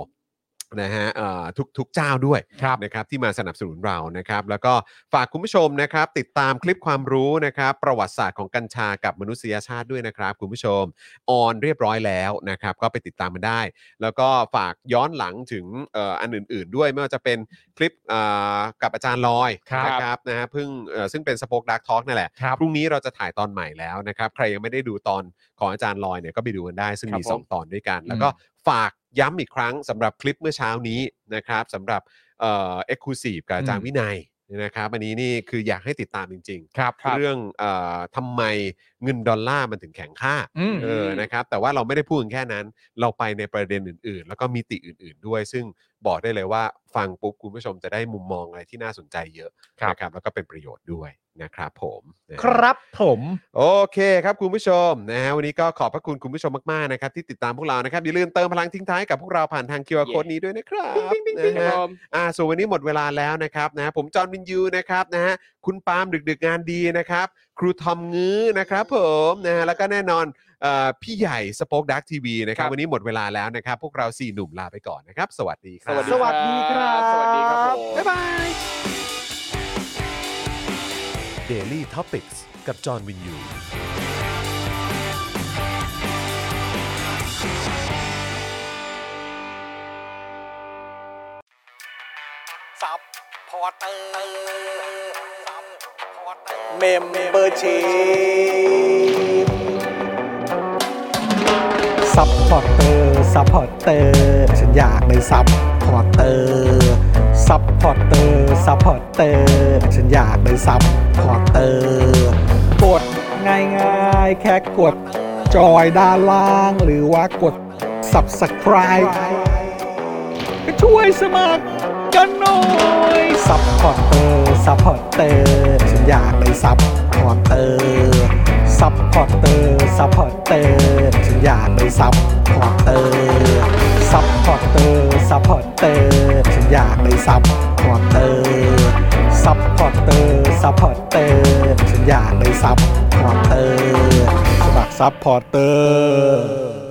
นะฮะเอ่อทุกทุกเจ้าด้วย ครับ นะครับที่มาสนับสนุนเรานะครับ แล้วก็ฝากคุณผู้ชมนะครับ ติดตามคลิปความรู้นะครับ ประวัติศาสตร์ของกัญชากับมนุษยชาติด้วยนะครับ คุณผู้ชม ออนเรียบร้อยแล้วนะครับ ก็ไปติดตามมันได้ แล้วก็ฝากย้อนหลังถึงเอ่ออันอื่น ๆ ด้วยไม่ว่าจะเป็นคลิปเอ่อกับอาจารย์ลอย ครับ นะครับนะฮะเพิ่งเอ่อซึ่งเป็นสป o อ e ดักทอ l k นั่นแหละ ครับ พรุ่งนี้เราจะถ่ายตอนใหม่แล้วนะครับ ใครยังไม่ได้ดูตอนของอาจารย์ลอยเนี่ยก็ไปดูกันได้ ซึ่ง ครับ มี ผม 2 ตอนด้วยกัน แล้วก็ฝากย้ำอีกครั้งสำหรับคลิปเมื่อเช้านี้นะครับสำหรับเอ่อ็กซ์คลูซีฟกับอาจารย์ อืม วินัยนะครับอันนี้นี่คืออยากให้ติดตามจริง ๆ ครับ เรื่องเออทำไมเงินดอลลาร์มันถึงแข็งค่า อืม เออนะครับแต่ว่าเราไม่ได้พูดกันแค่นั้น เราไปในประเด็นอื่น ๆ แล้วก็มิติอื่น ๆ ด้วย ซึ่งบอกได้เลยว่าฟังปุ๊บคุณผู้ชมจะได้มุมมองอะไรที่น่าสนใจเยอะ ครับ นะครับแล้วก็เป็นประโยชน์ด้วยนะครับผมนะฮะ ครับผม โอเคครับคุณผู้ชมนะฮะวันนี้ก็ขอบพระคุณคุณผู้ชมมากๆนะครับที่ติดตามพวกเรานะครับอย่าลืมเติมพลังทิ้งท้ายกับพวกเราผ่านทาง QR Code นี้ด้วยนะครับนะ ค ฮะ รับผม อ่าส่วนวันนี้หมดเวลาแล้วนะครับนะผมจอห์นวินยูนะครับนะฮะคุณปาล์มดึกๆงานดีนะครับ ครูทอมงื้อนะครับผมนะฮะแล้วก็แน่นอนเอ่อพี่ใหญ่สป็อคดักทีวีนะครับ ครับ วันนี้หมดเวลาแล้วนะครับ พวกเราสี่หนุ่มลาไปก่อนนะครับ สวัสดีครับ สวัสดีครับ สวัสดีครับผม บ๊ายบาย Daily Topics กับจอห์นวินยู ซับพอร์เตอร์ซับพอร์เตอร์ เมมเบอร์ชีพซัพพอร์เตอร์ซัพพอร์เตอร์ฉันอยากเป็นซัพพอร์เตอร์ซัพพอร์เตอร์ซัพพอร์เตอร์ฉันอยากเป็นซัพพอร์เตอร์กดง่ายง่ายๆ แค่กดจอยด้านล่าง หรือว่ากด subscribe ก็ช่วยสมัคร กันหน่อยซัพพอร์เตอร์ซัพพอร์เตอร์ฉันอยากเป็นซัพพอร์เตอร์ซัพพอร์เตอร์ซัพพอร์เตอร์ฉันอยากเป็นซัพพอร์เตอร์ซัพพอร์เตอร์ซัพพอร์เตอร์ฉันอยากเป็นซัพพอร์เตอร์ซัพพอร์เตอร์ซัพพอร์เตอร์ฉันอยากเป็นซัพพอร์เตอร์สมัครซัพพอร์เตอร์